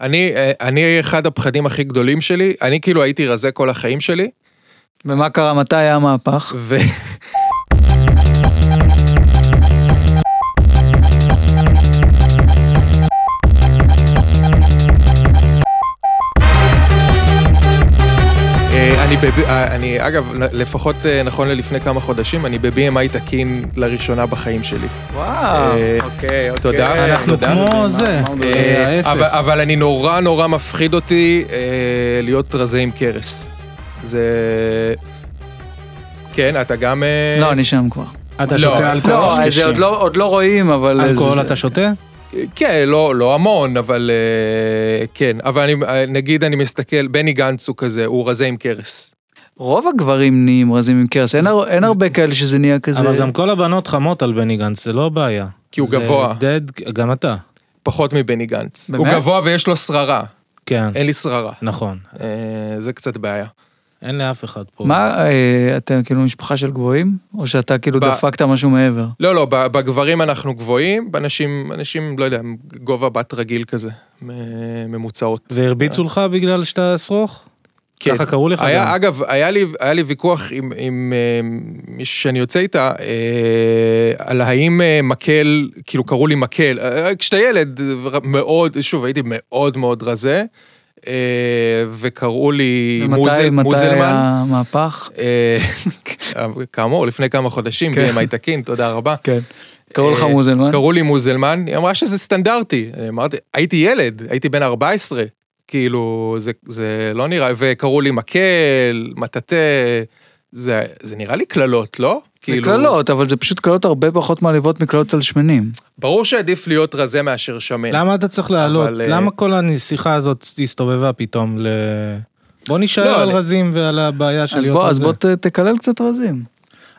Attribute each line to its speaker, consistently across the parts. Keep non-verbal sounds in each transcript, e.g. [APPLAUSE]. Speaker 1: אני, אה, אני אחד הפחדים הכי גדולים שלי, אני כאילו הייתי רזה כל החיים שלי,
Speaker 2: ומה קרה? מתי היה המהפך?
Speaker 1: ו... אה, אני, בב... אה, אני, אגב, לפחות אה, נכון ללפני כמה חודשים, אני ב-BMI תקין לראשונה בחיים שלי.
Speaker 2: וואו.
Speaker 1: אה,
Speaker 2: אוקיי, אוקיי.
Speaker 1: תודה,
Speaker 3: אנחנו
Speaker 1: תודה.
Speaker 3: כמו זה.
Speaker 1: אה,
Speaker 3: ההפך.
Speaker 1: אבל, אבל אני נורא נורא מפחיד אותי אה, להיות רזה עם קרס. זה... כן, אתה גם... אה,
Speaker 2: לא, אני שם כבר.
Speaker 3: אתה
Speaker 1: לא.
Speaker 3: שותה אלכוהול?
Speaker 2: לא,
Speaker 3: קשה.
Speaker 2: זה עוד לא- עוד לא רואים, אבל...
Speaker 3: אלכוהול
Speaker 2: זה-
Speaker 3: אתה שותה?
Speaker 1: כן, לא, לא המון, אבל אה, כן. אבל אני, אה, נגיד אני מסתכל, בני גנץ הוא כזה, הוא רזה עם קרס.
Speaker 2: רוב הגברים נהיים רזים עם קרס, אין הר- אין הרבה כאלה שזה נהיה כזה...
Speaker 3: אבל גם כל הבנות חמות על בני גנץ, זה לא בעיה.
Speaker 1: כי הוא
Speaker 3: זה
Speaker 1: גבוה.
Speaker 3: dead- גם אתה.
Speaker 1: פחות מבני גנץ.
Speaker 2: באמת?
Speaker 1: הוא גבוה ויש לו שררה.
Speaker 3: כן,
Speaker 1: אין לי שררה.
Speaker 3: נכון.
Speaker 1: אה, זה קצת בעיה.
Speaker 3: אין לאף אחד פה.
Speaker 2: מה, אה, אתם כאילו משפחה של גבוהים? או שאתה כאילו
Speaker 1: ב-
Speaker 2: דפקת משהו מעבר?
Speaker 1: לא, לא, ב- בגברים אנחנו גבוהים, בנשים, אנשים, לא יודע, גובה בת רגיל כזה, מ- ממוצעות. אה.
Speaker 3: והרביצו לך בגלל שאתה שרוך?
Speaker 1: כן.
Speaker 3: ככה קראו לך
Speaker 1: היה,
Speaker 3: גם.
Speaker 1: אגב, היה לי, היה לי ויכוח עם, עם אה, מישהו שאני יוצא איתה, אה, על האם אה, מקל, כאילו קראו לי מקל. אה, כשאתה ילד, אה, מאוד, שוב, הייתי מאוד מאוד רזה, אה, וקראו לי
Speaker 2: ומתי-
Speaker 1: מוזל,
Speaker 2: מתי
Speaker 1: מוזלמן.
Speaker 2: היה המהפך?
Speaker 1: אה, [LAUGHS] כאמור, לפני כמה חודשים,
Speaker 2: כן.
Speaker 1: BMI תקין, תודה רבה.
Speaker 2: כן. קראו לך
Speaker 1: אה,
Speaker 2: מוזלמן?
Speaker 1: קראו לי מוזלמן, היא אמרה שזה סטנדרטי. אני אמרתי, הייתי ילד, הייתי בן 14, כאילו, זה, זה לא נראה, וקראו לי מקל, מטאטא, זה, זה נראה לי קללות, לא?
Speaker 2: זה קללות, אבל זה פשוט קללות הרבה פחות מעליבות מקללות על שמנים.
Speaker 1: ברור שעדיף להיות רזה מאשר שמן.
Speaker 3: למה אתה צריך לעלות?
Speaker 1: אה. אבל, אה,
Speaker 3: למה כל השיחה הזאת הסתובבה פתאום ל... בוא
Speaker 1: לא,
Speaker 3: נשאר על
Speaker 1: אני-
Speaker 3: רזים ועל הבעיה של
Speaker 2: אז
Speaker 3: להיות
Speaker 2: בוא, אז
Speaker 3: רזה.
Speaker 2: בוא ת- תקלל קצת רזים.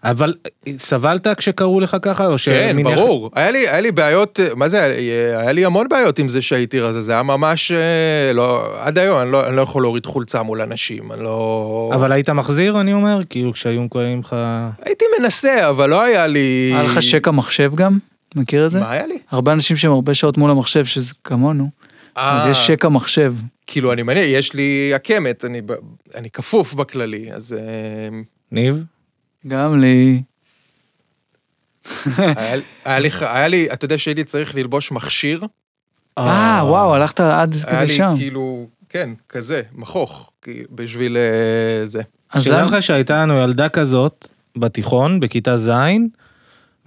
Speaker 3: אבל אה, סבלת כשקראו לך ככה? או
Speaker 1: כן,
Speaker 3: שמניח-
Speaker 1: ברור. היה לי, היה לי בעיות, אה, מה זה, היה היה לי המון בעיות עם זה שהייתי רזה, זה היה ממש, אה, לא, עד היום, אני לא, אני לא יכול להוריד חולצה מול אנשים, אני לא...
Speaker 3: אבל היית מחזיר, אני אומר? כאילו, כשהיו קוראים לך...
Speaker 1: הייתי מנסה, אבל לא היה לי...
Speaker 2: היה לך שקע מחשב גם? מכיר את זה?
Speaker 1: מה היה לי?
Speaker 2: הרבה אנשים שהם הרבה שעות מול המחשב, שזה כמונו, אז
Speaker 1: אה.
Speaker 2: יש שקע מחשב.
Speaker 1: כאילו, אני מניח, יש לי עקמת, אני, ב- אני כפוף בכללי, אז אה,
Speaker 3: ניב?
Speaker 2: גם לי.
Speaker 1: היה, לי- היה, לי, היה לי, אתה יודע שהייתי צריך ללבוש מכשיר,
Speaker 2: אה, וואו, הלכת עד
Speaker 1: היה
Speaker 2: כדי
Speaker 1: לי
Speaker 2: שם.
Speaker 1: כאילו, כן, כזה, מכוך, כי- בשביל אה, זה.
Speaker 2: אז
Speaker 3: שתדע
Speaker 2: למה-
Speaker 3: לך שהייתה לנו ילדה כזאת בתיכון, בכיתה ז',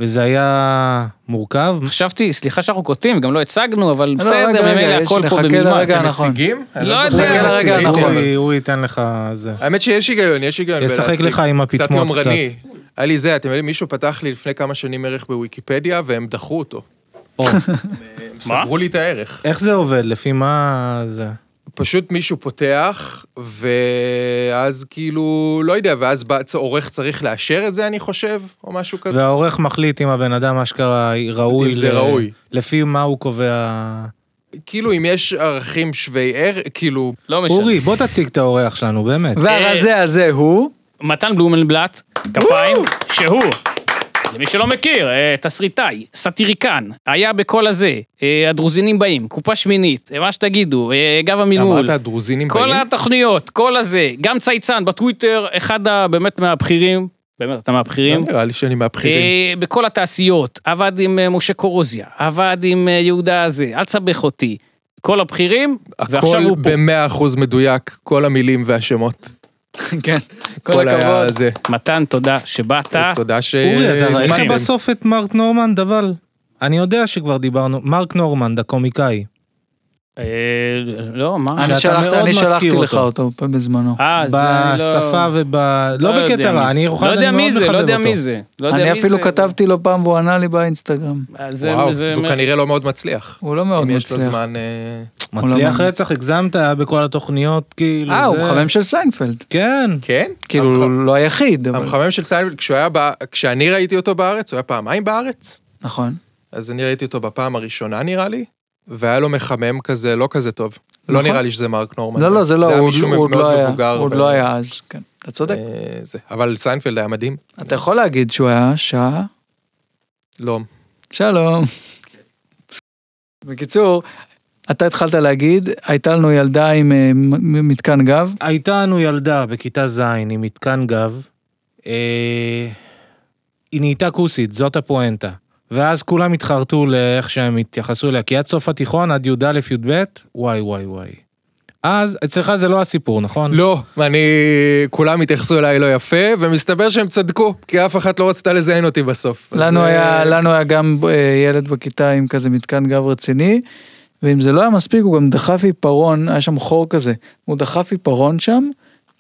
Speaker 3: וזה היה מורכב.
Speaker 4: חשבתי, סליחה שאנחנו קוטעים, גם לא הצגנו, אבל
Speaker 2: לא,
Speaker 4: בסדר,
Speaker 2: רגע, רגע,
Speaker 4: ממילא
Speaker 2: יש-
Speaker 4: הכל פה
Speaker 2: נחכה
Speaker 4: במימד.
Speaker 2: לרגע.
Speaker 1: אתם
Speaker 2: נכון.
Speaker 1: מציגים? אני
Speaker 4: לא
Speaker 1: זוכר
Speaker 4: יודע,
Speaker 1: אם
Speaker 4: רגע,
Speaker 1: מציגים.
Speaker 2: נכון.
Speaker 3: אורי- אורי ייתן לך זה.
Speaker 1: האמת שיש היגיון, יש היגיון
Speaker 3: ישחק לך עם
Speaker 1: קצת
Speaker 3: הפטמות
Speaker 1: יומרני. היה לי זה, אתם יודעים, מישהו פתח לי לפני כמה שנים ערך בוויקיפדיה, והם דחו אותו.
Speaker 3: או,
Speaker 1: הם סגרו לי את הערך.
Speaker 3: איך זה עובד? לפי מה זה?
Speaker 1: פשוט מישהו פותח, ואז כאילו, לא יודע, ואז בא- צ- עורך צריך לאשר את זה, אני חושב, או משהו כזה.
Speaker 3: והעורך מחליט אם הבן אדם אשכרה ראוי.
Speaker 1: אם זה
Speaker 3: ל-
Speaker 1: ראוי.
Speaker 3: לפי מה הוא קובע...
Speaker 1: כאילו, אם יש ערכים שווי ערך, כאילו,
Speaker 4: לא משנה.
Speaker 3: אורי, בוא תציג את האורח שלנו, באמת.
Speaker 1: אה.
Speaker 2: והרזה הזה הוא? [LAUGHS]
Speaker 4: מתן בלומנבלט, כפיים, שהוא, למי שלא מכיר, אה, תסריטאי, סטיריקן, היה בכל הזה, אה, הדרוזינים באים, קופה שמינית, אה, מה שתגידו, אה, גב המילמול.
Speaker 1: אמרת הדרוזינים
Speaker 4: כל
Speaker 1: באים?
Speaker 4: התוכניות, כל הזה, גם צייצן בטוויטר, אחד ה- באמת מהבכירים, באמת אתה
Speaker 1: לא
Speaker 4: מהבכירים,
Speaker 1: נראה לי שאני מהבכירים.
Speaker 4: אה, בכל התעשיות, עבד עם אה, משה קורוזיה, עבד עם אה, יהודה הזה, אל תסבך אותי, כל הבכירים, ועכשיו
Speaker 1: הכל
Speaker 4: הוא פה.
Speaker 1: במאה אחוז מדויק, כל המילים והשמות.
Speaker 2: כן. כל
Speaker 1: כל
Speaker 2: הכבוד.
Speaker 1: הזה.
Speaker 4: מתן, תודה שבאת.
Speaker 1: אה, תודה ש...
Speaker 3: אורי,
Speaker 4: אה,
Speaker 3: אתה ראית
Speaker 1: הזמנתם.
Speaker 3: בסוף את מרק נורמן, אבל... אני יודע שכבר דיברנו, מרק נורמנד, הקומיקאי.
Speaker 4: אה, לא, מה?
Speaker 2: אני
Speaker 3: שאתה
Speaker 2: שלחת-
Speaker 3: מאוד
Speaker 2: אני
Speaker 3: מזכיר
Speaker 2: שלחתי
Speaker 3: אותו.
Speaker 2: לך אותו פעם בזמנו.
Speaker 4: אה, אז אני לא-
Speaker 3: בשפה וב... לא
Speaker 4: יודע
Speaker 3: בקטע
Speaker 4: מי
Speaker 3: רע,
Speaker 4: זה.
Speaker 3: אני
Speaker 4: לא
Speaker 3: יכול,
Speaker 4: יודע
Speaker 3: אני
Speaker 4: מי
Speaker 3: מאוד
Speaker 4: זה, לא
Speaker 3: מחבב
Speaker 4: יודע
Speaker 3: אותו.
Speaker 4: מי זה. לא יודע
Speaker 2: אני
Speaker 4: מי
Speaker 2: אפילו
Speaker 4: זה.
Speaker 2: כתבתי לו פעם והוא ענה לי באינסטגרם.
Speaker 4: אז זה-
Speaker 1: וואו,
Speaker 4: זה-
Speaker 1: זה כנראה לא מאוד מצליח.
Speaker 2: הוא לא מאוד
Speaker 1: אם יש לו
Speaker 2: מצליח.
Speaker 1: זמן... אה,
Speaker 3: מצליח
Speaker 2: הוא לא-
Speaker 3: רצח, הגזמת, היה בכל התוכניות, כאילו
Speaker 2: אה, הוא
Speaker 3: זה-
Speaker 2: חמם של סיינפלד.
Speaker 3: כן.
Speaker 1: כן?
Speaker 2: כאילו,
Speaker 1: המח-
Speaker 2: הוא לא היחיד, אבל...
Speaker 1: המחמם של סיינפלד, כשהוא היה בא- כשאני ראיתי אותו בארץ, הוא היה פעמיים בארץ.
Speaker 2: נכון.
Speaker 1: אז אני ראיתי אותו בפעם הראשונה נראה לי, והיה לו מחמם כזה, לא כזה טוב. לא
Speaker 2: נכון.
Speaker 1: נראה לי שזה מרק נורמן.
Speaker 2: לא, לא, זה לא,
Speaker 1: היה
Speaker 2: הוא עוד-
Speaker 1: מישהו
Speaker 2: הוא עוד
Speaker 1: מאוד
Speaker 2: לא היה,
Speaker 1: מבוגר
Speaker 2: הוא עוד
Speaker 1: ו-
Speaker 2: לא היה אז, כן. אתה צודק.
Speaker 1: אה, זה. אבל סיינפלד היה מדהים.
Speaker 2: אתה יכול להגיד שהוא היה שעה
Speaker 1: לא.
Speaker 2: שלום. בקיצור, אתה התחלת להגיד, הייתה לנו ילדה עם אה, מ- מ- מתקן גב,
Speaker 3: הייתה לנו ילדה בכיתה ז' עם מתקן גב, אה, היא נהייתה כוסית, זאת הפואנטה. ואז כולם התחרטו לאיך שהם התייחסו אליה, כי עד סוף התיכון, עד י"א-י"ב, וואי וואי וואי. אז אצלך זה לא הסיפור, נכון?
Speaker 1: לא, אני... כולם התייחסו אליי לא יפה, ומסתבר שהם צדקו, כי אף אחת לא רצתה לזיין אותי בסוף. אז,
Speaker 2: לנו
Speaker 1: אה,
Speaker 2: היה, לנו היה גם אה, ילד בכיתה עם כזה מתקן גב רציני, ואם זה לא היה מספיק, הוא גם דחף עיפרון, היה שם חור כזה, הוא דחף עיפרון שם,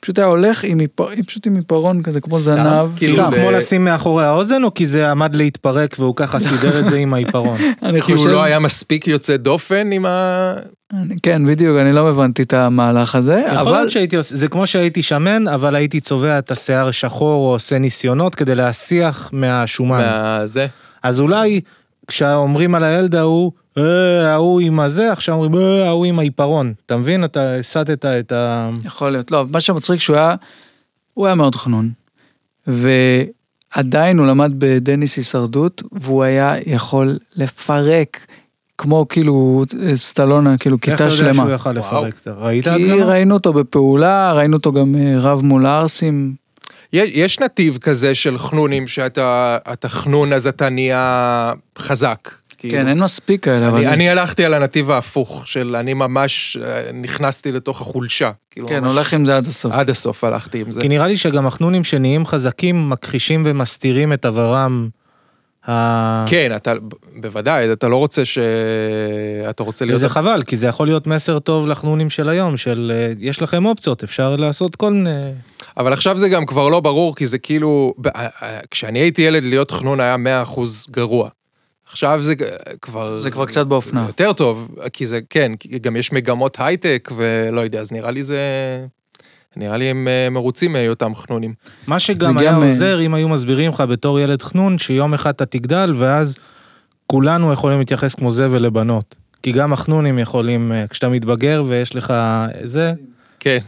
Speaker 2: פשוט היה הולך עם עיפרון, פשוט עם עיפרון כזה כמו
Speaker 1: סתם?
Speaker 2: זנב,
Speaker 1: כאילו,
Speaker 2: סתם,
Speaker 3: כאילו
Speaker 1: ב-
Speaker 3: כמו לשים מאחורי האוזן, או כי זה עמד להתפרק והוא ככה סידר את זה עם העיפרון?
Speaker 2: אני
Speaker 1: כי הוא
Speaker 2: חושב,
Speaker 1: לא היה מספיק יוצא דופן עם ה...
Speaker 2: אני- כן בדיוק, אני לא הבנתי את המהלך הזה,
Speaker 3: יכול
Speaker 2: אבל
Speaker 3: להיות שהייתי עושה, זה כמו שהייתי שמן, אבל הייתי צובע את השיער שחור או עושה ניסיונות כדי להסיח מהשומן.
Speaker 1: מה... זה.
Speaker 3: אז אולי כשאומרים על הילד ההוא, "אה, ההוא עם הזה, עכשיו אומרים, "אה, ההוא עם העיפרון. אתה מבין? אתה הסטת את ה...
Speaker 2: יכול להיות, לא, מה שמצחיק שהוא היה, הוא היה מאוד חנון. ועדיין הוא למד בדניס הישרדות, והוא היה יכול לפרק, כמו כאילו אה, סטלונה, כאילו
Speaker 3: איך אתה
Speaker 2: כיתה
Speaker 3: יודע שהוא
Speaker 2: שלמה.
Speaker 3: יכל
Speaker 1: וואו.
Speaker 3: לפרק? ראית עד
Speaker 2: כי
Speaker 3: כמה?
Speaker 2: ראינו אותו בפעולה, ראינו אותו גם אה, רב מול ערסים.
Speaker 1: יש, יש נתיב כזה של חנונים, שאתה אתה חנון אז אתה נהיה חזק. כאילו.
Speaker 2: כן, אין מספיק כאלה, אבל...
Speaker 1: אני, אני הלכתי על הנתיב ההפוך, של אני ממש אה, נכנסתי לתוך החולשה. כאילו
Speaker 2: כן,
Speaker 1: ממש
Speaker 2: הולך עם זה עד הסוף.
Speaker 1: עד הסוף הלכתי עם זה.
Speaker 3: כי נראה לי שגם החנונים שנהיים חזקים מכחישים ומסתירים את עברם. ה-
Speaker 1: כן, אתה, ב- בוודאי, אתה לא רוצה ש... אתה רוצה להיות...
Speaker 3: וזה חבל, כי זה יכול להיות מסר טוב לחנונים של היום, של אה, יש לכם אופציות, אפשר לעשות כל מיני...
Speaker 1: אבל עכשיו זה גם כבר לא ברור, כי זה כאילו... ב- אה, אה, כשאני הייתי ילד, להיות חנון היה 100% גרוע. עכשיו זה ג- כבר...
Speaker 2: זה כבר קצת באופנה.
Speaker 1: זה יותר טוב, כי זה, כן, כי גם יש מגמות הייטק ולא יודע, אז נראה לי זה... נראה לי הם אה, מרוצים מהיותם חנונים.
Speaker 3: מה שגם
Speaker 2: וגם,
Speaker 3: היה
Speaker 2: אה,
Speaker 3: עוזר, אם היו מסבירים לך בתור ילד חנון, שיום אחד אתה תגדל, ואז כולנו יכולים להתייחס כמו זבל לבנות. כי גם החנונים יכולים, אה, כשאתה מתבגר ויש לך אה, זה,
Speaker 1: כן.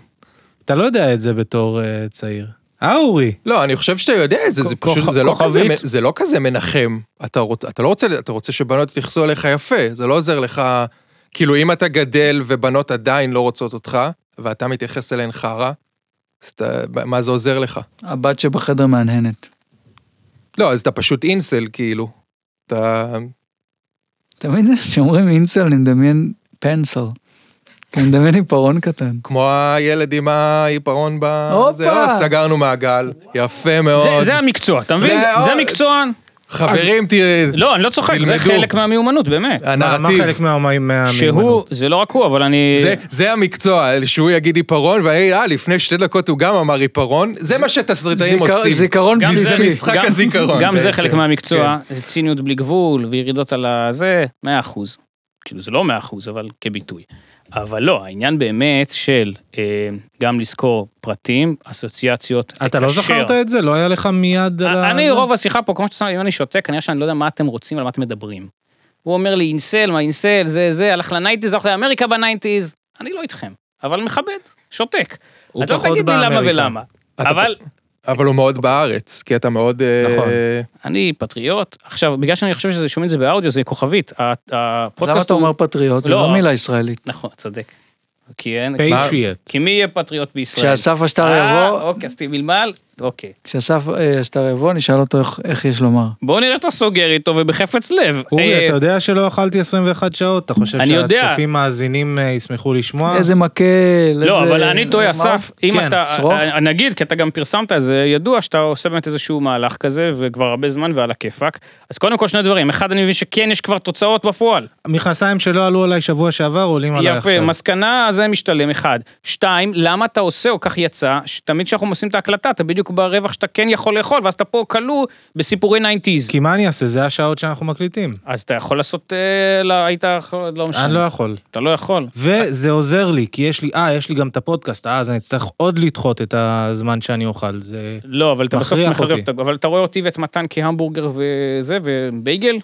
Speaker 3: אתה לא יודע את זה בתור אה, צעיר. אה, אורי?
Speaker 1: לא, אני חושב שאתה יודע את זה, זה
Speaker 4: כוכ-
Speaker 1: פשוט, זה לא כזה,
Speaker 4: כוכבית?
Speaker 1: זה לא כזה מנחם. אתה, רוצ, אתה לא רוצה, אתה רוצה שבנות יתייחסו אליך יפה, זה לא עוזר לך, כאילו אם אתה גדל ובנות עדיין לא רוצות אותך, ואתה מתייחס אליהן חרא, אז אתה, מה זה עוזר לך?
Speaker 2: הבת שבחדר מהנהנת.
Speaker 1: לא, אז אתה פשוט אינסל, כאילו. אתה...
Speaker 2: תמיד כשאומרים אינסל, אני מדמיין פנסל. אני מדמיין עיפרון קטן.
Speaker 1: כמו הילד עם העיפרון ב...
Speaker 2: הופה!
Speaker 1: זה, אה, סגרנו מעגל, יפה מאוד.
Speaker 4: זה- זה המקצוע, אתה מבין?
Speaker 1: זה-
Speaker 4: זה
Speaker 1: או-
Speaker 4: המקצוע...
Speaker 1: חברים, תראה,
Speaker 4: לא, אני לא צוחק, זה
Speaker 1: תלמדו.
Speaker 4: חלק מהמיומנות, באמת.
Speaker 3: מה מה
Speaker 1: הנרטיב.
Speaker 3: חלק מה- מה- מהמיומנות?
Speaker 4: שהוא, זה לא רק הוא, אבל אני...
Speaker 1: זה, זה המקצוע, שהוא יגיד עיפרון, ואני אגיד, אה, לפני שתי דקות הוא גם אמר עיפרון, זה מה שתסריטאים
Speaker 2: זיכר-
Speaker 1: עושים.
Speaker 2: זיכרון
Speaker 4: גם
Speaker 1: כי זה
Speaker 2: בסיסי.
Speaker 1: משחק
Speaker 4: גם-
Speaker 1: הזיכרון
Speaker 4: גם זה
Speaker 1: בעצם. כן.
Speaker 4: חלק מהמקצוע, זה ציניות בלי גבול וירידות על הזה, 100 אחוז. כאילו זה לא 100 אחוז, אבל כביטוי. אבל לא, העניין באמת של אה, גם לזכור פרטים, אסוציאציות,
Speaker 3: אתה לא
Speaker 4: לקשר.
Speaker 3: זכרת את זה? לא היה לך מיד אה, על ה...
Speaker 4: אני
Speaker 3: זה?
Speaker 4: רוב השיחה פה, כמו שאתה שם, אם אני שותק, כנראה שאני לא יודע מה אתם רוצים, על מה אתם מדברים. הוא אומר לי, אינסל, מה אינסל, זה, זה, הלך לניינטיז, הלך לאמריקה בניינטיז. אני לא איתכם, אבל מכבד, שותק.
Speaker 3: הוא
Speaker 4: אז לא
Speaker 3: פחות
Speaker 4: תגיד לי למה
Speaker 3: באמריקה.
Speaker 4: ולמה.
Speaker 1: אתה
Speaker 4: אבל
Speaker 1: אבל הוא מאוד בארץ, כי אתה מאוד... אה,
Speaker 3: נכון.
Speaker 4: אני פטריוט. עכשיו, בגלל שאני חושב שזה, שומעים את זה באודיו, זה כוכבית. ה-
Speaker 2: אז למה
Speaker 4: הפודקאסט
Speaker 2: אתה
Speaker 4: הוא...
Speaker 2: אומר פטריוט? זה
Speaker 4: לא.
Speaker 2: לא מילה ישראלית.
Speaker 4: נכון, צודק. כי אין...
Speaker 3: פייטריאט.
Speaker 4: כי מי יהיה פטריוט בישראל?
Speaker 2: כשאסף אשתר
Speaker 4: אה,
Speaker 2: יבוא,
Speaker 4: אוקיי, אז תבלבל. אוקיי.
Speaker 2: כשאסף אה, אשתר יבוא, נשאל אותו איך- איך יש לומר.
Speaker 4: בואו נראה אותו סוגר איתו ובחפץ לב. אה,
Speaker 3: אורי, אתה יודע שלא אכלתי 21 שעות? אתה חושב
Speaker 4: אני יודע.
Speaker 3: שהצופים מאזינים אה, ישמחו לשמוע?
Speaker 2: איזה מקל, איזה...
Speaker 4: לא, אבל אני טועה,
Speaker 2: מה?
Speaker 4: אסף, אם
Speaker 3: כן,
Speaker 4: אתה,
Speaker 2: שרוך.
Speaker 4: אה, נגיד, כי אתה גם פרסמת, זה ידוע שאתה עושה באמת איזשהו מהלך כזה, וכבר הרבה זמן ועל הכיפאק. אז קודם כל שני דברים, אחד, אני מבין שכן יש כבר תוצאות בפועל.
Speaker 3: המכנסיים שלא עלו עליי שבוע שעבר עולים עליי עכשיו.
Speaker 4: יפה, מסקנה, זה משתלם, אחד. שתיים, למה אתה עושה, או כך יצא, שתמיד כשאנחנו עושים את ההקלטה, אתה בדיוק ברווח שאתה כן יכול לאכול, ואז אתה פה כלוא בסיפורי ניינטיז.
Speaker 3: כי מה אני אעשה? זה השעות שאנחנו מקליטים.
Speaker 4: אז אתה יכול לעשות, אה, לא, היית, יכול- לא
Speaker 3: אני לא
Speaker 4: משנה,
Speaker 3: יכול.
Speaker 4: אתה לא יכול.
Speaker 3: וזה עוזר לי, כי יש לי, אה, יש לי גם את הפודקאסט, אה, אז אני אצטרך עוד לדחות את הזמן שאני אוכל. זה...
Speaker 4: לא, אבל אתה בסוף
Speaker 3: מכריח
Speaker 4: מחרב
Speaker 3: אותי.
Speaker 4: את הגוף. אבל אתה רואה אותי ואת מתן כהמבורגר וזה, ובייגל?
Speaker 3: אה,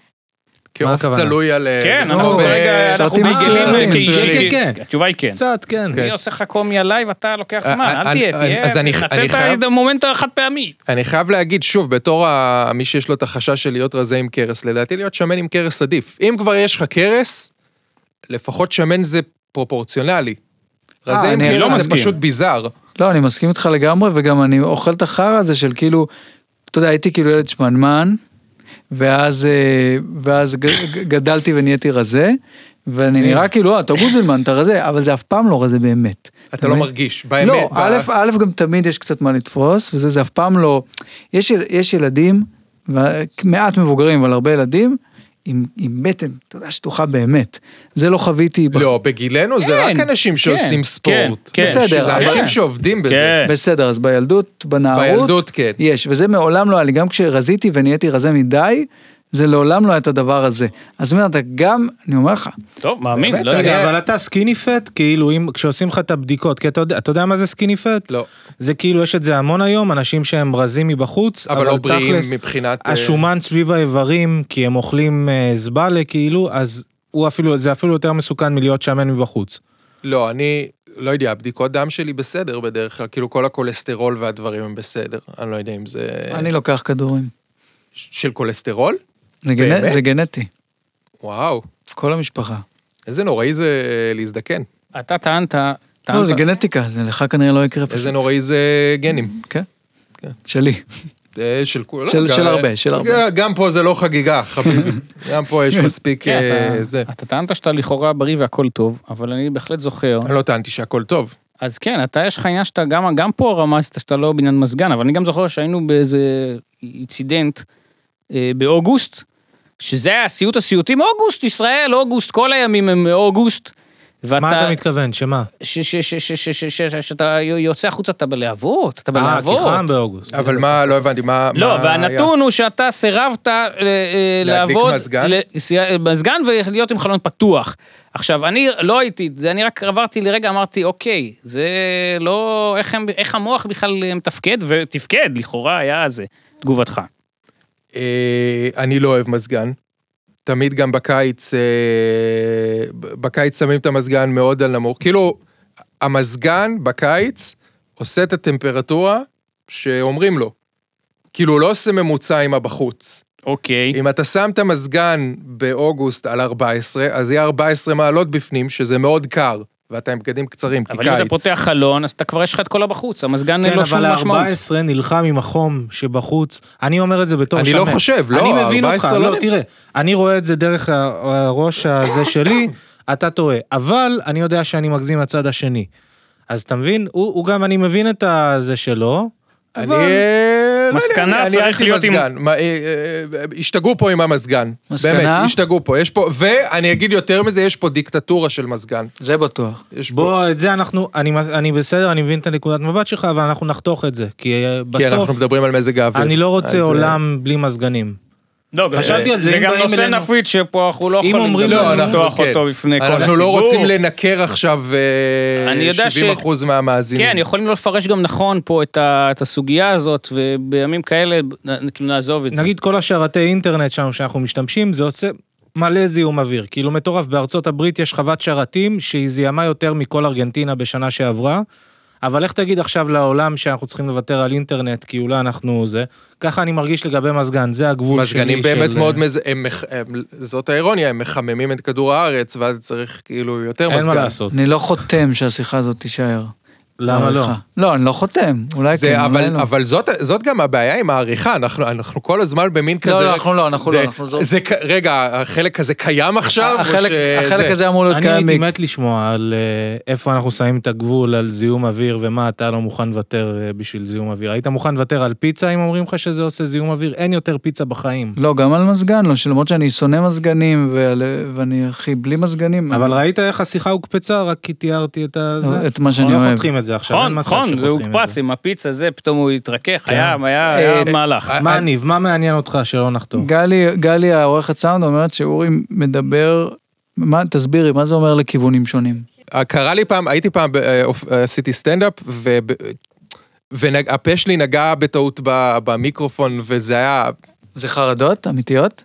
Speaker 1: כעוף
Speaker 3: הכוונה?
Speaker 1: צלוי על... אה,
Speaker 4: כן,
Speaker 1: זה
Speaker 4: אנחנו
Speaker 1: כמו ב-
Speaker 4: כרגע, אנחנו
Speaker 2: סרטים
Speaker 4: ביגלים
Speaker 1: מצוירים.
Speaker 4: כאישי.
Speaker 3: לא. כן, כן, כן.
Speaker 4: התשובה היא כן.
Speaker 3: קצת, כן.
Speaker 1: כן.
Speaker 4: אני עושה לך קומי עליי ואתה לוקח
Speaker 1: אה,
Speaker 4: זמן, אל
Speaker 1: אני-
Speaker 4: תהיה,
Speaker 1: אני- אז אני-
Speaker 4: תהיה, תנצל
Speaker 1: אני
Speaker 4: את
Speaker 1: חייב-
Speaker 4: המומנט החד פעמי.
Speaker 1: אני חייב להגיד, שוב, בתור ה- מי שיש לו את החשש של להיות רזה עם קרס, לדעתי להיות שמן עם קרס עדיף. אם כבר יש לך קרס, לפחות שמן זה פרופורציונלי. רזה עם
Speaker 2: אני
Speaker 1: קרח
Speaker 4: לא
Speaker 1: זה
Speaker 4: מסכים.
Speaker 1: פשוט ביזאר.
Speaker 2: לא, אני מסכים איתך לגמרי, וגם אני אוכל את החרא הזה של כאילו, אתה יודע, הייתי כאילו ילד שמנמן, ואז, אה, ואז ג- ג- גדלתי ונהייתי רזה, ואני נראה כאילו, "אה, אתה גוזלמן, אתה רזה, אבל זה אף פעם לא רזה באמת.
Speaker 1: אתה לא
Speaker 2: מבין?
Speaker 1: מרגיש, באמת.
Speaker 2: לא,
Speaker 1: ב-
Speaker 2: א', א', גם תמיד יש קצת מה לתפוס, וזה זה אף פעם לא... יש, יל- יש ילדים, ו- מעט מבוגרים, אבל הרבה ילדים, עם, עם בטן, אתה יודע, שטוחה באמת. זה לא חוויתי. בח-
Speaker 1: לא, בגילנו זה רק
Speaker 4: כן,
Speaker 1: אנשים
Speaker 4: כן,
Speaker 1: שעושים
Speaker 4: כן,
Speaker 1: ספורט.
Speaker 4: כן,
Speaker 2: בסדר,
Speaker 1: זה
Speaker 2: אבל-
Speaker 1: אנשים שעובדים בזה.
Speaker 4: כן.
Speaker 2: בסדר, אז בילדות, בנערות,
Speaker 1: בילדות, כן.
Speaker 2: יש, וזה מעולם לא היה לי, גם כשרזיתי ונהייתי רזה מדי, זה לעולם לא היה את הדבר הזה. אז זאת אומרת, אתה גם, אני אומר לך,
Speaker 4: טוב, מאמין,
Speaker 1: באמת,
Speaker 4: לא
Speaker 1: אני-
Speaker 4: יודע.
Speaker 1: אה.
Speaker 3: רגע, אבל אתה סקיני פט, כאילו, אם, כשעושים לך את הבדיקות, כי אתה יודע, אתה יודע מה זה סקיני פט?
Speaker 1: לא.
Speaker 3: זה כאילו, יש את זה המון היום, אנשים שהם רזים מבחוץ,
Speaker 1: אבל לא בריאים מבחינת, אה,
Speaker 3: השומן סביב האיברים, כי הם אוכלים אה, זבלה, כאילו, אז הוא אפילו, זה אפילו יותר מסוכן מלהיות שמן מבחוץ.
Speaker 1: לא, אני לא יודע, הבדיקות דם שלי בסדר בדרך כלל, כאילו כל הכולסטרול והדברים הם בסדר. אני לא יודע אם זה...
Speaker 2: אני לוקח כדורים.
Speaker 1: של כולסטרול?
Speaker 2: זה גנ-
Speaker 1: באמת?
Speaker 2: זה גנטי,
Speaker 1: וואו,
Speaker 2: כל המשפחה.
Speaker 1: איזה נוראי זה להזדקן.
Speaker 4: אתה טענת,
Speaker 2: לא, זה
Speaker 4: טענת,
Speaker 2: גנטיקה, זה לך כנראה לא יקרה פשוט.
Speaker 1: איזה נוראי זה גנים.
Speaker 2: כן? שלי.
Speaker 1: אה, של כולם.
Speaker 2: של-
Speaker 1: גם-
Speaker 2: של הרבה, של הרבה.
Speaker 1: גם פה זה לא חגיגה,
Speaker 2: [LAUGHS]
Speaker 1: חביבי. גם פה יש מספיק
Speaker 4: כן,
Speaker 1: אה,
Speaker 4: אתה-
Speaker 1: זה.
Speaker 4: אתה טענת שאתה לכאורה בריא והכל טוב, אבל אני בהחלט זוכר.
Speaker 1: אני לא טענתי שהכל טוב.
Speaker 4: אז כן, אתה יש לך עניין שאתה גם, גם פה רמזת שאתה לא בעניין מזגן, אבל אני גם זוכר שהיינו באיזה אינצידנט אה, באוגוסט, שזה היה סיוט הסיוטים, אוגוסט, ישראל, אוגוסט, כל הימים הם אוגוסט. ואתה,
Speaker 3: מה אתה מתכוון, שמה? אה,
Speaker 4: ש- ש- ש- ש- ש- ש- ש- שאתה יוצא החוצה, אתה בלהבות, אתה
Speaker 3: אה, כי
Speaker 4: בלהבות.
Speaker 3: חם באוגוסט.
Speaker 1: אבל מה, לא הבנתי, מה...
Speaker 4: כן. לא,
Speaker 1: מה
Speaker 4: והנתון הוא שאתה סירבת אה, אה,
Speaker 1: להדליק
Speaker 4: לעבוד,
Speaker 1: מזגן?
Speaker 4: ל- סי- מזגן ולהיות עם חלון פתוח. עכשיו, אני לא הייתי את זה, אני רק עברתי לרגע, אמרתי, אוקיי, זה לא, איך, הם, איך המוח בכלל אה, מתפקד, ותפקד, לכאורה היה זה, תגובתך.
Speaker 1: היה? אה, אני לא אוהב מזגן. תמיד גם בקיץ, אה, בקיץ שמים את המזגן מאוד על נמוך. כאילו, המזגן בקיץ עושה את הטמפרטורה שאומרים לו. כאילו, הוא לא עושה ממוצע עם הבחוץ.
Speaker 4: אוקיי,
Speaker 1: אם אתה שם את המזגן באוגוסט על 14, אז יהיה 14 מעלות בפנים, שזה מאוד קר, ואתה עם בגדים קצרים, כי קיץ.
Speaker 4: אבל אם אתה פותח חלון, אז אתה כבר יש לך את כל הבחוץ, המזגן אין
Speaker 3: כן,
Speaker 4: לו שום
Speaker 3: אבל
Speaker 4: משמעות.
Speaker 3: ה-14 נלחם עם החום שבחוץ. אני אומר את זה בתור
Speaker 1: אני
Speaker 3: שמן.
Speaker 1: לא חושב, לא,
Speaker 3: אני מבין אותך,
Speaker 1: 14 לא
Speaker 3: לא,
Speaker 1: נלחם.
Speaker 3: תראה, אני רואה את זה דרך ה- הראש הזה שלי, [COUGHS] אתה טועה. אבל אני יודע שאני מגזים מהצד השני. אז אתה מבין? הוא הוא גם, אני מבין את הזה שלו,
Speaker 1: אני...
Speaker 3: אבל...
Speaker 1: אה, לא יודע,
Speaker 4: מסקנה
Speaker 1: אני- אני
Speaker 4: צריך
Speaker 1: הייתי
Speaker 4: להיות עם-
Speaker 1: מזגן. מה, אה, אה, אה, השתגעו פה עם המזגן.
Speaker 2: מסקנה?
Speaker 1: באמת, השתגעו פה. יש פה, ואני אגיד יותר מזה, יש פה דיקטטורה של מזגן.
Speaker 2: זה בטוח.
Speaker 1: יש פה...
Speaker 3: בוא, את זה אנחנו, אני, מס- אני בסדר, אני מבין את הנקודת מבט שלך, אבל אנחנו נחתוך את זה, כי אה,
Speaker 1: כי אנחנו
Speaker 3: בסוף,
Speaker 1: מדברים על מזג האוויר.
Speaker 3: אני לא רוצה
Speaker 1: אז, אה,
Speaker 3: עולם בלי מזגנים.
Speaker 4: לא, גם-
Speaker 3: חשבתי על זה,
Speaker 4: זה
Speaker 3: אם
Speaker 4: גם
Speaker 3: באים
Speaker 4: נושא
Speaker 3: אלינו-
Speaker 4: נפיץ שפה אנחנו לא
Speaker 3: אם
Speaker 4: יכולים
Speaker 3: אומרים
Speaker 4: גם
Speaker 1: לא,
Speaker 3: לנו-
Speaker 1: אנחנו
Speaker 4: לפתוח
Speaker 1: כן.
Speaker 4: אותו בפני כל הציבור.
Speaker 1: אנחנו לא רוצים לנקר עכשיו אה,
Speaker 4: אני יודע ש-
Speaker 1: 70% מהמאזינים.
Speaker 4: כן, יכולים לא לפרש גם נכון פה את, ה, את הסוגיה הזאת, ובימים כאלה, נ- כאילו נעזוב את זה.
Speaker 3: נגיד כל השרתי אינטרנט שלנו שאנחנו משתמשים, זה עושה מלא זיהום אוויר. כאילו מטורף, בארצות הברית יש חוות שרתים שהיא זיהמה יותר מכל ארגנטינה בשנה שעברה, אבל איך תגיד עכשיו לעולם שאנחנו צריכים לוותר על אינטרנט, כי אולי אנחנו זה, ככה אני מרגיש לגבי מזגן, זה הגבול שלי
Speaker 1: מזגנים באמת
Speaker 3: של... אה,
Speaker 1: מאוד, מז... הם, מח- הם, זאת האירוניה, הם מחממים את כדור הארץ, ואז צריך כאילו יותר
Speaker 3: אין
Speaker 1: מזגן.
Speaker 3: מה לעשות,
Speaker 2: אני לא חותם שהשיחה הזאת תישאר.
Speaker 3: למה לא?
Speaker 2: הערכה. לא, אני לא חותם, אולי
Speaker 1: זה,
Speaker 2: כן, אולי
Speaker 1: אבל,
Speaker 2: לא.
Speaker 1: אבל זאת, זאת גם הבעיה עם העריכה, אנחנו, אנחנו כל הזמן במין כזה...
Speaker 2: לא, אנחנו לא, אנחנו
Speaker 1: זה,
Speaker 2: לא, אנחנו זו-
Speaker 1: זה, כ- רגע, החלק הזה קיים עכשיו? או
Speaker 2: החלק-
Speaker 1: שזה-
Speaker 2: החלק הזה אמור להיות
Speaker 3: אני
Speaker 2: קיים.
Speaker 3: הייתי
Speaker 2: מ-
Speaker 3: מת לשמוע על אה, איפה אנחנו שמים את הגבול, על זיהום אוויר, ומה אתה לא מוכן לוותר אה, בשביל זיהום אוויר. היית מוכן לוותר על פיצה אם אומרים לך שזה עושה זיהום אוויר? אין יותר פיצה בחיים.
Speaker 2: לא, גם על מזגן, לא, שלמרות שאני שונא מזגנים, ועל- ואני הכי בלי מזגנים.
Speaker 3: אבל
Speaker 2: אני-
Speaker 3: ראית איך השיחה הוקפצה, רק כי תיארתי את הזה.
Speaker 2: את מה שאני
Speaker 3: לא
Speaker 2: אוהב.
Speaker 3: חותכים את זה עכשיו, אין
Speaker 4: נכון,
Speaker 3: מצב
Speaker 4: נכון, זה
Speaker 3: שחותכים את
Speaker 4: הוקפץ
Speaker 3: זה. כן.
Speaker 4: עם הפיצה זה, פתאום הוא התרכך, היה היה-
Speaker 2: אה,
Speaker 4: היה מהלך.
Speaker 3: מה ניב, מה מעניין אותך שלא נחתוך?
Speaker 2: גלי, גלי העורכת סאונד אומרת שאורי מדבר, מה, תסבירי, מה זה אומר לכיוונים שונים?
Speaker 1: אה, קרה לי פעם, הייתי פעם, ב- אה, אופ- אה, עשיתי סטנדאפ, והפה שלי נגע בטעות ב- במיקרופון, וזה היה...
Speaker 2: זה חרדות אמיתיות?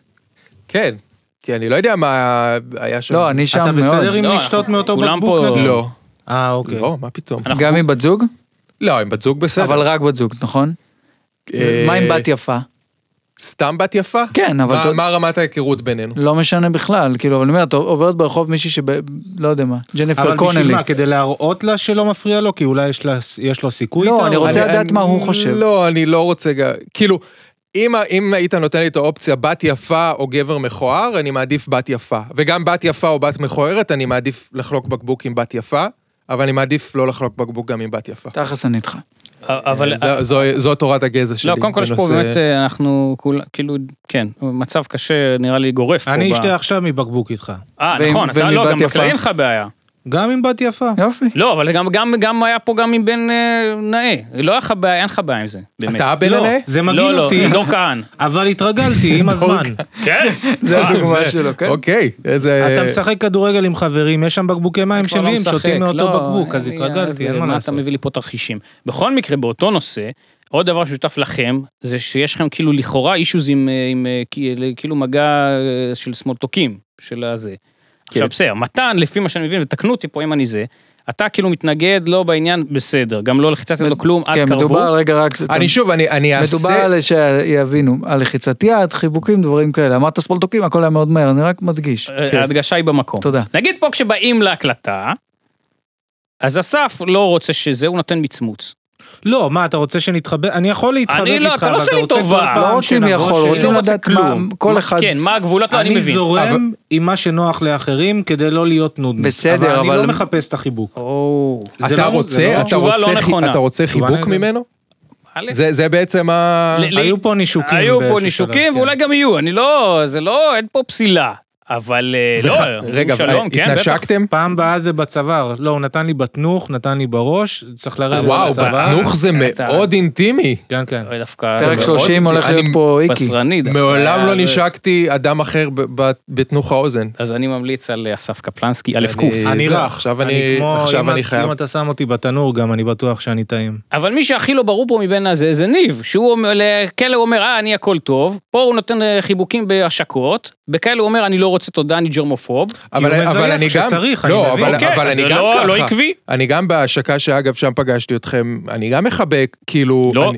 Speaker 1: כן, כי אני לא יודע מה היה שם.
Speaker 2: לא, אני שם
Speaker 3: אתה
Speaker 2: מאוד.
Speaker 3: בסדר עם
Speaker 4: לא,
Speaker 3: לשתות
Speaker 4: אנחנו-
Speaker 3: מאותו
Speaker 4: כולם
Speaker 3: בקבוק?
Speaker 4: פה-
Speaker 3: נגיד?
Speaker 1: לא,
Speaker 3: אה, אוקיי.
Speaker 1: לא, מה פתאום.
Speaker 4: אנחנו-
Speaker 2: גם עם בת זוג?
Speaker 1: לא, עם בת זוג בסדר.
Speaker 2: אבל רק בת זוג, נכון?
Speaker 1: אה,
Speaker 2: מה עם בת יפה?
Speaker 1: סתם בת יפה?
Speaker 2: כן, אבל
Speaker 1: מה-
Speaker 2: אתה-
Speaker 1: מה רמת ההיכרות בינינו?
Speaker 2: לא משנה בכלל, כאילו, אבל אני אומר, את עוברת ברחוב מישהי שב... לא יודע מה, ג'ניפר
Speaker 3: אבל בשביל
Speaker 2: קונלי.
Speaker 3: מה? כדי להראות לה שלא מפריע לו? כי אולי יש לה- יש לו סיכוי
Speaker 2: לא,
Speaker 3: איתה?
Speaker 2: אני
Speaker 3: או-
Speaker 2: רוצה-
Speaker 1: אני-
Speaker 2: לדעת
Speaker 1: אני-
Speaker 2: מה הוא חושב.
Speaker 1: לא, אני לא רוצה... ג- כאילו, אם ה- אם היית נותן לי את האופציה בת יפה או גבר מכוער, אני מעדיף בת יפה. וגם בת יפה או בת מכוערת, אני מעדיף לחלוק בקבוק עם בת יפה, אבל אני מעדיף לא לחלוק בקבוק גם עם בת יפה.
Speaker 2: תכלס אני איתך.
Speaker 1: אה,
Speaker 4: אבל...
Speaker 1: זו- זו- זו תורת הגזע שלי.
Speaker 4: לא, קודם כל יש פה
Speaker 1: בנושא-
Speaker 4: באמת, אה, אנחנו כולה, כאילו, כן, מצב קשה נראה לי גורף. פה
Speaker 3: אני
Speaker 4: ב-
Speaker 3: אשתה עכשיו מבקבוק איתך.
Speaker 4: אה,
Speaker 2: ועם-
Speaker 4: נכון, אתה
Speaker 2: ועם
Speaker 4: לא,
Speaker 2: בת
Speaker 4: גם
Speaker 2: יפה.
Speaker 4: בכלל אין לך בעיה.
Speaker 3: גם עם בת יפה.
Speaker 2: יופי.
Speaker 4: לא, אבל גם, גם, גם היה פה גם עם בן אה, נאה. לא היה לך בעיה, אין לך בעיה עם זה, באמת.
Speaker 1: אתה הבן
Speaker 3: לא,
Speaker 1: הנאה?
Speaker 3: זה
Speaker 4: אה, לא,
Speaker 3: מגעיל
Speaker 4: לא,
Speaker 3: אותי,
Speaker 4: דור
Speaker 3: [LAUGHS]
Speaker 4: כהן.
Speaker 3: אבל
Speaker 2: [LAUGHS]
Speaker 3: התרגלתי עם הזמן.
Speaker 4: כן?
Speaker 2: זה הדוגמה שלו, כן?
Speaker 1: אוקיי, איזה...
Speaker 3: אתה משחק כדורגל עם חברים, יש שם בקבוקי מים
Speaker 4: כבר לא
Speaker 3: שווים,
Speaker 4: משחק,
Speaker 3: שותים מאותו
Speaker 4: לא,
Speaker 3: בקבוק, אז
Speaker 4: אני- אז,
Speaker 3: התרגלתי, אין מה
Speaker 4: אתה
Speaker 3: לעשות.
Speaker 4: מביא לי פה תרחישים. בכל מקרה, באותו נושא, עוד דבר שותף לכם, זה שיש לכם כאילו לכאורה אישוז עם, אה, עם אה, כאילו- כאילו מגע אה, של סמולטוקים, של הזה. עכשיו בסדר, מתן, לפי מה שאני מבין, ותקנו אותי פה אם אני זה, אתה כאילו מתנגד, לא בעניין, בסדר, גם לא לחיצת יד, לא כלום, עד
Speaker 2: כן,
Speaker 4: קרבו.
Speaker 2: מדובר, רגע, רק...
Speaker 1: אני שוב, אני אני אעשה...
Speaker 2: מדובר על שיבינו, על לחיצת יד, חיבוקים, דברים כאלה. אמרת ספולטוקים, הכל היה מאוד מהר, אני רק מדגיש.
Speaker 4: אה,
Speaker 1: כן.
Speaker 4: ההדגשה היא במקום.
Speaker 2: תודה.
Speaker 4: נגיד פה כשבאים להקלטה, אז אסף לא רוצה שזה, הוא נותן מצמוץ.
Speaker 3: לא, מה, אתה רוצה שנתחבק? אני יכול להתחבק
Speaker 4: אני לא,
Speaker 3: איתך,
Speaker 4: אתה לא
Speaker 3: אבל
Speaker 4: עושה לי
Speaker 3: רוצה כל
Speaker 4: טובה.
Speaker 3: פעם
Speaker 4: לא
Speaker 2: רוצים
Speaker 3: שנבוא
Speaker 2: יכול,
Speaker 3: ש-
Speaker 4: אני
Speaker 2: רוצים
Speaker 4: לא רוצה
Speaker 2: לדעת מה-
Speaker 4: כלום.
Speaker 2: כל
Speaker 4: מה-
Speaker 2: אחד-
Speaker 4: כן, מה הגבולות, לא, אני
Speaker 3: אני
Speaker 4: מבין.
Speaker 1: אבל-
Speaker 3: זורם עם מה שנוח לאחרים כדי לא להיות נודניק.
Speaker 2: בסדר,
Speaker 3: אבל
Speaker 2: אבל-
Speaker 3: אני לא מחפש את החיבוק.
Speaker 4: או,
Speaker 3: זה
Speaker 1: אתה
Speaker 3: לא- זה לא-
Speaker 1: רוצה, אתה
Speaker 4: התשובה לא
Speaker 1: רוצה חי-
Speaker 4: נכונה.
Speaker 1: אתה רוצה
Speaker 3: התשובה
Speaker 1: חיבוק
Speaker 3: נהדרת.
Speaker 1: ממנו?
Speaker 4: א',
Speaker 1: זה זה בעצם ה...
Speaker 4: ל- לי-
Speaker 3: היו פה נישוקים.
Speaker 4: היו פה
Speaker 3: באיזשהו
Speaker 4: נישוקים,
Speaker 3: שלב, כן.
Speaker 4: ואולי גם יהיו, אני לא, זה לא, אין פה פסילה. אבל אה, לא,
Speaker 1: וח-
Speaker 4: אומרים
Speaker 1: רגע, אה,
Speaker 4: שלום, כן, בטח.
Speaker 1: התנשקתם?
Speaker 3: פעם באה זה בצוואר. לא, הוא נתן לי בתנוך, נתן לי בראש, צריך לרדת
Speaker 1: וואו,
Speaker 3: בצוואר.
Speaker 1: בתנוך זה
Speaker 4: כן, אתה-
Speaker 1: מאוד אינטימי.
Speaker 3: כן, כן.
Speaker 4: אוי, דווקא
Speaker 2: פרק
Speaker 1: מאוד-
Speaker 2: 30 הולך
Speaker 1: אני
Speaker 2: להיות פה איקי.
Speaker 4: בשרני. דווקא.
Speaker 1: מעולם
Speaker 4: אה,
Speaker 1: לא
Speaker 4: זה-
Speaker 1: נשקתי אדם אחר ב- ב- בתנוך האוזן.
Speaker 4: אז אני ממליץ על אה, אסף קפלנסקי, א' ק'.
Speaker 1: אני-
Speaker 3: אני
Speaker 1: זה,
Speaker 3: רך.
Speaker 1: עכשיו אני-
Speaker 3: כמו-
Speaker 1: עכשיו
Speaker 3: אם
Speaker 1: אני
Speaker 3: את-
Speaker 1: חייב.
Speaker 3: אם אתה שם אותי בתנור גם, אני בטוח שאני טעים.
Speaker 4: אבל מי שהכי לא ברור פה מבין הזה זה ניב, שהוא אומר, לכאלה הוא אומר, אה, אני הכל טוב, פה הוא נותן אה, חיבוקים בהשקות, בכאלה הוא אומר, אני לא רוצה תודה, אני ג'רמופוב.
Speaker 1: אבל
Speaker 3: הוא
Speaker 1: אבל
Speaker 3: מזייף
Speaker 1: אני גם,
Speaker 3: כשצריך, אני
Speaker 1: לא,
Speaker 3: מבין.
Speaker 1: אבל
Speaker 4: אוקיי,
Speaker 1: אבל
Speaker 4: אז
Speaker 1: אני
Speaker 4: זה
Speaker 1: גם
Speaker 4: לא-
Speaker 1: ככה,
Speaker 4: לא עקבי.
Speaker 1: אני גם בהשקה שאגב שם פגשתי אתכם, אני גם מחבק, כאילו,
Speaker 4: לא.
Speaker 1: אני-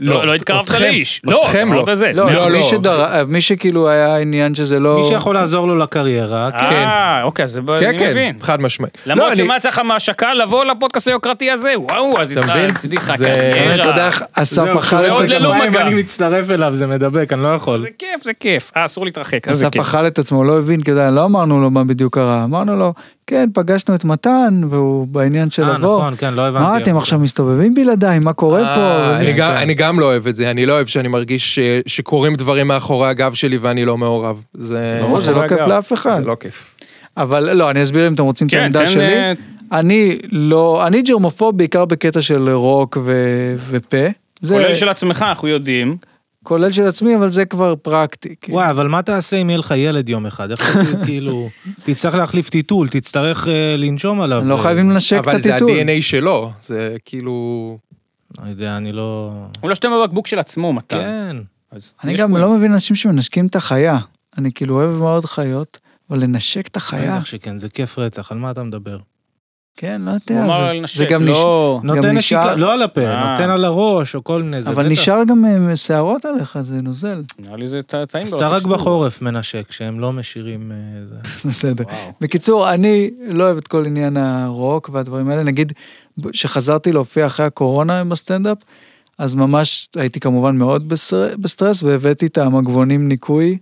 Speaker 4: לא, לא התקרבת
Speaker 1: אתכם-
Speaker 4: לאיש. לא,
Speaker 1: אתכם
Speaker 4: אמרת
Speaker 1: לא,
Speaker 4: זה.
Speaker 2: לא,
Speaker 1: לא,
Speaker 2: לא,
Speaker 1: לא.
Speaker 2: מי שדר... מי שכאילו היה עניין שזה לא...
Speaker 3: מי שיכול לעזור לו לקריירה, כן.
Speaker 4: אה, אוקיי, אז אני
Speaker 1: כן כן,
Speaker 4: מבין.
Speaker 1: חד משמעית, לא,
Speaker 4: למרות
Speaker 1: אני-
Speaker 4: שמה צריך מהשקה לבוא לפודקאסט היוקרתי הזה, וואו, אז
Speaker 1: אתה מבין?
Speaker 4: הצליחה כן,
Speaker 1: זה-
Speaker 4: קריירה.
Speaker 2: אתה יודע איך אסף
Speaker 3: זהו,
Speaker 2: אכל
Speaker 4: מאוד
Speaker 2: את
Speaker 4: ללא
Speaker 2: עצמו,
Speaker 4: מגע.
Speaker 3: אם אני מצטרף אליו זה מדבק, אני לא יכול.
Speaker 4: זה כיף, זה כיף. אה, אסור להתרחק, אז זה
Speaker 2: אסף
Speaker 4: כיף.
Speaker 2: אכל את עצמו, לא הבין, כדאי, לא אמרנו לו מה בדיוק קרה, אמרנו לו, כן, פגשנו את מתן, והוא בעניין של
Speaker 3: אה,
Speaker 2: לבוא.
Speaker 3: נכון, כן, לא הבנתי.
Speaker 2: מה אתם עכשיו מסתובבים בלעדיי, מה קורה פה?
Speaker 1: אה, אני
Speaker 3: כן,
Speaker 1: גם-
Speaker 3: כן.
Speaker 1: אני גם לא אוהב את זה, אני לא אוהב שאני מרגיש ש- שקורים דברים מאחורי הגב שלי ואני לא מעורב, זה
Speaker 2: ברור, זה לא
Speaker 4: אגב.
Speaker 2: כיף לאף אחד.
Speaker 1: זה לא כיף.
Speaker 2: אבל לא, אני אסביר אם אתם רוצים את
Speaker 4: כן,
Speaker 2: העמדה
Speaker 4: תן,
Speaker 2: שלי.
Speaker 4: אה,
Speaker 2: אני לא, אני ג'רמופוב בעיקר בקטע של רוק ו- ופה. זה
Speaker 4: כולל של עצמך, אנחנו יודעים.
Speaker 2: כולל של עצמי, אבל זה כבר פרקטי.
Speaker 1: כן.
Speaker 2: כאילו.
Speaker 3: וואי, אבל מה תעשה אם יהיה לך ילד יום אחד? איך
Speaker 1: [LAUGHS]
Speaker 3: אתה כאילו... תצטרך להחליף טיטול, תצטרך אה, לנשום עליו.
Speaker 2: לא
Speaker 3: אה,
Speaker 2: חייבים לנשק את
Speaker 1: אבל זה
Speaker 2: הטיטול.
Speaker 1: ה-DNA שלו, זה כאילו...
Speaker 3: אני יודע, אני לא...
Speaker 4: הוא לא שותה בבקבוק של עצמו, מתן.
Speaker 3: כן.
Speaker 4: אז
Speaker 2: אני
Speaker 4: יש
Speaker 2: גם
Speaker 4: פה-
Speaker 2: לא מבין אנשים שמנשקים את החיה. אני כאילו אוהב מאוד חיות, אבל לנשק את החיה,
Speaker 3: בטח שכן, זה כיף רצח, על מה אתה מדבר?
Speaker 2: כן, לא
Speaker 4: הוא
Speaker 2: יודע.
Speaker 4: אמר
Speaker 2: זה-
Speaker 4: לנשק,
Speaker 2: זה גם נשאר,
Speaker 4: לא...
Speaker 3: נותן נשיקה,
Speaker 2: נשאר-
Speaker 3: לא על הפה,
Speaker 4: אה.
Speaker 3: נותן על הראש או כל מיני, זה
Speaker 2: אבל
Speaker 3: בטח.
Speaker 2: נשאר גם אה, שערות עליך, זה נוזל. [LAUGHS]
Speaker 4: נראה לי זה טע- טעים. לא,
Speaker 3: אז
Speaker 4: מאוד,
Speaker 3: אתה רק
Speaker 4: טקסטורה.
Speaker 3: בחורף מנשק, שהם לא משירים אה, זה.
Speaker 2: בסדר.
Speaker 4: וואו.
Speaker 2: בקיצור, אני לא אוהב את כל עניין הרוק והדברים האלה. נגיד, ב- שחזרתי להופיע אחרי הקורונה בסטנדאפ, אז ממש הייתי כמובן מאוד בסר- בסטרס, והבאתי את המגבונים ניקוי.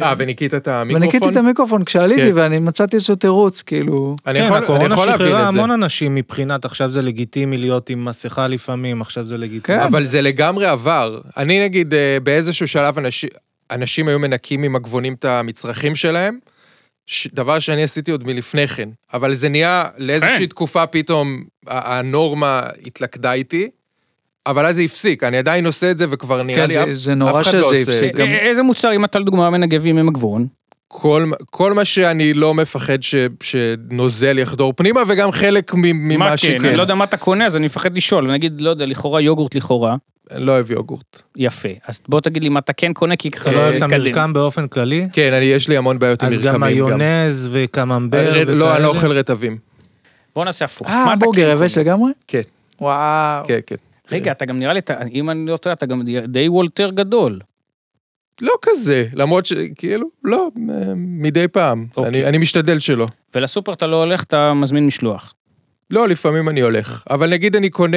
Speaker 1: אה, וניקיתי את המיקרופון?
Speaker 2: וניקיתי כן. את המיקרופון כשעליתי,
Speaker 1: כן.
Speaker 2: ואני מצאתי איזשהו תירוץ, כאילו...
Speaker 1: אני
Speaker 3: כן,
Speaker 1: יכול- אני
Speaker 3: הקורונה
Speaker 1: יכול להבין
Speaker 3: שחררה
Speaker 1: את זה.
Speaker 3: המון אנשים מבחינת עכשיו זה לגיטימי להיות עם מסכה לפעמים, עכשיו זה לגיטימי.
Speaker 2: כן.
Speaker 1: אבל זה לגמרי עבר. אני נגיד, אה, באיזשהו שלב אנשים, אנשים היו מנקים עם הגבונים את המצרכים שלהם, ש- דבר שאני עשיתי עוד מלפני כן. אבל זה נהיה לאיזושהי
Speaker 4: כן.
Speaker 1: תקופה פתאום, ה- הנורמה התלכדה איתי, אבל אז זה הפסיק, אני עדיין עושה את זה וכבר נראה
Speaker 2: כן,
Speaker 1: לי
Speaker 2: זה-
Speaker 1: אף
Speaker 2: זה נורא
Speaker 1: אף אחד
Speaker 2: שזה
Speaker 1: לא עושה את
Speaker 2: הפסיק.
Speaker 1: זה.
Speaker 4: אה, איזה מוצר, אם אתה לדוגמה מנגב עם הגבון?
Speaker 1: כל, כל מה שאני לא מפחד ש, שנוזל יחדור פנימה, וגם חלק מ-
Speaker 4: מה
Speaker 1: ממה
Speaker 4: כן?
Speaker 1: שכן.
Speaker 4: אני לא יודע מה אתה קונה, אז אני מפחד לשאול. נגיד, לא יודע, לכאורה יוגורט לכאורה,
Speaker 1: לא אוהב יוגורט.
Speaker 4: יפה. אז בוא תגיד לי מה אתה כן קונה, כי
Speaker 1: אה,
Speaker 4: ככה
Speaker 3: אתה לא אוהב את
Speaker 4: נתקדם.
Speaker 3: המרקם באופן כללי?
Speaker 1: כן, אני, יש לי המון בעיות עם
Speaker 3: אז
Speaker 1: מרקמים גם.
Speaker 3: גם מיונז וקממבר
Speaker 1: ר-
Speaker 3: וכאלה?
Speaker 1: לא, אני לא אוכל רטבים.
Speaker 4: בוא נעשה הפוך.
Speaker 2: אה,
Speaker 4: מה אתה
Speaker 1: כאילו?
Speaker 2: המבורגר
Speaker 4: כן
Speaker 2: יבש
Speaker 4: קונה?
Speaker 2: לגמרי?
Speaker 1: כן,
Speaker 2: וואו.
Speaker 1: כן, כן.
Speaker 4: רגע, אתה גם נראה לי, אתה- אם אני לא טועה, אתה גם די וולטר גדול.
Speaker 1: לא כזה, למרות שכאילו, לא, אה, מדי פעם.
Speaker 4: אוקיי.
Speaker 1: אני אני משתדל שלא.
Speaker 4: ולסופר אתה לא הולך, אתה מזמין משלוח.
Speaker 1: לא, לפעמים אני הולך. אבל נגיד אני קונה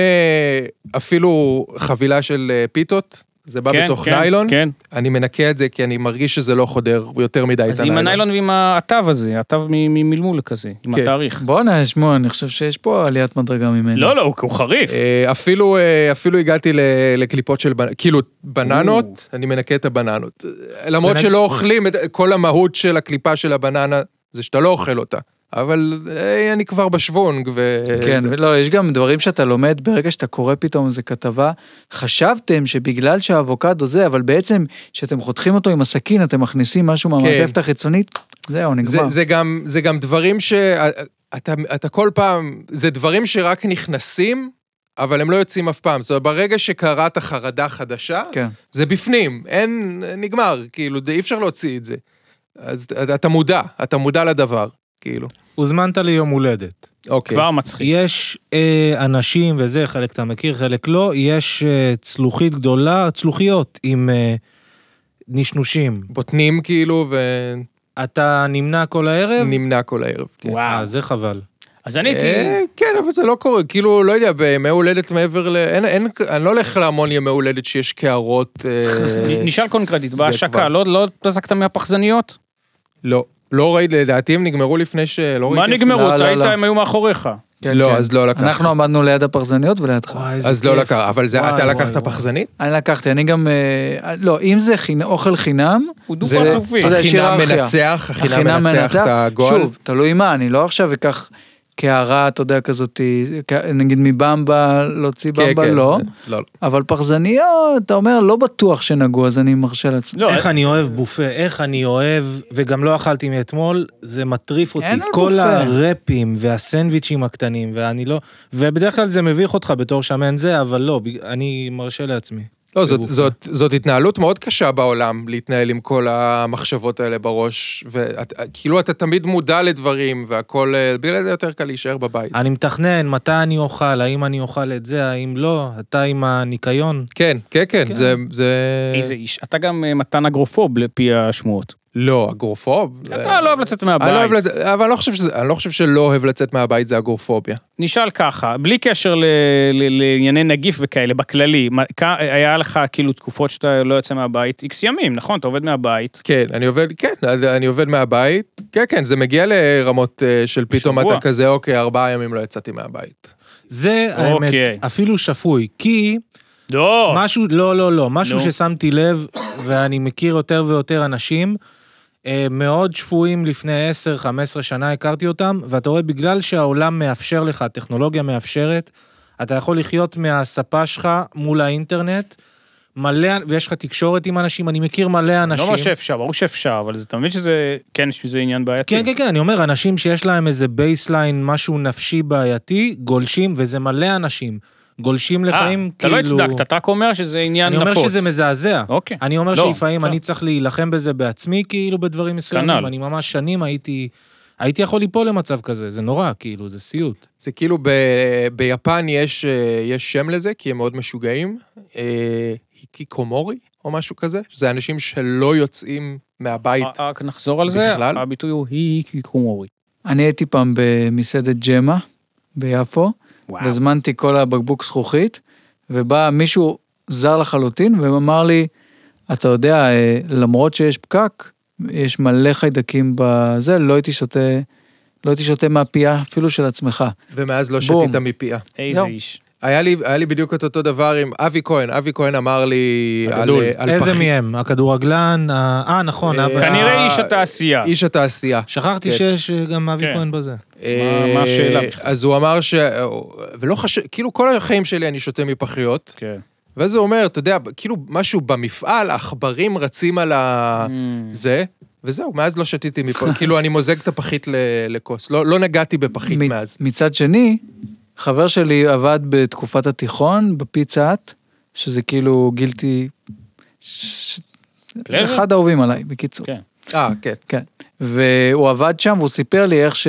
Speaker 1: אפילו חבילה של אה, פיתות, זה בא
Speaker 4: כן,
Speaker 1: בתוך
Speaker 4: כן,
Speaker 1: ניילון,
Speaker 4: כן.
Speaker 1: אני מנקה את זה כי אני מרגיש שזה לא חודר יותר מדי את
Speaker 4: אז עם הניילון ועם התו הזה, התו מ- ממלמול כזה, עם
Speaker 1: כן.
Speaker 4: התאריך.
Speaker 2: בואנה, שמוע, אני חושב שיש פה עליית מדרגה ממני.
Speaker 4: לא, לא, הוא הוא חריף.
Speaker 1: אה, אפילו, אה, אפילו הגעתי ל- לקליפות של, בנ- כאילו, בננות, אני מנקה את הבננות. אה, למרות
Speaker 3: בננ-
Speaker 1: שלא אוכלים, את כל המהות של הקליפה של הבננה זה שאתה לא אוכל אותה. אבל אה, אני כבר בשוונג, ו...
Speaker 2: כן,
Speaker 1: אה, זה-
Speaker 2: ולא, יש גם דברים שאתה לומד ברגע שאתה קורא פתאום איזה כתבה. חשבתם שבגלל שהאבוקדו זה, אבל בעצם כשאתם חותכים אותו עם הסכין, אתם מכניסים משהו מהמעטפת החיצונית, זהו,
Speaker 1: כן. זה,
Speaker 2: נגמר.
Speaker 1: זה, גם, זה גם דברים ש... אה, אתה, אתה כל פעם, זה דברים שרק נכנסים, אבל הם לא יוצאים אף פעם. זאת אומרת, ברגע שקראת חרדה חדשה,
Speaker 2: כן.
Speaker 1: זה בפנים, אין, נגמר, כאילו, אי אפשר להוציא את זה. אז אתה מודע, אתה מודע לדבר, כאילו.
Speaker 3: הוזמנת ליום הולדת.
Speaker 1: אוקיי.
Speaker 4: כבר מצחיק.
Speaker 3: יש אה, אנשים, וזה, חלק אתה מכיר, חלק לא, יש אה, צלוחית גדולה, צלוחיות עם אה, נשנושים.
Speaker 1: בוטנים כאילו,
Speaker 3: אתה נמנע כל הערב?
Speaker 1: ונמנע כל הערב. כן.
Speaker 3: אה,
Speaker 4: וואו.
Speaker 3: זה חבל.
Speaker 4: אז אני הייתי...
Speaker 1: אה, כן, אבל זה לא קורה, כאילו, לא יודע, בימי הולדת מעבר ל... אין, אין, אני לא הולך להמון ימי הולדת שיש קערות...
Speaker 4: [LAUGHS]
Speaker 1: אה,
Speaker 4: נ- נשאל קונקרטית, בהשקה,
Speaker 1: כבר.
Speaker 4: לא לא התעסקת מהפחזניות?
Speaker 1: לא. לא ראיתי, לדעתי הם נגמרו לפני ש... לא
Speaker 4: מה
Speaker 1: ראיתי איפה-
Speaker 4: נגמרו?
Speaker 2: לא,
Speaker 4: אתה
Speaker 2: לא,
Speaker 4: היית,
Speaker 2: לא.
Speaker 4: הם היו מאחוריך.
Speaker 2: כן,
Speaker 1: לא,
Speaker 2: כן.
Speaker 1: אז לא לקחתי.
Speaker 2: אנחנו עמדנו ליד הפרזניות ולידך.
Speaker 1: אז לא לקח, אבל זה, אתה לקחת פחזנית?
Speaker 2: אני לקחתי, אני גם... אה, לא, אם זה חינ- אוכל חינם,
Speaker 4: הוא
Speaker 1: זה-
Speaker 4: דו-פרצופי.
Speaker 2: אתה יודע, יש
Speaker 1: החינם
Speaker 2: היררכיה.
Speaker 1: מנצח, החינם מנצח את הגול.
Speaker 2: שוב, תלוי מה, אני לא עכשיו אקח קערה, אתה יודע, כזאת, כ- נגיד מבמבה, להוציא
Speaker 1: כן,
Speaker 2: במבה,
Speaker 1: כן,
Speaker 2: לא.
Speaker 1: לא.
Speaker 2: אבל פרזניות, אתה אומר, לא בטוח שנגעו, אז אני מרשה לעצמי.
Speaker 4: לא,
Speaker 3: איך אני אוהב בופה, איך אני אוהב, וגם לא אכלתי מאתמול, זה מטריף אותי.
Speaker 2: אין על
Speaker 3: כל
Speaker 2: בופה.
Speaker 3: הרפים והסנדוויצ'ים הקטנים, ואני לא... ובדרך כלל זה מביך אותך בתור שמן זה, אבל לא, בג- אני מרשה לעצמי.
Speaker 1: לא, זאת,
Speaker 3: בגופה.
Speaker 1: זאת, זאת התנהלות מאוד קשה בעולם, להתנהל עם כל המחשבות האלה בראש, וכאילו אתה תמיד מודע לדברים והכל, אה, בגלל זה יותר קל להישאר בבית.
Speaker 3: אני מתכנן מתי אני אוכל, האם אני אוכל את זה, האם לא, אתה עם הניקיון.
Speaker 1: כן, כן, כן, זה... זה...
Speaker 4: איזה איש. אתה גם אה, מתן אגרופוב לפי השמועות.
Speaker 1: לא, אגרופוב.
Speaker 4: אתה לא אוהב לצאת
Speaker 1: אני לא אוהב
Speaker 4: מהבית.
Speaker 1: לצאת, אבל אני לא חושב שזה- אני לא חושב שלא אוהב לצאת מהבית זה אגרופוביה.
Speaker 4: נשאל ככה, בלי קשר ל- ל- לענייני נגיף וכאלה, בכללי, מה- כ- היה לך כאילו תקופות שאתה לא יוצא מהבית, איקס ימים, נכון? אתה עובד מהבית.
Speaker 1: כן, אני עובד, כן, אני עובד מהבית. כן, כן, זה מגיע לרמות אה, של פתאום
Speaker 4: שבוע.
Speaker 1: אתה כזה, אוקיי, ארבעה ימים לא יצאתי מהבית.
Speaker 3: זה האמת,
Speaker 4: אוקיי.
Speaker 3: אפילו שפוי, כי...
Speaker 4: לא.
Speaker 3: משהו, לא, לא, לא, משהו
Speaker 4: נו.
Speaker 3: ששמתי לב, ואני מכיר יותר ויותר אנשים, אה, מאוד שפויים לפני 10-15 שנה הכרתי אותם, ואתה רואה, בגלל שהעולם מאפשר לך, הטכנולוגיה מאפשרת, אתה יכול לחיות מהספה שלך מול האינטרנט, מלא, ויש לך תקשורת עם אנשים, אני מכיר מלא
Speaker 4: לא
Speaker 3: אנשים.
Speaker 4: אומר שאפשר, ברור שאפשר, אבל זה- אתה מבין שזה, כן, יש בזה עניין בעייתי.
Speaker 3: כן, כן, כן, אני אומר, אנשים שיש להם איזה בייסליין, משהו נפשי בעייתי, גולשים, וזה מלא אנשים. גולשים
Speaker 4: אה,
Speaker 3: לחיים,
Speaker 4: אתה לא הצדקת, אתה רק אומר שזה עניין
Speaker 3: כאילו- אני
Speaker 4: נפוץ.
Speaker 3: אומר שזה מזעזע.
Speaker 4: אוקיי.
Speaker 3: אני אומר
Speaker 4: לא,
Speaker 3: שלפעמים
Speaker 4: בסדר.
Speaker 3: אני צריך להילחם בזה בעצמי, כאילו בדברים מסוימים.
Speaker 4: כנ"ל.
Speaker 3: אני ממש שנים הייתי, הייתי יכול ליפול למצב כזה, זה נורא, כאילו, זה סיוט.
Speaker 1: זה כאילו ב, ביפן יש, אה, יש שם לזה, כי הם מאוד משוגעים, אה, היקיקומורי או משהו כזה, שזה אנשים שלא יוצאים מהבית.
Speaker 4: אה, רק נחזור על זה,
Speaker 1: בכלל?
Speaker 4: הביטוי הוא היקיקומורי.
Speaker 2: אני הייתי פעם במסעדת ג'מה ביפו,
Speaker 4: וואו.
Speaker 2: והזמנתי כל הבקבוק זכוכית, ובא מישהו זר לחלוטין ואמר לי, אתה יודע, אה, למרות שיש פקק, יש מלא חיידקים בזה, לא הייתי שותה, לא הייתי שותה מהפייה אפילו של עצמך.
Speaker 1: ומאז לא
Speaker 2: בום.
Speaker 1: שתית מפיה.
Speaker 4: איזה
Speaker 2: זהו.
Speaker 4: איש.
Speaker 1: היה לי, היה לי בדיוק את אותו דבר עם אבי כהן, אבי כהן אמר לי על,
Speaker 4: הגדול.
Speaker 1: אה, על
Speaker 3: איזה
Speaker 1: פחית.
Speaker 3: מהם? הכדורגלן? ה- אה, נכון,
Speaker 1: אה,
Speaker 3: אבא.
Speaker 4: כנראה איש התעשייה.
Speaker 1: איש התעשייה.
Speaker 3: שכחתי
Speaker 1: כן.
Speaker 3: שיש אה, גם אבי
Speaker 4: כן.
Speaker 3: כהן בזה.
Speaker 1: אה,
Speaker 4: מה השאלה בכלל?
Speaker 1: אז הוא אמר ש... ולא חשב... כאילו כל החיים שלי אני שותה מפחיות,
Speaker 4: כן.
Speaker 1: ואז הוא אומר, אתה יודע, כאילו משהו במפעל, עכברים רצים על ה...
Speaker 2: Mm.
Speaker 1: זה, וזהו, מאז לא שתיתי מפה. [LAUGHS] כאילו, אני מוזג את הפחית ל- לכוס. לא לא נגעתי בפחית
Speaker 2: מ-
Speaker 1: מאז.
Speaker 2: מצד שני, חבר שלי עבד בתקופת התיכון בפיצה האט, שזה כאילו גילתי... ש-
Speaker 4: פלזר?
Speaker 2: אחד האהובים עליי, בקיצור.
Speaker 4: כן.
Speaker 1: אה, כן.
Speaker 2: והוא עבד שם והוא סיפר לי איך ש...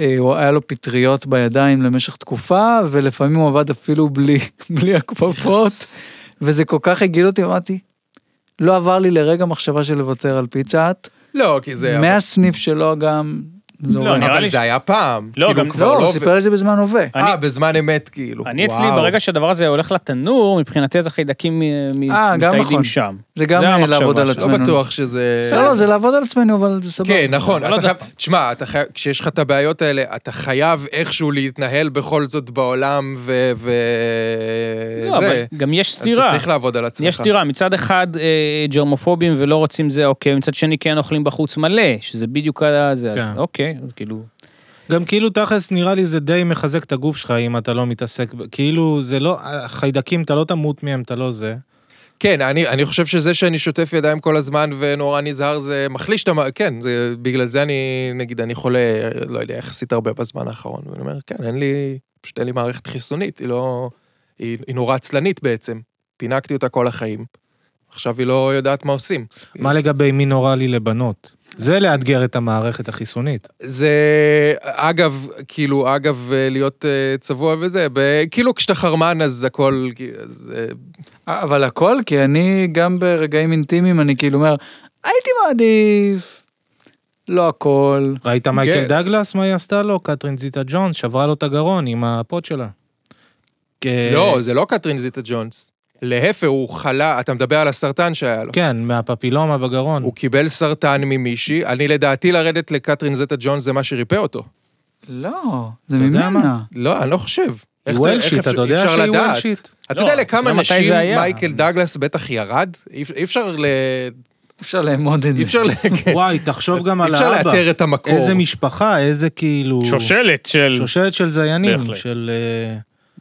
Speaker 2: אה, הוא היה לו פטריות בידיים למשך תקופה, ולפעמים הוא עבד אפילו בלי, [LAUGHS] בלי
Speaker 1: [LAUGHS]
Speaker 2: הכפפות, וזה כל כך הגעיל אותי, אמרתי, לא עבר לי לרגע מחשבה של לוותר על פיצה-האט.
Speaker 1: לא, כי זה...
Speaker 2: מהסניף שלו גם,
Speaker 4: לא,
Speaker 2: זורם.
Speaker 4: נראה
Speaker 1: אבל
Speaker 4: לי
Speaker 1: זה
Speaker 4: ש-
Speaker 1: היה פעם.
Speaker 4: לא,
Speaker 1: כאילו,
Speaker 4: גם-
Speaker 1: כבר
Speaker 2: לא, הוא סיפר את זה בזמן הווה.
Speaker 1: אה, בזמן אמת, כאילו.
Speaker 4: אני אצלי,
Speaker 1: וואו.
Speaker 4: ברגע שהדבר הזה הולך לתנור, מבחינתי אז החיידקים אה, מ-
Speaker 2: אה, גם
Speaker 4: מתאיידים
Speaker 2: נכון.
Speaker 4: שם.
Speaker 2: זה גם
Speaker 4: זה
Speaker 2: אה,
Speaker 4: המחשבה
Speaker 2: לעבוד על
Speaker 4: שלו.
Speaker 1: לא
Speaker 2: עצמנו.
Speaker 1: בטוח שזה...
Speaker 2: לא, לא, זה לעבוד על עצמנו, אבל זה סבבה.
Speaker 1: כן, נכון,
Speaker 4: אבל
Speaker 1: אתה
Speaker 4: לא
Speaker 1: חייב, תשמע, אתה חייב, כשיש לך את הבעיות האלה, אתה חייב איכשהו להתנהל בכל זאת בעולם ו... ו...
Speaker 4: לא,
Speaker 1: אה, זה.
Speaker 4: אבל גם יש
Speaker 1: אז אתה
Speaker 4: סתירה.
Speaker 1: צריך לעבוד על עצמך.
Speaker 4: יש סתירה, מצד אחד אה, ג'רמופובים ולא רוצים זה, אוקיי, מצד שני כן אוכלים בחוץ מלא, שזה בדיוק ה- זה, אז
Speaker 3: כן.
Speaker 4: אוקיי, אז כאילו...
Speaker 3: גם כאילו תכלס נראה לי זה די מחזק את הגוף שלך אם אתה לא מתעסק, ב- כאילו זה לא, חיידקים אתה לא תמות מהם, אתה לא זה.
Speaker 1: כן, אני, אני חושב שזה שאני שוטף ידיים כל הזמן ונורא נזהר, זה מחליש את המ... כן, זה, בגלל זה אני, נגיד, אני חולה, לא יודע, יחסית הרבה בזמן האחרון. ואני אומר, כן, אין לי, פשוט אין לי מערכת חיסונית, היא לא... היא, היא נורא עצלנית בעצם. פינקתי אותה כל החיים. עכשיו היא לא יודעת מה עושים.
Speaker 3: מה לגבי מי נורא לי לבנות? זה לאתגר את המערכת החיסונית.
Speaker 1: זה, אגב, כאילו, אגב, אה, להיות אה, צבוע וזה, ב- כאילו כשאתה חרמן אז הכל, כי- אז, אה,
Speaker 2: אבל הכל, כי אני גם ברגעים אינטימיים, אני כאילו אומר, הייתי מעדיף, לא הכל.
Speaker 3: ראית מייקל
Speaker 1: כן.
Speaker 3: דגלס, מה היא עשתה לו? קתרין זיטה ג'ונס, שברה לו את הגרון עם הפוד שלה. כ-
Speaker 1: לא, זה לא קטרין זיטה ג'ונס. להפך, הוא חלה, אתה מדבר על הסרטן שהיה לו.
Speaker 3: כן, מהפפילומה בגרון.
Speaker 1: הוא קיבל סרטן ממישהי, אני לדעתי לרדת לקתרין זטה ג'ונס זה מה שריפא אותו.
Speaker 2: לא, זה
Speaker 3: אתה יודע
Speaker 2: ממנה.
Speaker 3: מה?
Speaker 1: לא, אני לא חושב. איך
Speaker 3: היא
Speaker 1: אתה-
Speaker 3: וולשית,
Speaker 1: איך אפשר-
Speaker 3: אתה יודע
Speaker 1: אי אפשר
Speaker 3: שהיא
Speaker 1: לדעת.
Speaker 3: וולשית?
Speaker 1: אתה
Speaker 4: לא,
Speaker 1: יודע
Speaker 4: השאלה
Speaker 1: לכמה
Speaker 4: מתי זה
Speaker 1: נשים
Speaker 4: היה.
Speaker 1: מייקל דגלס בטח ירד? אי אפ- אי אפשר ל...
Speaker 2: אפשר לאמוד את
Speaker 1: [LAUGHS] אי
Speaker 2: זה.
Speaker 3: [LAUGHS]
Speaker 1: אפשר ל... כן.
Speaker 3: וואי, תחשוב גם
Speaker 1: אי
Speaker 3: על
Speaker 1: אפשר
Speaker 3: האבא.
Speaker 1: לאתר את המקור.
Speaker 3: איזה משפחה, איזה כאילו...
Speaker 4: שושלת של...
Speaker 3: שושלת של זיינים,
Speaker 4: בהחלט.
Speaker 3: של... אה,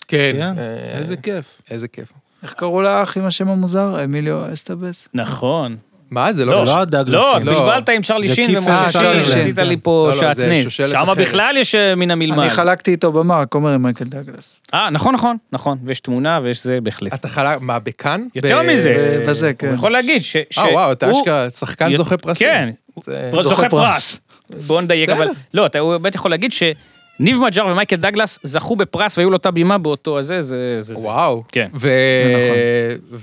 Speaker 1: כן.
Speaker 3: כן,
Speaker 1: אה,
Speaker 3: איזה כיף.
Speaker 1: איזה כיף.
Speaker 2: איך קראו לאח עם השם המוזר? אמיליו אסטבס?
Speaker 4: נכון.
Speaker 1: מה, זה
Speaker 4: לא,
Speaker 1: לא...
Speaker 3: לא הדגלס.
Speaker 4: לא,
Speaker 3: כן.
Speaker 1: לא.
Speaker 4: בלבלת עם
Speaker 3: זה
Speaker 4: צ'רלי
Speaker 3: כיף
Speaker 4: שין
Speaker 2: אה,
Speaker 4: ומשה שין,
Speaker 2: צ'רלי שין,
Speaker 4: עשית
Speaker 2: כן.
Speaker 4: לי פה
Speaker 1: לא, לא, זה
Speaker 4: שעטנז.
Speaker 1: שושלת
Speaker 4: שמה
Speaker 1: אחרת.
Speaker 4: בכלל יש אה, מן
Speaker 2: אני
Speaker 4: המלמל.
Speaker 2: חלקתי איתו במה, כומר עם מייקל דגלס.
Speaker 4: אה, נכון, נכון, נכון, ויש תמונה ויש זה בהחלט.
Speaker 1: אתה חלה, מה, בכאן?
Speaker 4: יותר
Speaker 1: ב-
Speaker 4: מזה.
Speaker 1: ב-
Speaker 2: בזה,
Speaker 4: אה, הוא
Speaker 2: כן.
Speaker 4: יכול להגיד ש... ש-
Speaker 1: אה, וואו, אתה
Speaker 4: הוא-
Speaker 1: אשכרה שחקן
Speaker 4: י-
Speaker 1: זוכה פרסים.
Speaker 4: כן,
Speaker 1: זה-
Speaker 4: פרס-
Speaker 2: זוכה
Speaker 4: זוכה
Speaker 2: פרס.
Speaker 4: פרס. בוא נדייק,
Speaker 1: בסדר.
Speaker 4: אבל... לא, אתה הוא באמת יכול להגיד שניב מג'אר ומייקל דגלס זכו בפרס והיו לאותה בימה באותו הזה, זה... זה- זה.
Speaker 1: וואו.
Speaker 4: כן.
Speaker 1: ו-
Speaker 3: נכון.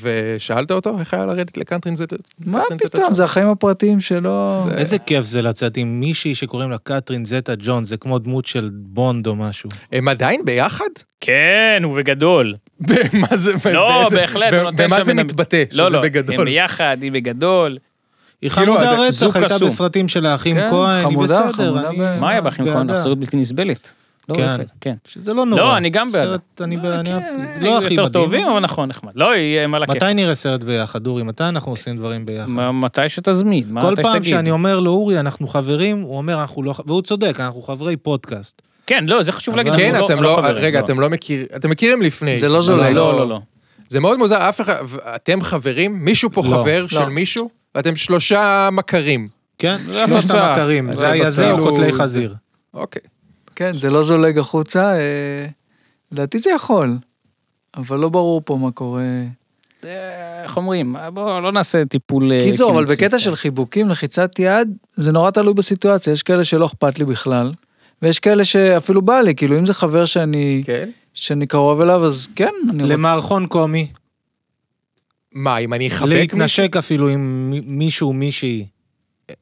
Speaker 1: ושאלת אותו איך היה לרדת לקאנטרין זטה?
Speaker 2: מה פתאום, זה החיים הפרטיים שלו.
Speaker 3: איזה כיף זה לצאת עם מישהי שקוראים לה קתרין זטה ג'ון, זה כמו דמות של בונד או משהו.
Speaker 1: הם עדיין ביחד?
Speaker 4: כן, הוא בגדול.
Speaker 1: במה זה...
Speaker 4: לא,
Speaker 1: באיזה-
Speaker 4: בהחלט,
Speaker 1: ב-
Speaker 4: הוא נותן שם...
Speaker 1: במה זה
Speaker 4: מן-
Speaker 1: מתבטא?
Speaker 4: לא,
Speaker 1: שזה
Speaker 4: לא, הם
Speaker 1: בגדול.
Speaker 4: ביחד, היא בגדול.
Speaker 3: היא
Speaker 1: כאילו,
Speaker 3: חמודה
Speaker 1: אתה-
Speaker 3: רצח,
Speaker 4: זוג
Speaker 3: הייתה
Speaker 4: קסום.
Speaker 3: בסרטים של האחים
Speaker 2: כן,
Speaker 3: כהן, היא
Speaker 2: חמודה,
Speaker 3: בסדר.
Speaker 2: חמודה
Speaker 3: אני-
Speaker 2: ב-
Speaker 4: מה היה באחים כהן?
Speaker 3: בעדה.
Speaker 4: אכזריות בלתי נסבלת. לא
Speaker 3: אה, כן.
Speaker 4: יפה, כן.
Speaker 3: שזה לא נורא.
Speaker 4: לא, אני גם בעד.
Speaker 3: סרט, אני בעד, אני אהבתי.
Speaker 4: היו
Speaker 3: לא הכי
Speaker 4: יותר טובים,
Speaker 3: מדהים.
Speaker 4: אבל נכון, נחמד. לא, יהיה מה לכיף.
Speaker 3: מתי נראה סרט ביחד, אורי? מתי אנחנו עושים דברים ביחד?
Speaker 4: מה- מתי שתזמין, מה
Speaker 3: כל
Speaker 4: מתי
Speaker 3: פעם
Speaker 4: שתגיד.
Speaker 3: שאני אומר לו, אורי, אנחנו חברים, הוא אומר, אנחנו לא... ח-" והוא צודק, אנחנו חברי פודקאסט.
Speaker 4: כן, לא, זה חשוב להגיד.
Speaker 1: כן,
Speaker 4: אנחנו
Speaker 1: אתם לא...
Speaker 4: חברים,
Speaker 1: רגע, אתם לא מכירים... אתם מכירים לפני.
Speaker 2: זה לא זולל.
Speaker 4: לא, לא, לא.
Speaker 1: זה מאוד מוזר, אף אחד... ו- אתם חברים? מישהו פה
Speaker 3: לא.
Speaker 1: חבר
Speaker 2: לא.
Speaker 1: של מישהו? ואתם שלושה מכרים.
Speaker 3: כן? שלושת
Speaker 4: התוצאה.
Speaker 3: המכרים,
Speaker 1: אז
Speaker 3: זה היה זה
Speaker 1: התוצאה.
Speaker 3: או קוטלי
Speaker 1: כאילו-
Speaker 3: חזיר.
Speaker 1: אוקיי.
Speaker 2: כן, זה לא זולג החוצה, אה, לדעתי זה יכול, אבל לא ברור פה מה קורה.
Speaker 4: אה, איך אומרים? בואו, לא נעשה טיפול... אה,
Speaker 2: קיצור, אבל
Speaker 4: קיבוצי.
Speaker 2: בקטע של חיבוקים, לחיצת יד, זה נורא תלוי בסיטואציה, יש כאלה שלא אכפת לי בכלל, ויש כאלה שאפילו בא לי, כאילו אם זה חבר שאני,
Speaker 1: כן.
Speaker 2: שאני קרוב אליו, אז כן, אני רוצה...
Speaker 3: למערכון קומי,
Speaker 1: מה, אם אני אחבק מישהו?
Speaker 3: להתנשק אפילו עם מי- מישהו, מישהי.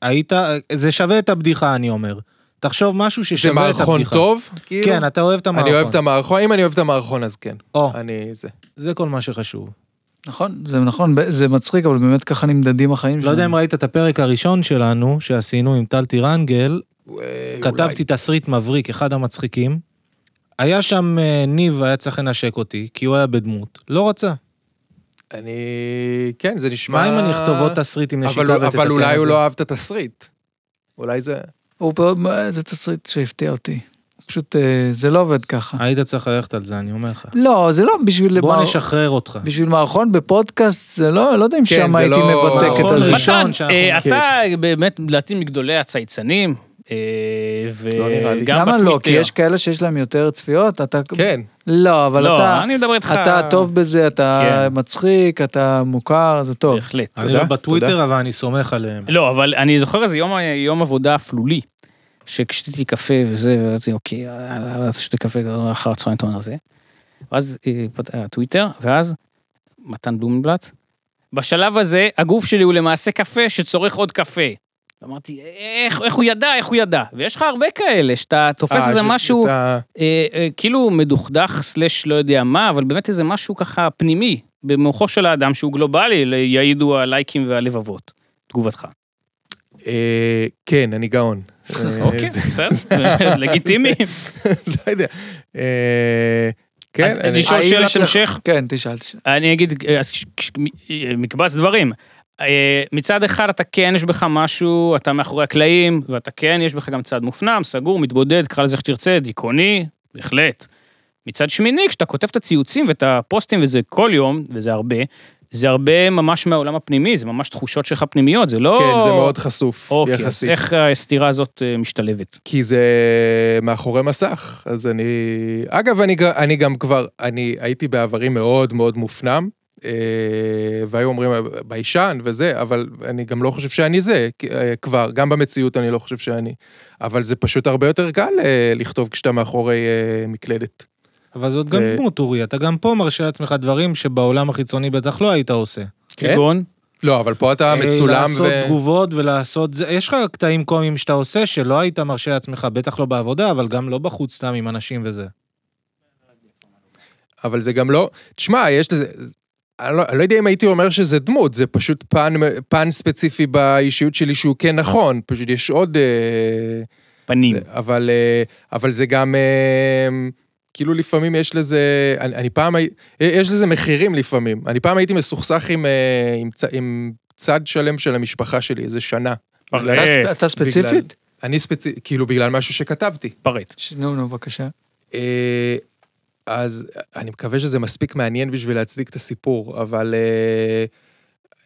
Speaker 3: היית, זה שווה את הבדיחה, אני אומר. תחשוב משהו
Speaker 1: זה
Speaker 3: ששווה את הבדיחה.
Speaker 1: מערכון טוב? כאילו?
Speaker 3: לא כן, אתה אוהב את המערכון. לא.
Speaker 1: אני אוהב את המערכון, אם אני אוהב את המערכון אז כן.
Speaker 3: או,
Speaker 1: אני זה.
Speaker 3: זה כל מה שחשוב.
Speaker 2: נכון, זה נכון, ב- זה מצחיק, אבל באמת ככה נמדדים החיים
Speaker 1: Mm.
Speaker 3: לא יודע אם ראית את הפרק הראשון שלנו, שעשינו עם טל טירנגל,
Speaker 1: אה, אולי.
Speaker 3: כתבתי תסריט מבריק, אחד המצחיקים. היה שם אה, ניב, היה צריך לנשק אותי, כי הוא היה בדמות. לא רצה.
Speaker 1: אני... כן, זה נשמע...
Speaker 3: מה אם אני אכתוב עוד תסריט עם נשיקה
Speaker 1: אבל-
Speaker 3: ותתקן
Speaker 1: אבל
Speaker 3: את
Speaker 1: אולי הוא
Speaker 3: זה?
Speaker 1: לא אהב את התסריט. אולי זה...
Speaker 2: הוא פה, מה, זה תסריט שהפתיע אותי. פשוט, אה, זה לא עובד ככה.
Speaker 3: היית צריך ללכת על זה, אני אומר לך.
Speaker 2: לא, זה לא בשביל...
Speaker 3: בוא
Speaker 2: למער-
Speaker 3: נשחרר אותך.
Speaker 2: בשביל מערכון בפודקאסט, זה לא, לא יודע אם
Speaker 1: כן,
Speaker 2: שם
Speaker 1: זה
Speaker 2: הייתי
Speaker 1: לא-
Speaker 2: מבטא
Speaker 1: מערכון
Speaker 2: קטע הזה.
Speaker 3: ראשון.
Speaker 4: מתן,
Speaker 3: שאנחנו
Speaker 4: אה,
Speaker 1: מכירים.
Speaker 4: אתה באמת, לדעתי, מגדולי הצייצנים. אה,
Speaker 1: לא נראה לי.
Speaker 4: וגם
Speaker 2: למה לא? כי
Speaker 4: בטוויטר.
Speaker 2: יש כאלה שיש להם יותר צפיות, אתה...
Speaker 1: כן.
Speaker 2: לא, אבל
Speaker 4: לא,
Speaker 2: אתה...
Speaker 4: אני מדבר איתך...
Speaker 2: אתה טוב בזה, אתה
Speaker 4: כן.
Speaker 2: מצחיק, אתה מוכר, זה טוב.
Speaker 4: בהחלט.
Speaker 3: אני
Speaker 1: תודה,
Speaker 3: לא בטוויטר,
Speaker 1: תודה.
Speaker 3: אבל אני סומך עליהם.
Speaker 4: לא, אבל אני זוכר איזה יום, יום עבודה אפלולי. שכשתיתי קפה וזה, ואמרתי, אוקיי, יאללה, אז שתי קפה גדול אחר הצהריים, אתה אומר זה. ואז אה, פת- אה, טוויטר, ואז מתן בלומבלט. בשלב הזה, הגוף שלי הוא למעשה קפה שצורך עוד קפה. אמרתי, איך, איך הוא ידע, איך הוא ידע. ויש לך הרבה כאלה, שאתה תופס
Speaker 1: אה,
Speaker 4: איזה
Speaker 1: ש-
Speaker 4: משהו...
Speaker 1: אתה-
Speaker 4: אה, אה, כאילו מדוכדך סלש לא יודע מה, אבל באמת איזה משהו ככה פנימי במוחו של האדם שהוא גלובלי, ל- יעידו הלייקים והלבבות. תגובתך.
Speaker 1: אה, כן, אני גאון. אה,
Speaker 4: אוקיי,
Speaker 1: זה- [LAUGHS]
Speaker 4: [LAUGHS] בסדר, לגיטימי.
Speaker 1: לא יודע. אה,
Speaker 4: אז
Speaker 1: כן, אני-
Speaker 4: לשאול
Speaker 2: האם
Speaker 4: שאלת
Speaker 2: יש לך-
Speaker 4: המשך,
Speaker 2: כן, תשאל, תשאל.
Speaker 4: אני אגיד, אה, אז כש- כש- מ- אה, מקבץ דברים. אה, מצד אחד אתה כן יש בך משהו, אתה מאחורי הקלעים, ואתה כן יש בך גם צד מופנם, סגור, מתבודד, קרא לזה איך שתרצה, דיכאוני, בהחלט. מצד שמיני, כשאתה כותב את הציוצים ואת הפוסטים וזה כל יום, וזה הרבה, זה הרבה ממש מהעולם הפנימי, זה ממש תחושות שלך פנימיות, זה לא...
Speaker 1: כן, זה מאוד חשוף,
Speaker 4: אוקיי, אז
Speaker 1: יחסית.
Speaker 4: איך הסתירה הזאת אה, משתלבת?
Speaker 1: כי זה מאחורי מסך, אז אני... אגב, אני, ג- אני גם כבר, אני הייתי בעברי מאוד מאוד מופנם, אה, והיו אומרים, ביישן וזה, אבל אני גם לא חושב שאני זה, כי, אה, כבר, גם במציאות אני לא חושב שאני. אבל זה פשוט הרבה יותר קל אה, לכתוב כשאתה מאחורי אה, מקלדת.
Speaker 3: אבל זאת גם
Speaker 1: אה.
Speaker 3: דמות, אורי, אתה גם פה מרשה לעצמך דברים שבעולם החיצוני בטח לא היית עושה.
Speaker 1: כן?
Speaker 4: כגון?
Speaker 1: לא, אבל פה אתה
Speaker 3: אה,
Speaker 1: מצולם
Speaker 3: לעשות
Speaker 1: ו...
Speaker 3: תגובות ולעשות זה, יש לך קטעים קומיים שאתה עושה שלא היית מרשה לעצמך, בטח לא בעבודה, אבל גם לא בחוץ סתם עם אנשים וזה.
Speaker 1: אבל זה גם לא... תשמע, יש לזה... אני לא, אני לא יודע אם הייתי אומר שזה דמות, זה פשוט פן, פן ספציפי באישיות שלי שהוא כן נכון, פשוט יש עוד... אה,
Speaker 4: פנים.
Speaker 1: זה, אבל, אה, אבל זה גם, אה, כאילו לפעמים יש לזה, אני, אני פעם, הי- אה, יש לזה מחירים לפעמים. אני פעם הייתי מסוכסך עם, אה, עם, צ- עם צד שלם של המשפחה שלי, איזה שנה.
Speaker 4: פרט.
Speaker 2: אתה
Speaker 1: בגלל-
Speaker 2: ספ- אתה ספציפית?
Speaker 1: אני ספציפית, כאילו בגלל משהו שכתבתי.
Speaker 4: פרט.
Speaker 2: ש- נו, נו, בבקשה.
Speaker 1: אה, אז אני מקווה שזה מספיק מעניין בשביל להצדיק את הסיפור, אבל אה,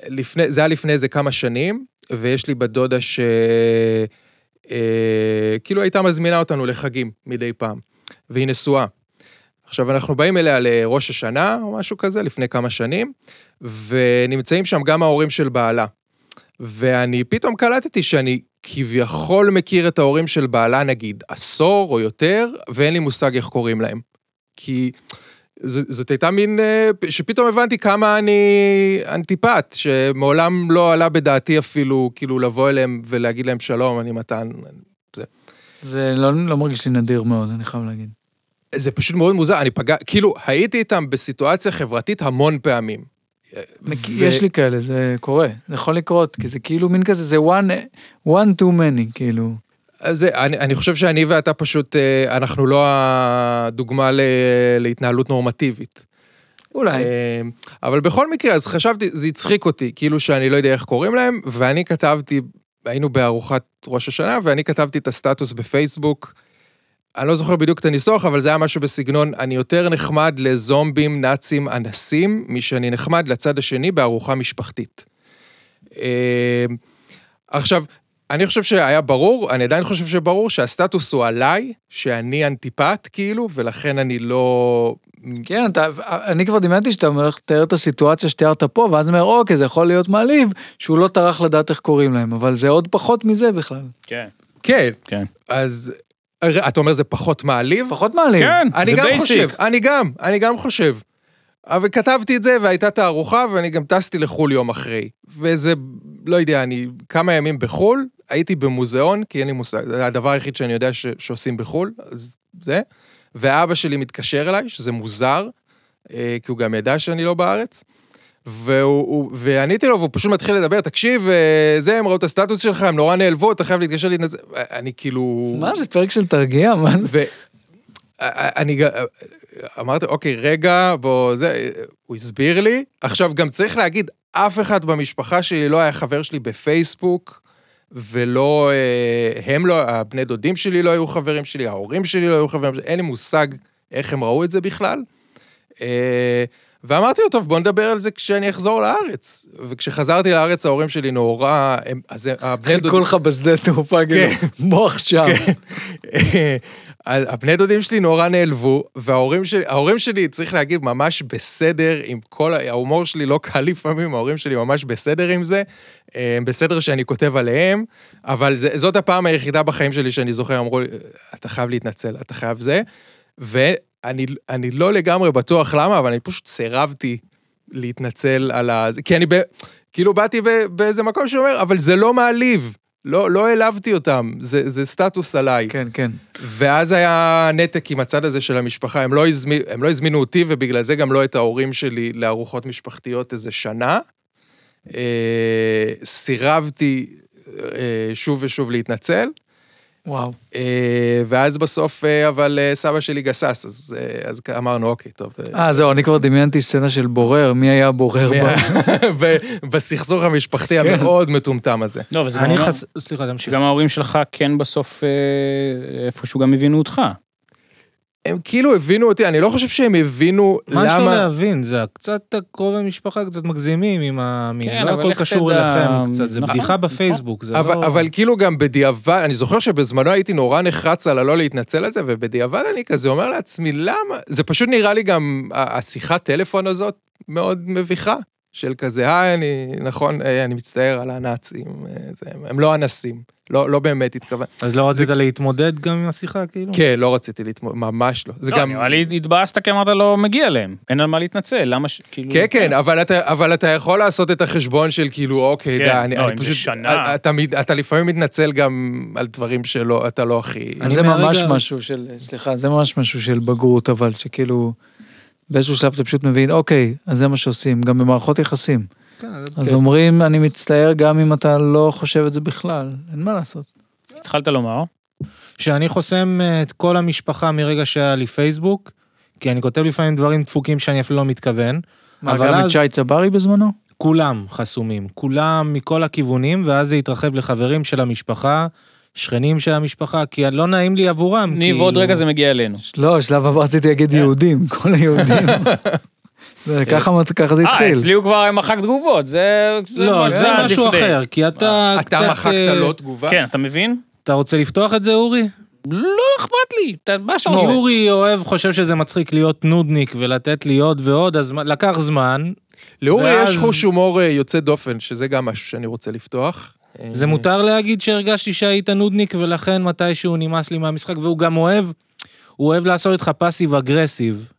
Speaker 1: לפני, זה היה לפני איזה כמה שנים, ויש לי בת דודה ש... אה, כאילו הייתה מזמינה אותנו לחגים מדי פעם, והיא נשואה. עכשיו, אנחנו באים אליה לראש השנה או משהו כזה, לפני כמה שנים, ונמצאים שם גם ההורים של בעלה. ואני פתאום קלטתי שאני כביכול מכיר את ההורים של בעלה, נגיד, עשור או יותר, ואין לי מושג איך קוראים להם. כי ז, זאת הייתה מין... אה, פ- שפתאום הבנתי כמה אני אנטיפט, שמעולם לא עלה בדעתי אפילו, כאילו, לבוא אליהם ולהגיד להם שלום, אני מתן.
Speaker 2: זה לא לא מרגיש לי נדיר מאוד, אני חייב להגיד.
Speaker 1: זה פשוט מאוד מוזר, אני פגע... כאילו, הייתי איתם בסיטואציה חברתית המון פעמים.
Speaker 2: נק- יש לי כאלה, זה קורה, זה יכול לקרות, כי זה כאילו מין כזה, זה one, one too many, כאילו.
Speaker 1: אז זה, אני, אני חושב שאני ואתה פשוט, אה, אנחנו לא הדוגמה ל, להתנהלות נורמטיבית.
Speaker 2: אולי.
Speaker 1: אה, אבל בכל מקרה, אז חשבתי, זה הצחיק אותי, כאילו שאני לא יודע איך קוראים להם, ואני כתבתי, היינו בארוחת ראש השנה, ואני כתבתי את הסטטוס בפייסבוק. אני לא זוכר בדיוק את הניסוח, אבל זה היה משהו בסגנון, אני יותר נחמד לזומבים, נאצים, אנסים, משאני נחמד לצד השני בארוחה משפחתית. אה, עכשיו, אני חושב שהיה ברור, אני עדיין חושב שברור שהסטטוס הוא עליי, שאני אנטיפט, כאילו, ולכן אני לא...
Speaker 2: כן, אתה, אני כבר דמיינתי שאתה אומר, תאר את הסיטואציה שתיארת פה, ואז אומר, אוקיי, זה יכול להיות מעליב, שהוא לא טרח לדעת איך קוראים להם, אבל זה עוד פחות מזה בכלל.
Speaker 4: כן.
Speaker 1: כן,
Speaker 4: כן.
Speaker 1: אז אתה אומר זה פחות מעליב?
Speaker 2: פחות מעליב.
Speaker 4: כן,
Speaker 1: אני
Speaker 4: זה
Speaker 1: גם
Speaker 4: basic.
Speaker 1: חושב, אני גם, אני גם חושב. אבל כתבתי את זה והייתה תערוכה ואני גם טסתי לחו"ל יום אחרי. וזה, לא יודע, אני כמה ימים בחו"ל, הייתי במוזיאון, כי אין לי מושג, זה הדבר היחיד שאני יודע ש, שעושים בחו"ל, אז זה. ואבא שלי מתקשר אליי, שזה מוזר, אה, כי הוא גם ידע שאני לא בארץ. והוא, הוא, ועניתי לו, והוא פשוט מתחיל לדבר, תקשיב, אה, זה, הם ראו את הסטטוס שלך, הם נורא נעלבו, אתה חייב להתקשר להתנצל. אני כאילו...
Speaker 2: מה זה, פרק של תרגיע? מה זה?
Speaker 1: ואני גם- אמרתי, אוקיי, רגע, בוא, זה, הוא הסביר לי. עכשיו, גם צריך להגיד, אף אחד במשפחה שלי לא היה חבר שלי בפייסבוק, ולא, אה, הם לא, הבני דודים שלי לא היו חברים שלי, ההורים שלי לא היו חברים שלי, אין לי מושג איך הם ראו את זה בכלל. אה, ואמרתי לו, טוב, בוא נדבר על זה כשאני אחזור לארץ. וכשחזרתי לארץ, ההורים שלי נורא, הם, אז הבני דודים...
Speaker 2: חיכו לך בשדה תעופה, כאילו, מוח שם.
Speaker 1: כן. [LAUGHS] הבני דודים שלי נורא נעלבו, וההורים שלי, ההורים שלי, צריך להגיד, ממש בסדר עם כל, ה- ההומור שלי לא קל לפעמים, ההורים שלי ממש בסדר עם זה, הם בסדר שאני כותב עליהם, אבל זה, זאת הפעם היחידה בחיים שלי שאני זוכר, אמרו לי, אתה חייב להתנצל, אתה חייב זה, ואני אני לא לגמרי בטוח למה, אבל אני פשוט סירבתי להתנצל על ה... זה, כי אני ב... כאילו באתי ב- באיזה מקום שאומר, אבל זה לא מעליב. לא, לא העלבתי אותם, זה, זה סטטוס עליי.
Speaker 2: כן, כן.
Speaker 1: ואז היה נתק עם הצד הזה של המשפחה, הם לא, הזמין, הם לא הזמינו אותי ובגלל זה גם לא את ההורים שלי לארוחות משפחתיות איזה שנה. אה, סירבתי אה, שוב ושוב להתנצל,
Speaker 2: וואו.
Speaker 1: אה, ואז בסוף, אה, אבל אה, סבא שלי גסס, אז, אה, אז אמרנו, אוקיי, טוב. אה,
Speaker 2: אה, זהו, אני כבר דמיינתי סצנה של בורר, מי היה בורר ב...
Speaker 1: [LAUGHS] ב- בסכסוך המשפחתי המאוד מטומטם הזה.
Speaker 4: לא, אבל זה
Speaker 3: אני
Speaker 4: גם-
Speaker 3: חס... סליחה, תמשיך.
Speaker 4: שגם ההורים שלך כן בסוף אה, איפשהו גם הבינו אותך.
Speaker 1: הם כאילו הבינו אותי, אני לא חושב שהם הבינו
Speaker 3: מה יש לו
Speaker 1: למה...
Speaker 3: להבין? זה קצת קרובי משפחה, קצת מגזימים עם המין.
Speaker 4: כן,
Speaker 3: לא
Speaker 4: אבל
Speaker 3: הכל
Speaker 4: לך
Speaker 3: קשור
Speaker 4: תדע,
Speaker 3: אליכם קצת, זה
Speaker 4: נכון,
Speaker 3: בדיחה
Speaker 4: נכון.
Speaker 3: בפייסבוק, זה
Speaker 1: אבל,
Speaker 3: לא...
Speaker 1: אבל כאילו גם בדיעבד, אני זוכר שבזמנו הייתי נורא נחרץ על הלא להתנצל על זה, ובדיעבד אני כזה אומר לעצמי, למה? זה פשוט נראה לי גם, ה- השיחת טלפון הזאת מאוד מביכה, של כזה, היי, אני, נכון, אה, אני מצטער על הנאצים, אה, זה, הם לא אנסים, לא, לא באמת התכוון.
Speaker 3: אז לא רצית להתמודד גם עם השיחה, כאילו?
Speaker 1: כן, לא רציתי לתמוד, ממש לא. זה
Speaker 4: לא,
Speaker 1: גם...
Speaker 4: נראה לי התבאסת כי אמרת לא מגיע להם, אין על מה להתנצל, למה ש... כאילו...
Speaker 1: כן, כן, אבל אתה, אבל אתה יכול לעשות את החשבון של כאילו, אוקיי,
Speaker 4: כן,
Speaker 1: די, אני,
Speaker 4: לא,
Speaker 1: אני
Speaker 4: אם זה
Speaker 1: פשוט...
Speaker 4: שנה.
Speaker 1: אתה, מת- אתה לפעמים מתנצל גם על דברים שלא, אתה לא הכי...
Speaker 3: אני
Speaker 2: זה
Speaker 3: מהרגע-
Speaker 2: ממש משהו של, סליחה, זה ממש משהו של בגרות, אבל שכאילו, באיזשהו שלב אתה פשוט מבין, אוקיי, אז זה מה שעושים, גם במערכות יחסים.
Speaker 3: כן, זה-
Speaker 2: אז אומרים, אני מצטער גם אם אתה לא חושב את זה בכלל, אין מה לעשות.
Speaker 4: התחלת לומר.
Speaker 1: כן,
Speaker 3: שאני חוסם אה, את כל המשפחה מרגע שהיה לי פייסבוק, כי אני כותב לפעמים דברים דפוקים שאני אפילו לא מתכוון.
Speaker 2: מה,
Speaker 3: אבל
Speaker 2: גם את
Speaker 3: אז-
Speaker 2: שי צברי בזמנו?
Speaker 3: כולם חסומים, כולם מכל הכיוונים, ואז זה התרחב לחברים של המשפחה, שכנים של המשפחה, כי לא נעים לי עבורם.
Speaker 4: ניב,
Speaker 3: כאילו.
Speaker 4: עוד רגע זה מגיע אלינו.
Speaker 2: לא, שלב הבא רציתי להגיד יהודים, כל היהודים. זה ככה ככה זה
Speaker 4: אה,
Speaker 2: התחיל.
Speaker 4: אצלי הוא כבר מחק תגובות, זה...
Speaker 3: לא, זה
Speaker 4: עד
Speaker 3: משהו
Speaker 4: לפני.
Speaker 3: אחר, כי אתה קצת...
Speaker 1: אתה מחקת
Speaker 3: אה,
Speaker 1: לא תגובה?
Speaker 4: כן, אתה מבין?
Speaker 3: אתה רוצה לפתוח את זה, אורי?
Speaker 4: לא אכפת לי, אתה- מה שאתה
Speaker 3: כי
Speaker 4: רוצה.
Speaker 3: אורי אוהב, חושב שזה מצחיק להיות נודניק ולתת לי עוד ועוד, אז מה- לקח זמן,
Speaker 1: לאורי
Speaker 3: ואז-
Speaker 1: יש חוש הומור אה, יוצא דופן, שזה גם משהו שאני רוצה לפתוח.
Speaker 3: זה מותר להגיד שהרגשתי שהיית נודניק ולכן מתישהו נמאס לי מהמשחק והוא גם אוהב, הוא אוהב לעשות איתך פאסיב אגרסיב.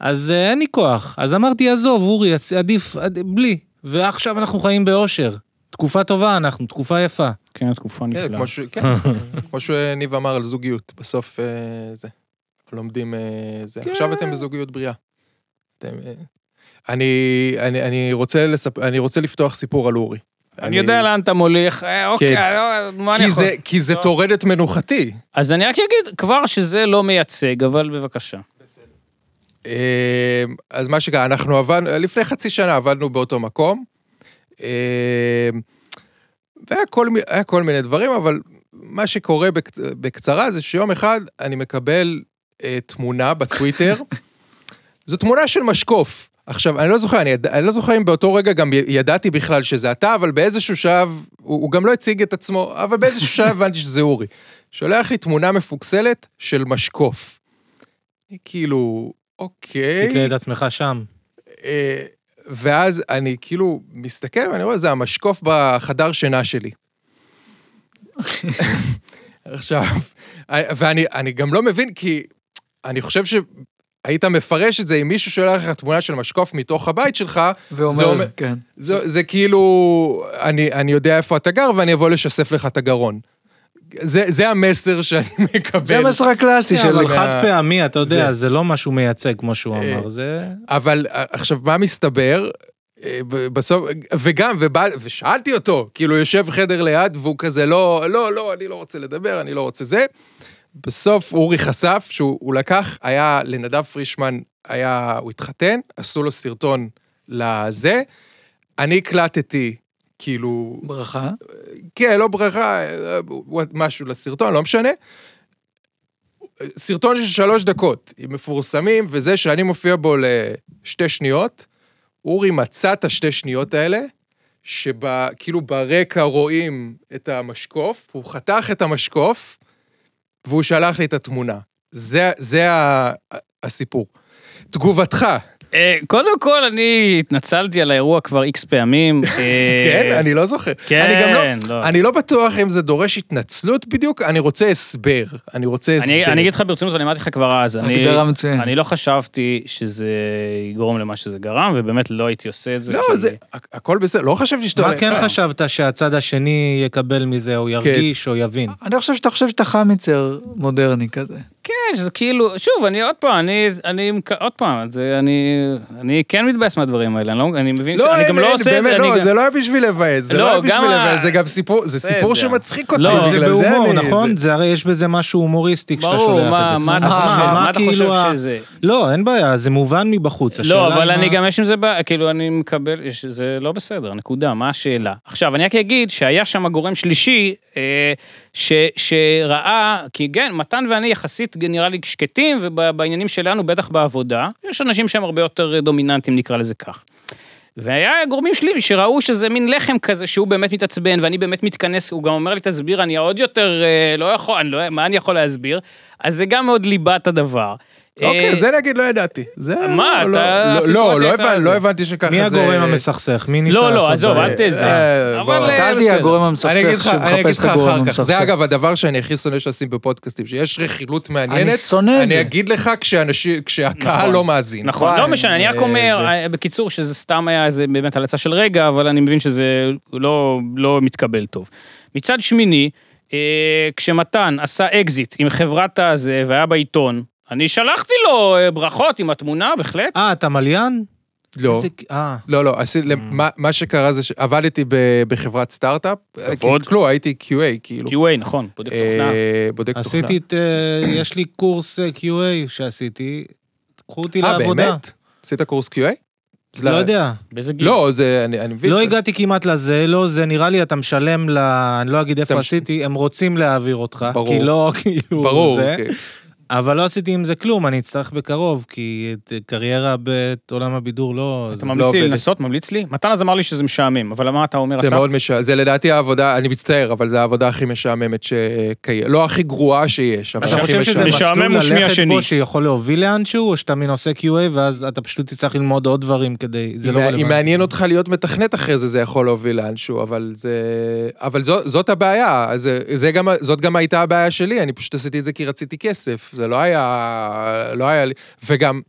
Speaker 3: אז אה, אין לי כוח. אז אמרתי עזוב אורי, אז עדיף עד- בלי. ועכשיו אנחנו חיים באושר. תקופה טובה אנחנו, תקופה יפה.
Speaker 4: כן, תקופה
Speaker 1: כן,
Speaker 4: נפלאה.
Speaker 1: כמו ש-
Speaker 4: [LAUGHS]
Speaker 1: כן, כמו שניב אמר על זוגיות, בסוף אה, זה. לומדים אה, זה.
Speaker 4: כן.
Speaker 1: עכשיו אתם בזוגיות בריאה. אתם, אה, אני, אני, אני, רוצה לספ... אני רוצה לפתוח סיפור על אורי.
Speaker 4: אני יודע לאן אתה מוליך, אה, אוקיי, אה, לא, מה אני
Speaker 1: כן. כי
Speaker 4: יכול?
Speaker 1: זה, כי זה
Speaker 4: לא.
Speaker 1: טורד את מנוחתי.
Speaker 4: אז אני רק אגיד כבר שזה לא מייצג, אבל בבקשה.
Speaker 1: אה, אז מה שקרה, אנחנו עבדנו, לפני חצי שנה עבדנו באותו מקום. אה, והיה כל, מי- היה כל מיני דברים, אבל מה שקורה בקצ... בקצרה זה שיום אחד אני מקבל אה, תמונה בטוויטר. זו תמונה של משקוף. עכשיו, אני לא זוכר, אני, יד... אני לא זוכר אם באותו רגע גם י- ידעתי בכלל שזה אתה, אבל באיזשהו שלב, הוא, הוא גם לא הציג את עצמו, אבל באיזשהו שלב הבנתי שזה אורי. שולח לי תמונה מפוקסלת של משקוף. אני כאילו, אוקיי.
Speaker 3: תקרא את עצמך שם.
Speaker 1: אה, ואז אני כאילו מסתכל ואני רואה, זה המשקוף בחדר שינה שלי. עכשיו, אה, ואני אני גם לא מבין, כי אני חושב שהיית מפרש את זה, אם מישהו שולח לך תמונה של משקוף מתוך הבית שלך, זה אומר-
Speaker 2: ואומר, כן.
Speaker 1: זה, זה כאילו, אני, אני יודע איפה אתה גר ואני אבוא לשסף לך את הגרון. זה, זה המסר שאני מקבל.
Speaker 2: זה המסר הקלאסי של...
Speaker 3: כן, אבל
Speaker 1: ה-
Speaker 3: חד פעמי, אתה יודע, זה לא משהו מייצג כמו שהוא אמר, זה...
Speaker 1: אבל אה, עכשיו, מה מסתבר? אה, ב- בסוף, וגם, ובא, ושאלתי אותו, כאילו, יושב חדר ליד, והוא כזה, לא, לא, לא, אני לא רוצה לדבר, אני לא רוצה זה. בסוף אורי חשף שהוא הוא לקח, היה לנדב פרישמן, היה, הוא התחתן, עשו לו סרטון לזה. אני הקלטתי, כאילו,
Speaker 2: ברכה.
Speaker 1: כן, לא ברכה, אה, משהו לסרטון, לא משנה. סרטון של שלוש דקות, עם מפורסמים, וזה שאני מופיע בו לשתי שניות. אורי מצא את השתי שניות האלה, כאילו שכאילו ברקע רואים את המשקוף, הוא חתך את המשקוף, והוא שלח לי את התמונה. זה, זה ה- הסיפור. תגובתך,
Speaker 4: אה, קודם כל, אני התנצלתי על האירוע כבר איקס פעמים. אה,
Speaker 1: [LAUGHS] כן? אני לא זוכר.
Speaker 4: כן,
Speaker 1: אני גם לא,
Speaker 4: לא.
Speaker 1: אני לא בטוח אם זה דורש התנצלות בדיוק, אני רוצה הסבר. אני רוצה הסבר.
Speaker 4: אני, אני אגיד לך ברצינות, אני אמרתי לך כבר אז, אני,
Speaker 2: הגדרה מצוינת.
Speaker 4: אני לא חשבתי שזה יגרום למה שזה גרם, ובאמת לא הייתי עושה את זה.
Speaker 1: לא,
Speaker 4: כי-
Speaker 1: זה, הכ- הכל בסדר, לא חשבתי שאתה...
Speaker 3: מה כן חשבת שהצד השני יקבל מזה, או ירגיש, או יבין?
Speaker 2: אני חושב שאתה חושב שאתה חמיצר מודרני כזה.
Speaker 4: כן, שזה כאילו, שוב, אני עוד פעם, אני, אני, עוד פעם, זה, אני, אני כן מתבאס מהדברים האלה, אני, לא, אני מבין
Speaker 1: לא,
Speaker 4: שאני
Speaker 1: אין,
Speaker 4: גם לא
Speaker 1: אין,
Speaker 4: עושה את
Speaker 1: באמת,
Speaker 4: זה,
Speaker 1: לא,
Speaker 4: אני
Speaker 1: זה לא היה בשביל לבאס, זה
Speaker 4: לא,
Speaker 1: לא היה
Speaker 4: גם
Speaker 1: בשביל
Speaker 4: ה-
Speaker 1: לבאס, זה גם סיפור, זה
Speaker 4: בסדר.
Speaker 1: סיפור שמצחיק אותי.
Speaker 4: לא,
Speaker 1: בגלל
Speaker 3: זה
Speaker 1: אני-
Speaker 3: בהומור, נכון?
Speaker 1: זה-
Speaker 3: זה הרי יש בזה משהו הומוריסטי כשאתה
Speaker 4: ברור,
Speaker 3: שולח את זה.
Speaker 4: מה- מה אתה
Speaker 3: אז
Speaker 4: חושב? מה אתה
Speaker 3: כאילו
Speaker 4: חושב
Speaker 3: ה-
Speaker 4: שזה?
Speaker 3: לא, אין בעיה, זה מובן מבחוץ.
Speaker 4: לא,
Speaker 3: השאלה
Speaker 4: אבל
Speaker 3: היא
Speaker 4: אני
Speaker 3: מה-
Speaker 4: גם יש עם זה בעיה, כאילו, אני מקבל, יש- זה לא בסדר, נקודה, מה השאלה? עכשיו, אני רק אגיד שהיה שם גורם שלישי, אה, ש- שראה, כי כן, מתן ואני יחסית נראה לי שקטים, ובעניינים שלנו, בטח בעבודה, יש אנשים שהם הרבה יותר דומיננטיים, נקרא לזה כך. והיה גורמים שלי שראו שזה מין לחם כזה, שהוא באמת מתעצבן, ואני באמת מתכנס, הוא גם אומר לי, תסביר, אני עוד יותר אה, לא יכול, אני לא, מה אני יכול להסביר? אז זה גם מאוד ליבת הדבר. אה,
Speaker 1: אוקיי, זה נגיד לא ידעתי. זה...
Speaker 4: מה,
Speaker 1: לא,
Speaker 4: אתה- אה,
Speaker 1: לא,
Speaker 4: הסיטואציה
Speaker 1: לא, לא
Speaker 4: הייתה
Speaker 1: הבנ-
Speaker 4: זה.
Speaker 1: לא הבנתי שככה זה...
Speaker 3: מי הגורם המסכסך? מי ניסה
Speaker 4: לא,
Speaker 3: לעשות
Speaker 4: לא, עזוב,
Speaker 3: בעיה?
Speaker 4: אל תזה.
Speaker 1: אה,
Speaker 4: אבל
Speaker 1: בוא,
Speaker 4: אה,
Speaker 2: אתה לא אל
Speaker 4: בסדר.
Speaker 2: תהיה הגורם
Speaker 1: אני אגיד
Speaker 2: המסכסך
Speaker 1: לך, אני אגיד
Speaker 2: שמחפש
Speaker 1: לך
Speaker 2: את הגורם
Speaker 1: אחר כך,
Speaker 2: המסכסך.
Speaker 1: זה אגב הדבר שאני הכי שונא שעושים בפודקאסטים, שיש רכילות מעניינת.
Speaker 2: אני שונא את זה.
Speaker 1: אני אגיד לך כשאנשים- כשהקהל
Speaker 4: נכון.
Speaker 1: לא מאזין.
Speaker 4: נכון,
Speaker 2: וואי,
Speaker 4: לא משנה, אני רק
Speaker 1: אה,
Speaker 4: אומר,
Speaker 1: זה-
Speaker 4: אה, בקיצור, שזה סתם היה איזה באמת הלצה של רגע, אבל אני מבין שזה לא לא מתקבל טוב. מצד שמיני, אה, כשמתן עשה אקזיט עם חברת הזה והיה בעיתון, אני שלחתי לו אה, ברכות עם התמונה, בהחלט.
Speaker 3: אה, אתה מליין?
Speaker 1: לא.
Speaker 3: איזה- אה.
Speaker 1: לא, לא, עשי, מה, מה שקרה זה שעבדתי ב- בחברת סטארט-אפ,
Speaker 4: כבוד.
Speaker 1: כי- כלום, הייתי QA, כאילו.
Speaker 4: QA, נכון, בודק תוכנה.
Speaker 1: אה, בודק תוכנה.
Speaker 3: עשיתי את... אה, יש לי קורס אה, QA שעשיתי, קחו אותי
Speaker 1: אה,
Speaker 3: לעבודה.
Speaker 1: באמת? עשית קורס QA?
Speaker 3: לא יודע.
Speaker 4: באיזה גיל?
Speaker 1: לא, זה, אני, אני מבין.
Speaker 3: לא הגעתי כמעט לזה, לא זה, נראה לי אתה משלם ל... אני לא
Speaker 1: אתה
Speaker 3: אגיד איפה
Speaker 1: מש-
Speaker 3: עשיתי, הם רוצים להעביר אותך,
Speaker 1: ברור.
Speaker 3: כי לא, [LAUGHS] כאילו,
Speaker 1: ברור,
Speaker 3: זה.
Speaker 1: כן.
Speaker 3: אבל לא עשיתי עם זה כלום, אני אצטרך בקרוב, כי את קריירה בעולם הבידור לא...
Speaker 4: אתה
Speaker 3: זה-
Speaker 1: לא
Speaker 4: ממליץ לי
Speaker 1: עובדת.
Speaker 4: לנסות? ממליץ לי? מתן אז אמר לי שזה משעמם, אבל מה אתה אומר,
Speaker 1: זה
Speaker 4: אסף?
Speaker 1: מאוד משעמם, זה לדעתי העבודה, אני מצטער, אבל זו העבודה הכי משעממת שקיימת, לא הכי גרועה שיש, אבל
Speaker 3: אתה
Speaker 4: משעמם.
Speaker 1: הכי
Speaker 3: חושב שזה
Speaker 1: משעממת.
Speaker 3: מסלול
Speaker 4: משעמם הוא שמי
Speaker 3: ללכת
Speaker 4: השני.
Speaker 3: בו שיכול להוביל לאנשהו, או שאתה מין עושה QA, ואז אתה פשוט תצטרך ללמוד עוד דברים כדי... זה
Speaker 1: אם
Speaker 3: לא
Speaker 1: מע- אם
Speaker 3: רלוונטי.
Speaker 1: מעניין אותך להיות מתכנת אחרי זה, זה יכול להוביל לאנשהו, אבל זה... אבל זו- זאת הבעיה, אז זה- זה גם- זאת גם הייתה הבעיה שלי, אני פשוט עשיתי את זה כי רציתי כסף, זה לא היה... לא היה לי... וגם...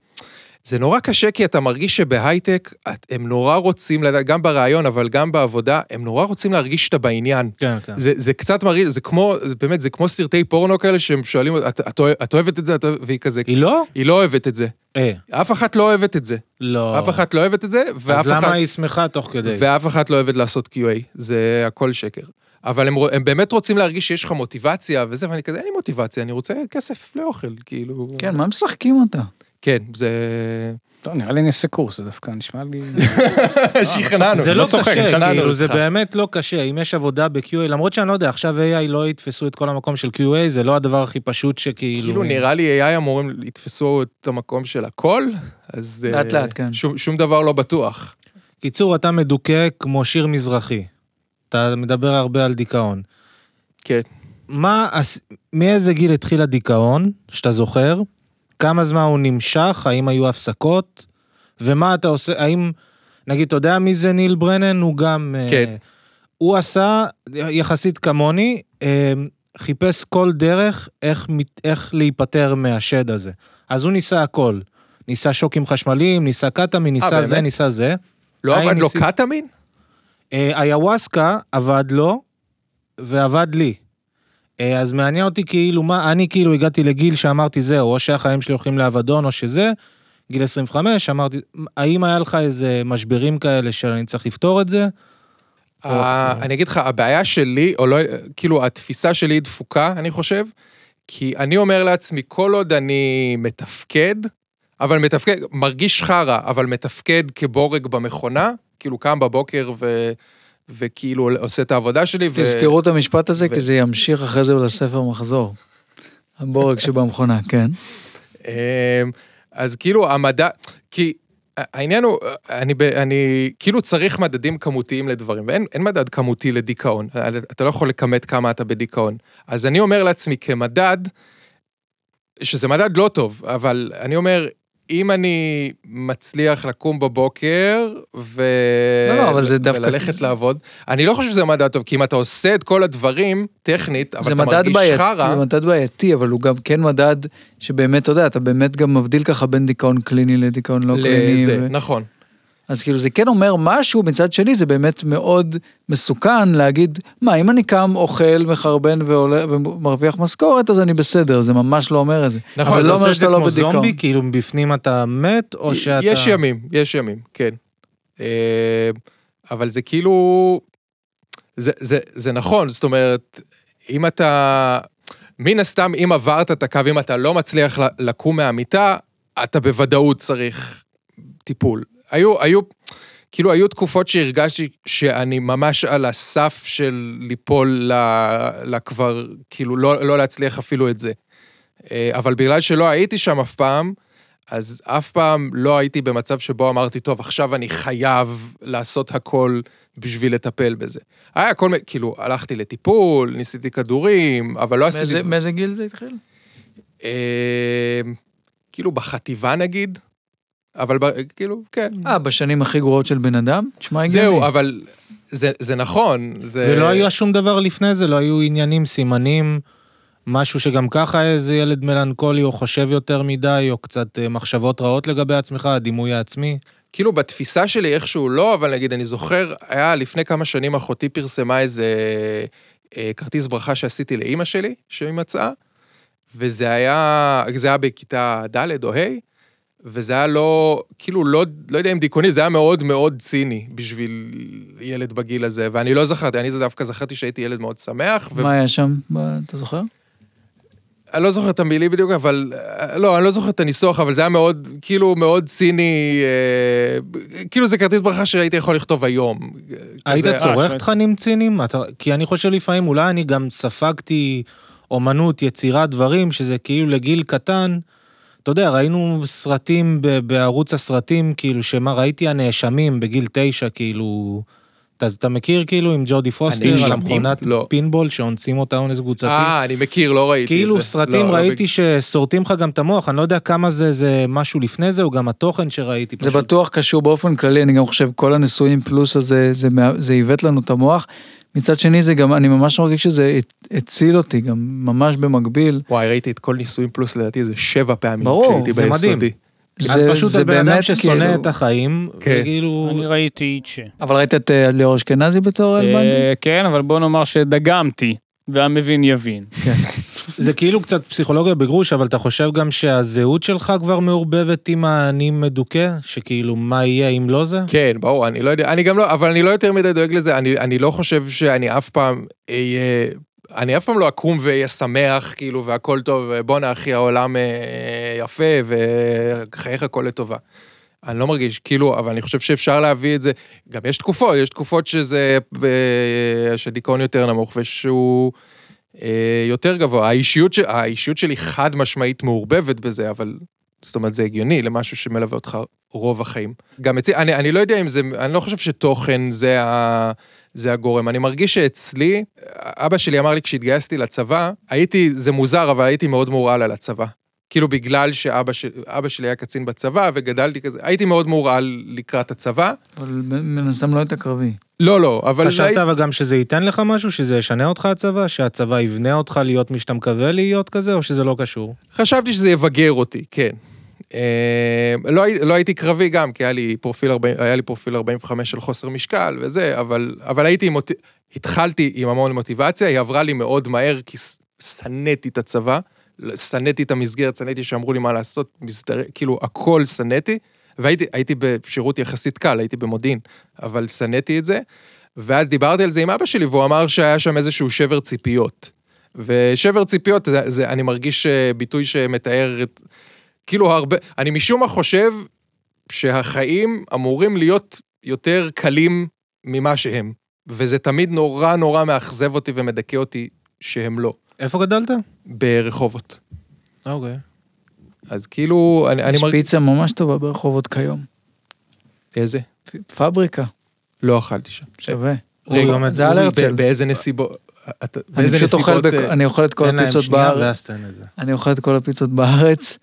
Speaker 1: זה נורא קשה כי אתה מרגיש שבהייטק את- הם נורא רוצים, לדעת, גם ברעיון אבל גם בעבודה, הם נורא רוצים להרגיש שאתה בעניין.
Speaker 3: כן, כן.
Speaker 1: זה, זה קצת מרעיל, זה כמו, זה באמת, זה כמו סרטי פורנו כאלה שהם שואלים, את, את, אוה- את אוהבת את זה? את אוהבת... והיא כזה,
Speaker 3: היא לא?
Speaker 1: היא לא אוהבת את זה.
Speaker 3: אה,
Speaker 1: אף אחת לא אוהבת את זה.
Speaker 3: לא.
Speaker 1: אף אחת לא אוהבת את זה, ואף
Speaker 3: אז למה
Speaker 1: אחת,
Speaker 3: היא שמחה תוך כדי?
Speaker 1: ואף אחת לא אוהבת לעשות QA. זה הכל שקר. אבל הם, רוא- הם באמת רוצים להרגיש שיש לך מוטיבציה וזה, ואני כזה, אין לי מוטיבציה, אני רוצה כסף לאוכל, כאילו...
Speaker 2: כן, מה משחקים אותה?
Speaker 1: כן, זה...
Speaker 4: טוב, נראה לי אני אעשה קורס, זה דווקא נשמע
Speaker 1: [LAUGHS]
Speaker 4: לי...
Speaker 1: נכון. שכנענו.
Speaker 3: זה לא
Speaker 4: צוחק,
Speaker 3: קשה,
Speaker 4: שלנו
Speaker 3: כאילו, זה
Speaker 4: איתך.
Speaker 3: באמת לא קשה. אם יש עבודה ב-QA, למרות שאני לא יודע, עכשיו AI לא יתפסו את כל המקום של QA, זה לא הדבר הכי פשוט שכאילו...
Speaker 1: כאילו נראה לי AI אמורים יתפסו את המקום של הכל, אז... אה,
Speaker 2: לאט לאט, כן.
Speaker 1: שום, שום דבר לא בטוח.
Speaker 3: קיצור, אתה מדוכא כמו שיר מזרחי. אתה מדבר הרבה על דיכאון.
Speaker 1: כן.
Speaker 3: מה, הס- מאיזה גיל התחיל הדיכאון, שאתה זוכר? כמה זמן הוא נמשך? האם היו הפסקות? ומה אתה עושה, האם, נגיד, אתה יודע מי זה ניל ברנן? הוא גם... אה,
Speaker 1: כן.
Speaker 3: הוא עשה, יחסית כמוני, אה, חיפש כל דרך איך, מת- איך להיפטר מהשד הזה. אז הוא ניסה הכל. ניסה שוקים חשמליים, ניסה קטאמי, ניסה
Speaker 1: אה, באמת?
Speaker 3: זה, ניסה זה.
Speaker 1: לא
Speaker 3: האם
Speaker 1: עבד לו
Speaker 3: ניסית-
Speaker 1: קטמין?
Speaker 3: אה, איוואסקה עבד לו, ועבד לי. אה, אז מעניין אותי כאילו מה, אני כאילו הגעתי לגיל שאמרתי זהו, או שהחיים שלי הולכים לאבדון או שזה, גיל 25, אמרתי, האם היה לך איזה משברים כאלה של אני צריך לפתור את זה?
Speaker 1: ה- אה, אני אגיד לך, הבעיה שלי, או לא, כאילו, התפיסה שלי היא דפוקה, אני חושב, כי אני אומר לעצמי, כל עוד אני מתפקד, אבל מתפקד, מרגיש חרא, אבל מתפקד כבורג במכונה, כאילו קם בבוקר ו... וכאילו עושה את העבודה שלי, ו...
Speaker 2: תזכרו את המשפט הזה,
Speaker 1: ו-
Speaker 2: כי זה ימשיך אחרי זה לספר מחזור. הבורג שבמכונה, כן.
Speaker 1: אמ, אז כאילו המדע, כי העניין הוא, אני, ב- אני כאילו צריך מדדים כמותיים לדברים, ואין אין מדד כמותי לדיכאון. אתה לא יכול לכמת כמה אתה בדיכאון. אז אני אומר לעצמי, כמדד, שזה מדד לא טוב, אבל אני אומר, אם אני מצליח לקום בבוקר ו...
Speaker 2: לא, לא, אבל זה דווקא-
Speaker 1: וללכת לעבוד, אני לא חושב שזה מדד טוב, כי אם אתה עושה את כל הדברים, טכנית, אבל
Speaker 2: זה
Speaker 1: אתה
Speaker 2: מדד
Speaker 1: מרגיש
Speaker 2: בעייתי,
Speaker 1: חרא...
Speaker 2: זה מדד בעייתי, אבל הוא גם כן מדד שבאמת, אתה יודע, אתה באמת גם מבדיל ככה בין דיכאון קליני לדיכאון לא קליני.
Speaker 1: לזה,
Speaker 2: ו-
Speaker 1: נכון.
Speaker 2: אז כאילו זה כן אומר משהו, מצד שני זה באמת מאוד מסוכן להגיד, מה, אם אני קם, אוכל, מחרבן ועולה- ומרוויח משכורת, אז אני בסדר, זה ממש לא אומר את זה.
Speaker 1: נכון,
Speaker 2: זה
Speaker 1: אתה
Speaker 2: לא
Speaker 3: עושה
Speaker 2: אומר
Speaker 3: את זה
Speaker 2: שאתה לא
Speaker 3: כמו
Speaker 2: בדיכאון.
Speaker 3: זומבי, כאילו מבפנים אתה מת, או שאתה...
Speaker 1: יש ימים, יש ימים, כן. אה, אבל זה כאילו... זה, זה, זה נכון, זאת אומרת, אם אתה... מן הסתם, אם עברת את הקו, אם אתה לא מצליח ל- לקום מהמיטה, אתה בוודאות צריך טיפול. היו, היו, כאילו, היו תקופות שהרגשתי שאני ממש על הסף של ליפול ל- לכבר, כאילו, לא, לא להצליח אפילו את זה. אה, אבל בגלל שלא הייתי שם אף פעם, אז אף פעם לא הייתי במצב שבו אמרתי, טוב, עכשיו אני חייב לעשות הכל בשביל לטפל בזה. היה כל מיני, כאילו, הלכתי לטיפול, ניסיתי כדורים, אבל לא עשיתי...
Speaker 2: מאיזה- מאיזה גיל זה התחיל?
Speaker 1: אה, כאילו בחטיבה נגיד, אבל ב- כאילו, כן.
Speaker 2: אה, בשנים הכי גרועות של בן אדם? תשמע הגיוני.
Speaker 1: זהו, אבל זה, זה נכון.
Speaker 2: אה,
Speaker 1: זה...
Speaker 3: ולא לא היה שום דבר לפני זה, לא היו עניינים, סימנים, משהו שגם ככה איזה ילד מלנכולי או חושב יותר מדי, או קצת אה, מחשבות רעות לגבי עצמך, הדימוי העצמי.
Speaker 1: כאילו בתפיסה שלי איכשהו לא, אבל נגיד, אני זוכר, היה לפני כמה שנים אחותי פרסמה איזה אה, כרטיס ברכה שעשיתי לאימא שלי, שהיא מצאה, וזה היה, זה היה בכיתה ד' או ה', וזה היה לא, כאילו לא, לא יודע אם דיכאוני, זה היה מאוד מאוד ציני בשביל ילד בגיל הזה, ואני לא זכרתי, אני דווקא זכרתי שהייתי ילד מאוד שמח, ו...
Speaker 2: מה היה שם? מה, אתה זוכר?
Speaker 3: לא
Speaker 1: אני לא זוכר את המילים בדיוק, אבל... אה, לא, אני לא זוכר את הניסוח, אבל זה היה מאוד, כאילו, מאוד ציני. אה, כאילו, זה כרטיס ברכה שהייתי יכול לכתוב היום. אה,
Speaker 3: היית
Speaker 1: כזה,
Speaker 3: צורך
Speaker 4: שואל-
Speaker 3: תכנים ציניים? אתה- כי אני חושב לפעמים, אולי אני גם ספגתי אומנות, יצירה, דברים, שזה כאילו לגיל קטן. אתה יודע, ראינו סרטים ב- בערוץ הסרטים, כאילו, שמה, ראיתי הנאשמים בגיל תשע, כאילו... אתה, אתה מכיר כאילו עם ג'ודי פוסטר על
Speaker 1: הנאשמים?
Speaker 3: המכונת
Speaker 1: לא.
Speaker 3: פינבול שאונסים אותה אונס קבוצתי?
Speaker 1: אה, אני מכיר, לא ראיתי את זה.
Speaker 3: כאילו סרטים
Speaker 1: לא, לא
Speaker 3: ראיתי ששורטים לך גם את המוח, אני לא יודע כמה זה זה משהו לפני זה, או גם התוכן שראיתי.
Speaker 2: זה
Speaker 3: פשוט.
Speaker 2: בטוח קשור באופן כללי, אני גם חושב, כל הנישואים פלוס הזה, זה מה- זה עיוות לנו את המוח. מצד שני, זה גם, אני ממש מרגיש שזה הת- הציל אותי, גם ממש במקביל.
Speaker 1: וואי, ראיתי את כל נישואים פלוס, לדעתי זה שבע פעמים
Speaker 2: ברור,
Speaker 1: כשהייתי
Speaker 3: זה
Speaker 1: ביסודי.
Speaker 3: מדהים. אז
Speaker 2: זה-
Speaker 3: פשוט
Speaker 2: זה
Speaker 3: על בן אדם
Speaker 2: באמת
Speaker 3: ששונא
Speaker 2: כאילו-
Speaker 3: את החיים,
Speaker 1: כן.
Speaker 3: וכאילו...
Speaker 4: אני ראיתי איצ'ה.
Speaker 2: אבל ראית את אה, ליאור אשכנזי בתור
Speaker 4: אה,
Speaker 2: אלבנדי?
Speaker 4: כן, אבל בוא נאמר שדגמתי, והמבין יבין.
Speaker 3: זה כאילו קצת פסיכולוגיה בגרוש, אבל אתה חושב גם שהזהות שלך כבר מעורבבת עם האני מדוכא? שכאילו, מה יהיה אם לא זה?
Speaker 1: כן, ברור, אני לא יודע, אני גם לא, אבל אני לא יותר מדי דואג לזה, אני, אני לא חושב שאני אף פעם אהיה, אני אף פעם לא אקום ואהיה שמח, כאילו, והכל טוב, בואנה אחי, העולם אה, יפה, וחייך הכל לטובה. אני לא מרגיש, כאילו, אבל אני חושב שאפשר להביא את זה, גם יש תקופות, יש תקופות שזה, אה, שדיכאון יותר נמוך ושהוא אה, יותר גבוה. האישיות, ש- האישיות שלי חד משמעית מעורבבת בזה, אבל זאת אומרת, זה הגיוני למשהו שמלווה אותך רוב החיים. גם אצלי, אני, אני לא יודע אם זה, אני לא חושב שתוכן זה, ה, זה הגורם. אני מרגיש שאצלי, אבא שלי אמר לי כשהתגייסתי לצבא, הייתי, זה מוזר, אבל הייתי מאוד מורעל על הצבא. כאילו בגלל שאבא שלי, אבא שלי היה קצין בצבא וגדלתי כזה, הייתי מאוד מורעל לקראת הצבא.
Speaker 2: אבל מן הסתם לא היית קרבי.
Speaker 1: לא, לא, אבל...
Speaker 3: חשבת
Speaker 1: הייתי-
Speaker 3: אבל גם שזה ייתן לך משהו? שזה ישנה אותך הצבא? שהצבא יבנה אותך להיות מי שאתה מקווה להיות כזה, או שזה לא קשור?
Speaker 1: חשבתי שזה יבגר אותי, כן. אה, לא, הי- לא הייתי קרבי גם, כי היה לי פרופיל, 40, היה לי פרופיל 45 של חוסר משקל וזה, אבל, אבל הייתי עם מוט... התחלתי עם המון מוטיבציה, היא עברה לי מאוד מהר, כי ס- שנאתי את הצבא, שנאתי את המסגרת, שנאתי שאמרו לי מה לעשות, מסדר... כאילו, הכל שנאתי, והייתי הייתי בשירות יחסית קל, הייתי במודיעין, אבל שנאתי את זה. ואז דיברתי על זה עם אבא שלי, והוא אמר שהיה שם איזשהו שבר ציפיות. ושבר ציפיות, זה, זה, אני מרגיש אה, ביטוי שמתאר את... כאילו הרבה... אני משום מה חושב שהחיים אמורים להיות יותר קלים ממה שהם. וזה תמיד נורא נורא מאכזב אותי ומדכא אותי שהם לא,
Speaker 3: איפה גדלת?
Speaker 1: ברחובות.
Speaker 3: אוקיי.
Speaker 1: אז כאילו, אני, אני
Speaker 2: יש
Speaker 1: מרגיש...
Speaker 2: פיצה ממש טובה ברחובות כיום.
Speaker 1: איזה?
Speaker 2: פ- פבריקה,
Speaker 1: לא אכלתי שם.
Speaker 2: שווה.
Speaker 3: אורי
Speaker 1: רגע,
Speaker 3: עומד-
Speaker 2: זה על
Speaker 3: אורי,
Speaker 2: הרצל.
Speaker 1: ב- באיזה נסיבות... אה, אתה-
Speaker 2: אני
Speaker 1: באיזה
Speaker 2: פשוט אוכל,
Speaker 1: נסיבות...
Speaker 2: בכ...
Speaker 1: אה,
Speaker 2: אני אוכל את כל
Speaker 3: תן להם
Speaker 2: הפיצות
Speaker 3: שנייה
Speaker 2: בארץ,
Speaker 3: ואז תן את זה.
Speaker 2: אני אוכל את כל הפיצות בארץ,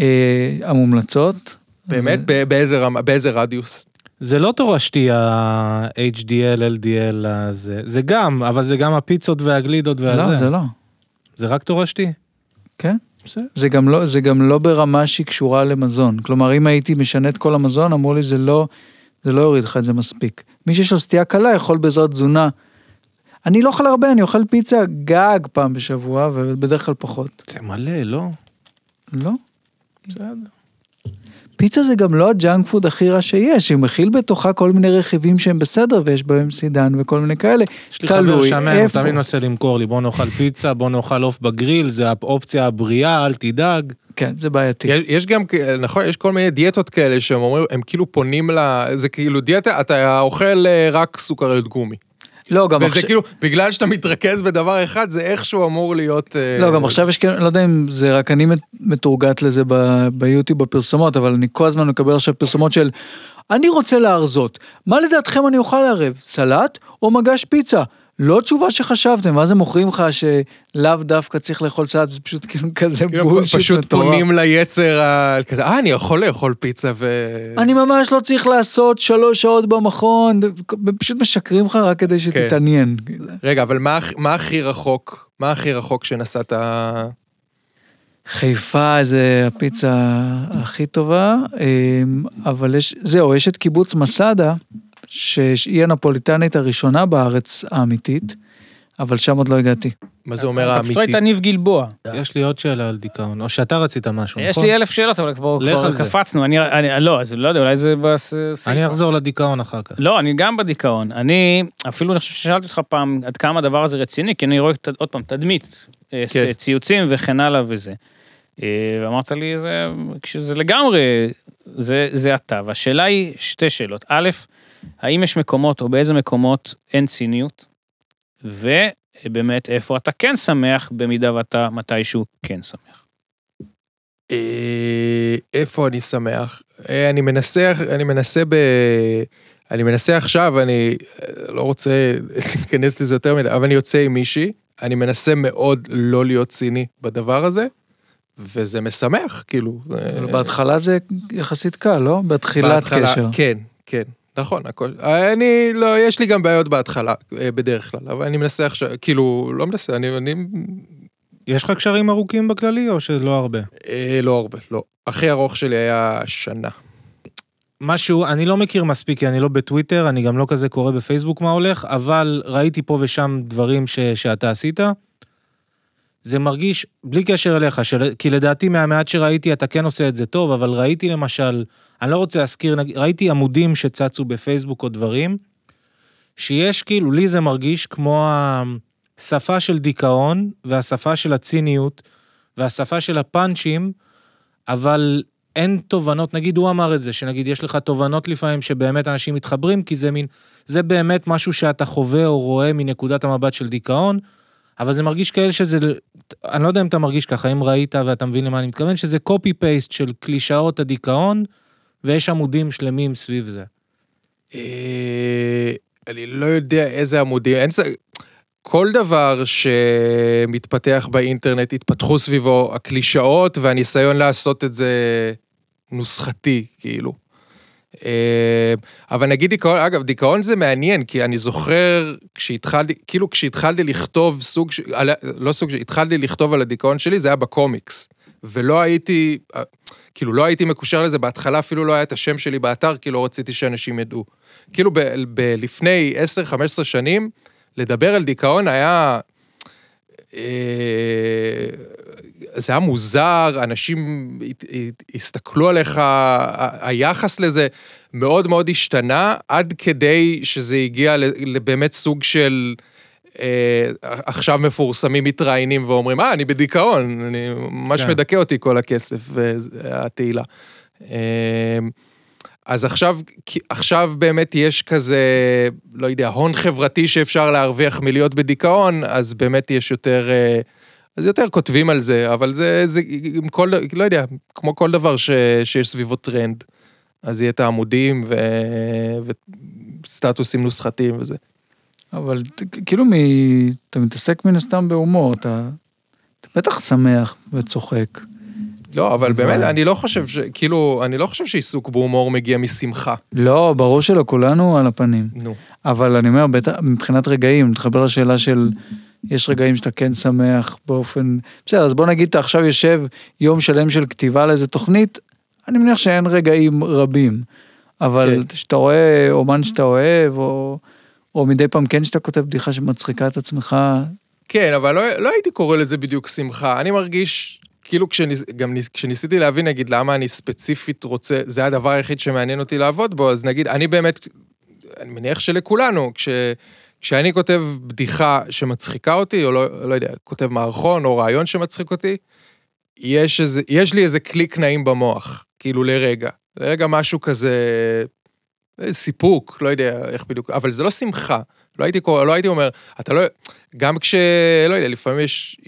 Speaker 2: אה, המומלצות.
Speaker 1: באמת?
Speaker 2: אז-
Speaker 1: ב- באיזה רמה- באיזה רדיוס?
Speaker 3: זה לא תורשתי ה-HDL, LDL הזה. זה גם, אבל זה גם הפיצות והגלידות
Speaker 2: לא,
Speaker 3: והזה.
Speaker 2: זה לא.
Speaker 3: זה רק תורשתי?
Speaker 2: כן.
Speaker 3: בסדר.
Speaker 2: זה גם לא, זה גם לא ברמה שהיא קשורה למזון. כלומר, אם הייתי משנה את כל המזון, אמרו לי, זה לא, זה לא יוריד לך את זה מספיק. מי שיש לו סטייה קלה יכול בעזרת תזונה. אני לא אוכל הרבה, אני אוכל פיצה גג פעם בשבוע, ובדרך כלל פחות.
Speaker 3: זה מלא, לא?
Speaker 2: לא.
Speaker 3: בסדר.
Speaker 2: פיצה זה גם לא הג'אנק פוד הכי רע שיש, היא מכיל בתוכה כל מיני רכיבים שהם בסדר, ויש בהם סידן וכל מיני כאלה.
Speaker 3: יש לי חבר
Speaker 2: תלוי,
Speaker 3: שמן, הוא
Speaker 2: איפה?
Speaker 3: תמיד מנסה למכור לי, בוא נאכל פיצה, בוא נאכל עוף בגריל, זה האופציה הבריאה, אל תדאג.
Speaker 2: כן, זה בעייתי.
Speaker 1: יש יש גם, כ- נכון, יש כל מיני דיאטות כאלה שהם אומרים, הם כאילו פונים ל... זה כאילו דיאטה, אתה אוכל אה, רק סוכריות גומי.
Speaker 2: לא, גם
Speaker 1: וזה
Speaker 2: עכשיו...
Speaker 1: כאילו, בגלל שאתה מתרכז בדבר אחד, זה איכשהו אמור להיות... אה,
Speaker 3: כאילו-
Speaker 2: לא, גם עכשיו יש כאלה, לא יודע אם זה רק אני מתורגת לזה ב- ביוטיוב בפרסומות, אבל אני כל הזמן מקבל עכשיו פרסומות של אני רוצה להרזות, מה לדעתכם אני אוכל לערב, סלט או מגש פיצה? לא תשובה שחשבתם, ואז הם מוכרים לך שלאו דווקא צריך לאכול סלט, זה פשוט כאילו כזה
Speaker 1: כאילו, פ-
Speaker 2: בולשיט
Speaker 1: פשוט
Speaker 2: מטורף.
Speaker 1: פונים ליצר, ה- כזה, אה, אני יכול לאכול פיצה ו...
Speaker 2: אני ממש לא צריך לעשות שלוש שעות במכון, פשוט משקרים לך רק
Speaker 1: כן.
Speaker 2: כדי שתתעניין.
Speaker 1: רגע, אבל מה הכ- מה הכי רחוק? מה הכי רחוק שנסעת...
Speaker 2: חיפה זה הפיצה הכי טובה, אמ, אבל יש, זהו, יש את קיבוץ מסדה, שהיא הנפוליטנית הראשונה בארץ האמיתית, אבל שם עוד לא הגעתי.
Speaker 1: מה זה אומר
Speaker 4: אתה פשוט לא
Speaker 1: האמיתית?
Speaker 4: היית ניב גלבוע.
Speaker 3: יש לי עוד שאלה על דיכאון, או שאתה רצית משהו,
Speaker 4: יש
Speaker 3: נכון?
Speaker 4: לי אלף שאלות, אבל כבר
Speaker 3: לך על זה.
Speaker 4: כבר קפצנו. אני, אני, לא, אז לא יודע, אולי זה בסעיף.
Speaker 3: אני אחזור לדיכאון אחר כך.
Speaker 4: לא, אני גם בדיכאון. אני, אפילו אני חושב ששאלתי אותך פעם עד כמה הדבר הזה רציני, כי אני רואה את- עוד פעם תדמית, אה,
Speaker 1: כן.
Speaker 4: ציוצים וכן הלאה וזה. אה, ואמרת לי, זה, כשזה לגמרי, זה, זה אתה. והשאלה היא שתי שאלות. א', האם יש מקומות או באיזה מקומות אין ציניות? ובאמת, איפה אתה כן שמח, במידה ואתה מתישהו כן שמח.
Speaker 1: אה, איפה אני שמח? אה, אני מנסה, אני מנסה ב... אני מנסה עכשיו, אני אה, לא רוצה להיכנס לזה יותר מדי, אבל אני יוצא עם מישהי, אני מנסה מאוד לא להיות ציני בדבר הזה, וזה משמח, כאילו. אה,
Speaker 2: אבל בהתחלה זה יחסית קל, לא? בתחילת
Speaker 1: בהתחלה-
Speaker 2: קשר.
Speaker 1: כן, כן, נכון, הכל. אני, לא, יש לי גם בעיות בהתחלה, אה, בדרך כלל, אבל אני מנסה עכשיו, כאילו, לא מנסה, אני, אני
Speaker 3: יש לך קשרים ארוכים בכללי, או שלא הרבה?
Speaker 1: אה, לא הרבה, לא. הכי ארוך שלי היה שנה.
Speaker 3: משהו, אני לא מכיר מספיק, כי אני לא בטוויטר, אני גם לא כזה קורא בפייסבוק מה הולך, אבל ראיתי פה ושם דברים ש, שאתה עשית. זה מרגיש, בלי קשר אליך, של, כי לדעתי מהמעט שראיתי אתה כן עושה את זה טוב, אבל ראיתי למשל, אני לא רוצה להזכיר, נגיד, ראיתי עמודים שצצו בפייסבוק או דברים, שיש כאילו, לי זה מרגיש כמו השפה של דיכאון, והשפה של הציניות, והשפה של הפאנצ'ים, אבל אין תובנות, נגיד הוא אמר את זה, שנגיד יש לך תובנות לפעמים שבאמת אנשים מתחברים, כי זה מין, זה באמת משהו שאתה חווה או רואה מנקודת המבט של דיכאון, אבל זה מרגיש כאלה שזה, אני לא יודע אם אתה מרגיש ככה, אם ראית ואתה מבין למה אני מתכוון, שזה קופי פייסט של קלישאות הדיכאון, ויש עמודים שלמים סביב זה.
Speaker 1: אה, אני לא יודע איזה עמודים, אין ס... כל דבר שמתפתח באינטרנט, התפתחו סביבו הקלישאות והניסיון לעשות את זה נוסחתי, כאילו. אה, אבל נגיד דיכאון, אגב, דיכאון זה מעניין, כי אני זוכר כשהתחלתי, כאילו כשהתחלתי לכתוב סוג, ש- על ה- לא סוג, ש- התחלתי לכתוב על הדיכאון שלי, זה היה בקומיקס. ולא הייתי, אה, כאילו לא הייתי מקושר לזה, בהתחלה אפילו לא היה את השם שלי באתר, כי לא רציתי שאנשים ידעו. כאילו ב- ב- לפני 10-15 שנים, לדבר על דיכאון היה... אה, זה היה מוזר, אנשים הת- הת- הסתכלו עליך, ה- היחס לזה מאוד מאוד השתנה, עד כדי שזה הגיע ל- לבאמת סוג של... אה, עכשיו מפורסמים מתראיינים ואומרים, אה, אני בדיכאון, אני ממש
Speaker 3: כן.
Speaker 1: מדכא אותי כל הכסף והתהילה. אה, אז עכשיו, כי- עכשיו באמת יש כזה, לא יודע, הון חברתי שאפשר להרוויח מלהיות בדיכאון, אז באמת יש יותר, אה, אז יותר כותבים על זה, אבל זה, זה עם כל, לא יודע, כמו כל דבר ש, שיש סביבו טרנד. אז יהיה את העמודים ו... וסטטוסים נוסחתיים וזה.
Speaker 2: אבל ת- כאילו מ... אתה מתעסק מן הסתם בהומור, אתה... אתה בטח שמח וצוחק.
Speaker 1: לא, אבל באמת,
Speaker 2: אבל-
Speaker 1: אני לא חושב ש... כאילו, אני לא חושב שעיסוק בהומור מגיע משמחה.
Speaker 2: לא, ברור שלא, כולנו על הפנים.
Speaker 1: נו.
Speaker 2: אבל אני אומר, בטח, מבחינת רגעים, תחבר לשאלה של, יש רגעים שאתה כן שמח באופן... בסדר, אז בוא נגיד, אתה עכשיו יושב יום שלם של כתיבה לאיזה תוכנית, אני מניח שאין רגעים רבים. אבל כשאתה רואה אומן שאתה אוהב, או, או מדי פעם כן שאתה כותב בדיחה שמצחיקה את עצמך,
Speaker 1: כן, אבל לא, לא הייתי קורא לזה בדיוק שמחה. אני מרגיש, כאילו כשניס, גם ניס, כשניסיתי להבין, נגיד, למה אני ספציפית רוצה, זה הדבר היחיד שמעניין אותי לעבוד בו, אז נגיד, אני באמת, אני מניח שלכולנו, כש, כשאני כותב בדיחה שמצחיקה אותי, או לא, לא יודע, כותב מערכון או רעיון שמצחיק אותי, יש, איזה, יש לי איזה קליק נעים במוח, כאילו לרגע. לרגע משהו כזה, אה, סיפוק, לא יודע איך בדיוק, אבל זה לא שמחה. לא הייתי, קורא, לא הייתי אומר, אתה לא, גם כש... לא יודע, לפעמים יש...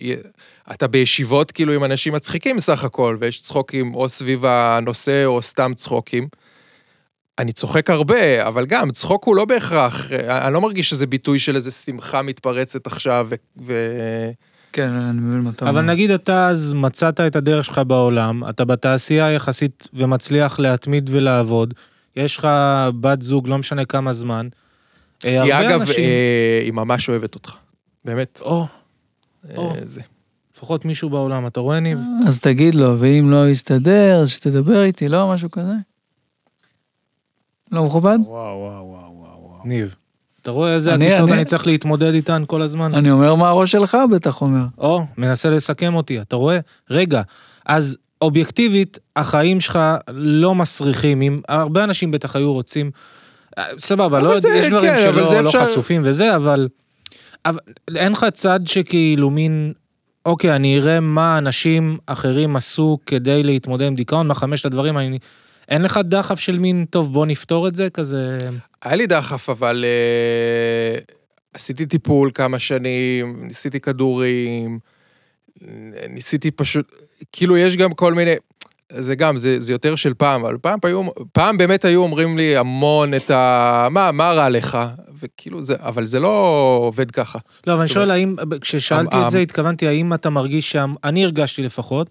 Speaker 1: אתה בישיבות כאילו עם אנשים מצחיקים סך הכל, ויש צחוקים או סביב הנושא או סתם צחוקים. אני צוחק הרבה, אבל גם, צחוק הוא לא בהכרח, אה, אני לא מרגיש שזה ביטוי של איזה שמחה מתפרצת עכשיו, ו... ו...
Speaker 2: כן, אני מבין מה אתה אומר.
Speaker 3: אבל נגיד אתה אז מצאת את הדרך שלך בעולם, אתה בתעשייה יחסית ומצליח להתמיד ולעבוד, יש לך בת זוג לא משנה כמה זמן. אה,
Speaker 1: היא
Speaker 3: הרבה
Speaker 1: אגב,
Speaker 3: אנשים-
Speaker 1: אה, היא ממש אוהבת אותך. באמת.
Speaker 3: או, או.
Speaker 1: אה, זה.
Speaker 3: לפחות מישהו בעולם, אתה רואה ניב?
Speaker 2: אז תגיד לו, ואם לא יסתדר, אז שתדבר איתי, לא? משהו כזה? לא מכובד?
Speaker 4: וואו, וואו, וואו, וואו.
Speaker 3: ניב. אתה רואה איזה
Speaker 2: אני-
Speaker 3: עקיצות
Speaker 2: אני-
Speaker 3: אני צריך להתמודד איתן כל הזמן?
Speaker 2: אני אומר מה הראש שלך בטח אומר.
Speaker 3: או, מנסה לסכם אותי, אתה רואה? רגע, אז אובייקטיבית, החיים שלך לא מסריחים, אם הרבה אנשים בטח היו רוצים, אה, סבבה,
Speaker 1: אבל
Speaker 3: לא,
Speaker 1: זה-
Speaker 3: זה, יש דברים
Speaker 1: כן, אבל זה
Speaker 3: שלא לא
Speaker 1: אפשר-
Speaker 3: חשופים וזה, אבל, אבל אין לך צד שכאילו מין, אוקיי, אני אראה מה אנשים אחרים עשו כדי להתמודד עם דיכאון, מה חמשת הדברים, אני... אין לך דחף של מין, טוב, בוא נפתור את זה, כזה...
Speaker 1: היה לי דחף, אבל אה, עשיתי טיפול כמה שנים, ניסיתי כדורים, ניסיתי פשוט, כאילו יש גם כל מיני, זה גם, זה, זה יותר של פעם, אבל פעם, פעם, פעם באמת היו אומרים לי המון את ה... מה, מה רע לך? וכאילו זה, אבל זה לא עובד ככה.
Speaker 3: לא, אבל אני
Speaker 1: זאת אומרת-
Speaker 3: שואל, האם, כששאלתי
Speaker 1: אמ- אמ-
Speaker 3: את זה, התכוונתי, האם אתה מרגיש שם, אני הרגשתי לפחות,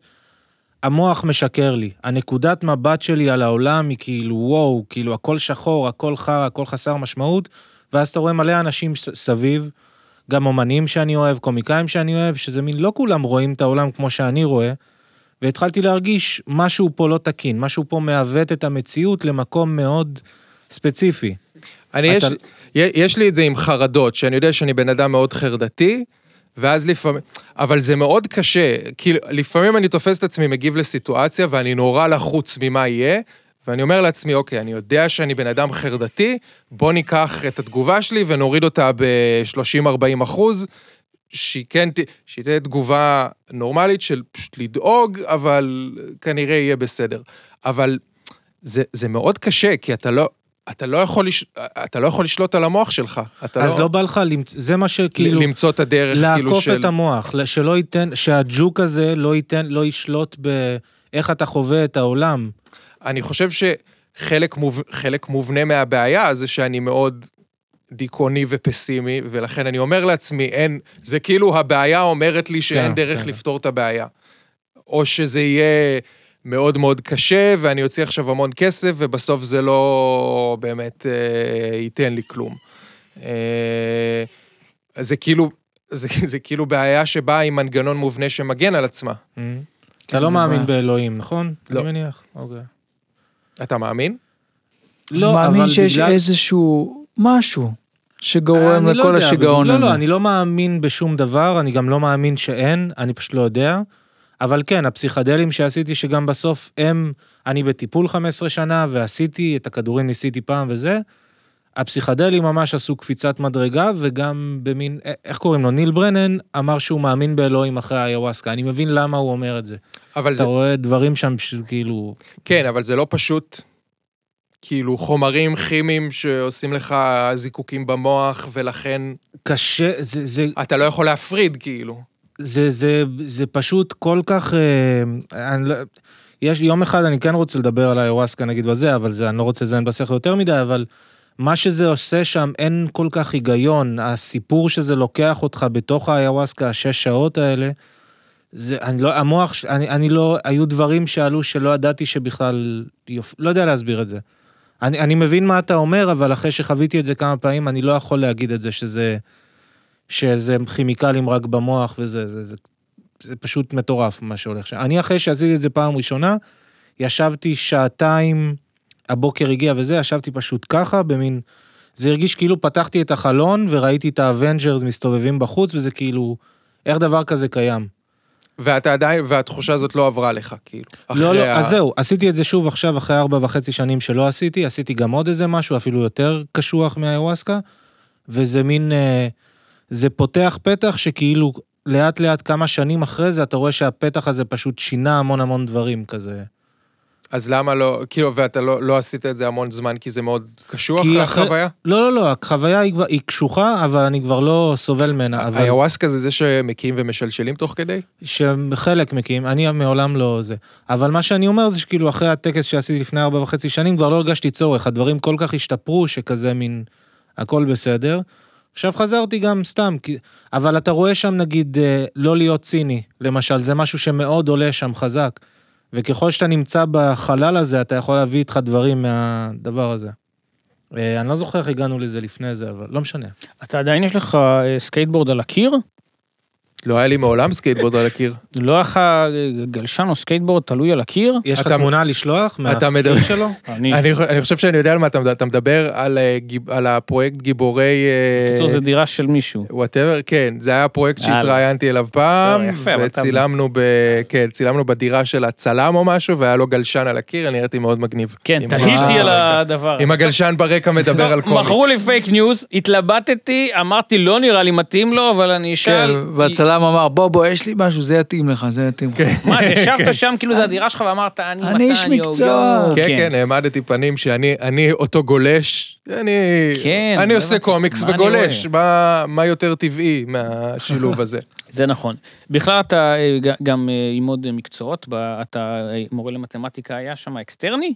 Speaker 3: המוח משקר לי. הנקודת מבט שלי על העולם היא כאילו, וואו, כאילו, הכל שחור, הכל חרא, הכל חסר משמעות, ואז אתה רואה מלא אנשים ס- סביב, גם אומנים שאני אוהב, קומיקאים שאני אוהב, שזה מין, לא כולם רואים את העולם כמו שאני רואה, והתחלתי להרגיש משהו פה לא תקין, משהו פה מעוות את המציאות למקום מאוד ספציפי.
Speaker 1: אני,
Speaker 3: אתה-
Speaker 1: יש, יש לי את זה עם חרדות, שאני יודע שאני בן אדם מאוד חרדתי, ואז לפעמים, אבל זה מאוד קשה, כי לפעמים אני תופס את עצמי מגיב לסיטואציה, ואני נורא לחוץ ממה יהיה, ואני אומר לעצמי, אוקיי, אני יודע שאני בן אדם חרדתי, בוא ניקח את התגובה שלי ונוריד אותה ב-30-40 אחוז, שהיא כן, ת- שהיא תהיה תגובה נורמלית של פשוט לדאוג, אבל כנראה יהיה בסדר. אבל זה, זה מאוד קשה, כי אתה לא, אתה, לא יכול לש, אתה לא יכול לשלוט על המוח שלך. אתה
Speaker 3: אז לא בא לך, למצ- זה מה שכאילו...
Speaker 1: ל- למצוא את הדרך, כאילו,
Speaker 3: לעקוף
Speaker 1: של...
Speaker 3: את המוח, ל- שלא ייתן, שהג'וק הזה לא ייתן, לא ישלוט באיך אתה חווה את העולם.
Speaker 2: Mm.
Speaker 1: אני חושב שחלק מוב... חלק מובנה מהבעיה זה שאני מאוד דיכאוני ופסימי, ולכן אני אומר לעצמי, אין, זה כאילו הבעיה אומרת לי שאין
Speaker 3: כן,
Speaker 1: דרך
Speaker 3: כן.
Speaker 1: לפתור את הבעיה. או שזה יהיה מאוד מאוד קשה, ואני אוציא עכשיו המון כסף, ובסוף זה לא באמת אה, ייתן לי כלום. אה, זה כאילו, זה, זה כאילו בעיה שבאה עם מנגנון מובנה שמגן על עצמה.
Speaker 3: אתה לא
Speaker 2: כן, זה
Speaker 3: מאמין
Speaker 2: בעיה.
Speaker 3: באלוהים, נכון?
Speaker 1: לא.
Speaker 3: אני מניח, אוקיי.
Speaker 1: אתה מאמין?
Speaker 3: לא, אבל
Speaker 2: מאמין שיש
Speaker 3: בגלל...
Speaker 2: איזשהו משהו שגורם
Speaker 3: אני לא
Speaker 2: לכל
Speaker 3: יודע,
Speaker 2: השיגעון
Speaker 3: לא,
Speaker 2: הזה.
Speaker 3: לא, אני לא מאמין בשום דבר, אני גם לא מאמין שאין, אני פשוט לא יודע. אבל כן, הפסיכדלים שעשיתי, שגם בסוף הם, אני בטיפול 15 שנה, ועשיתי, את הכדורים ניסיתי פעם וזה, הפסיכדלים ממש עשו קפיצת מדרגה, וגם במין, א- איך קוראים לו, ניל ברנן אמר שהוא מאמין באלוהים אחרי האיוואסקה, אני מבין למה הוא אומר את זה.
Speaker 1: אבל
Speaker 3: אתה
Speaker 1: זה,
Speaker 3: רואה דברים שם כאילו, שכאילו...
Speaker 1: כן, אבל זה לא פשוט, כאילו, חומרים כימיים שעושים לך זיקוקים במוח, ולכן
Speaker 3: קשה, זה, זה,
Speaker 1: אתה לא יכול להפריד, כאילו.
Speaker 3: זה, זה, זה פשוט כל כך... אה, אני לא, יש יום אחד אני כן רוצה לדבר על האיוואסקה נגיד בזה, אבל זה, אני לא רוצה לזיין בשכל יותר מדי, אבל מה שזה עושה שם אין כל כך היגיון, הסיפור שזה לוקח אותך בתוך האיוואסקה, השש שעות האלה, זה, אני לא, המוח, ש- אני, אני לא, היו דברים שעלו שלא ידעתי שבכלל, יופ, לא יודע להסביר את זה. אני, אני מבין מה אתה אומר, אבל אחרי שחוויתי את זה כמה פעמים, אני לא יכול להגיד את זה שזה, שזה כימיקלים רק במוח וזה, זה, זה, זה פשוט מטורף מה שהולך שם. אני אחרי שעשיתי את זה פעם ראשונה, ישבתי שעתיים, הבוקר הגיע וזה, ישבתי פשוט ככה, במין, זה הרגיש כאילו פתחתי את החלון וראיתי את האבנג'רס מסתובבים בחוץ, וזה כאילו, איך דבר כזה קיים?
Speaker 1: ואתה עדיין, והתחושה הזאת לא עברה לך, כאילו.
Speaker 3: לא, לא,
Speaker 1: אחרי ה-
Speaker 3: אז זהו, עשיתי את זה שוב עכשיו, אחרי ארבע וחצי שנים שלא עשיתי, עשיתי גם עוד איזה משהו, אפילו יותר קשוח מהאיוואסקה, וזה מין, אה, זה פותח פתח שכאילו לאט לאט כמה שנים אחרי זה, אתה רואה שהפתח הזה פשוט שינה המון המון דברים כזה.
Speaker 1: אז למה לא, כאילו, ואתה לא, לא עשית את זה המון זמן, כי זה מאוד קשוח
Speaker 3: כי אחרי-
Speaker 1: לחוויה?
Speaker 3: לא, לא, לא, החוויה היא, כבר, היא קשוחה, אבל אני כבר לא סובל ממנה, אבל
Speaker 1: היוואסקה זה זה שמקיאים ומשלשלים תוך כדי?
Speaker 3: שחלק מקים, אני מעולם לא זה. אבל מה שאני אומר זה שכאילו אחרי הטקס שעשיתי לפני ארבע וחצי שנים כבר לא הרגשתי צורך, הדברים כל כך השתפרו שכזה מין הכל בסדר. עכשיו חזרתי גם סתם, כי... אבל אתה רואה שם נגיד אה, לא להיות ציני, למשל, זה משהו שמאוד עולה שם חזק. וככל שאתה נמצא בחלל הזה, אתה יכול להביא איתך דברים מהדבר הזה. אה, אני לא זוכר איך הגענו לזה לפני זה, אבל לא משנה.
Speaker 4: אתה עדיין יש לך אה, סקייטבורד על הקיר?
Speaker 1: לא היה לי מעולם סקייטבורד על הקיר.
Speaker 4: לא היה לך אה, גלשן או סקייטבורד תלוי על הקיר?
Speaker 3: יש לך
Speaker 1: אתה-
Speaker 3: תמונה לשלוח?
Speaker 1: אתה
Speaker 3: מהחיקוי [LAUGHS]
Speaker 1: מדבר-
Speaker 4: [LAUGHS]
Speaker 3: שלו?
Speaker 4: אני...
Speaker 1: אני, חו- אני חושב שאני יודע על מה אתה מדבר, אתה מדבר על, אה, גיב- על הפרויקט גיבורי... אה,
Speaker 4: בקיצור, זו דירה של מישהו.
Speaker 1: וואטאבר, כן, זה היה פרויקט
Speaker 4: יאללה.
Speaker 1: שהתראיינתי אליו פעם,
Speaker 4: בסדר, יפה, אבל אתה-
Speaker 1: וצילמנו ב... כן, צילמנו בדירה של הצלם או משהו, והיה לו גלשן על הקיר, אני נראיתי מאוד מגניב.
Speaker 4: כן,
Speaker 1: עם
Speaker 4: תהיתי
Speaker 1: הגלשן
Speaker 4: על
Speaker 1: ברקע.
Speaker 4: הדבר.
Speaker 1: עם הגלשן ברקע מדבר על קומיקס.
Speaker 4: [LAUGHS] מכרו לי פייק ניוז, התלבטתי, אמרתי לא נראה לי מתאים לו, אבל אני
Speaker 2: כן,
Speaker 4: אשאל.
Speaker 2: והצלם אמר, בוא, בוא, יש לי משהו, זה יתאים לך, זה יתאים לך.
Speaker 3: כן.
Speaker 4: מה,
Speaker 1: [LAUGHS]
Speaker 4: אז ישבת שם כאילו זה הדירה שלך ואמרת, אני מתן,
Speaker 2: אני איש
Speaker 4: יואו,
Speaker 2: מקצוע."
Speaker 4: יואו."
Speaker 1: כן, כן, העמדתי פנים שאני אני אותו גולש, אני,
Speaker 4: כן,
Speaker 1: אני
Speaker 4: זה
Speaker 1: עושה
Speaker 4: מה-
Speaker 1: קומיקס
Speaker 4: מה אני
Speaker 1: וגולש,
Speaker 4: רואה?
Speaker 1: מה, מה יותר טבעי מהשילוב
Speaker 4: [LAUGHS]
Speaker 1: הזה?
Speaker 4: זה נכון. בכלל אתה אה, ג- גם אה, עם עוד אה, מקצועות, ב- אתה אה, מורה למתמטיקה היה שם אקסטרני?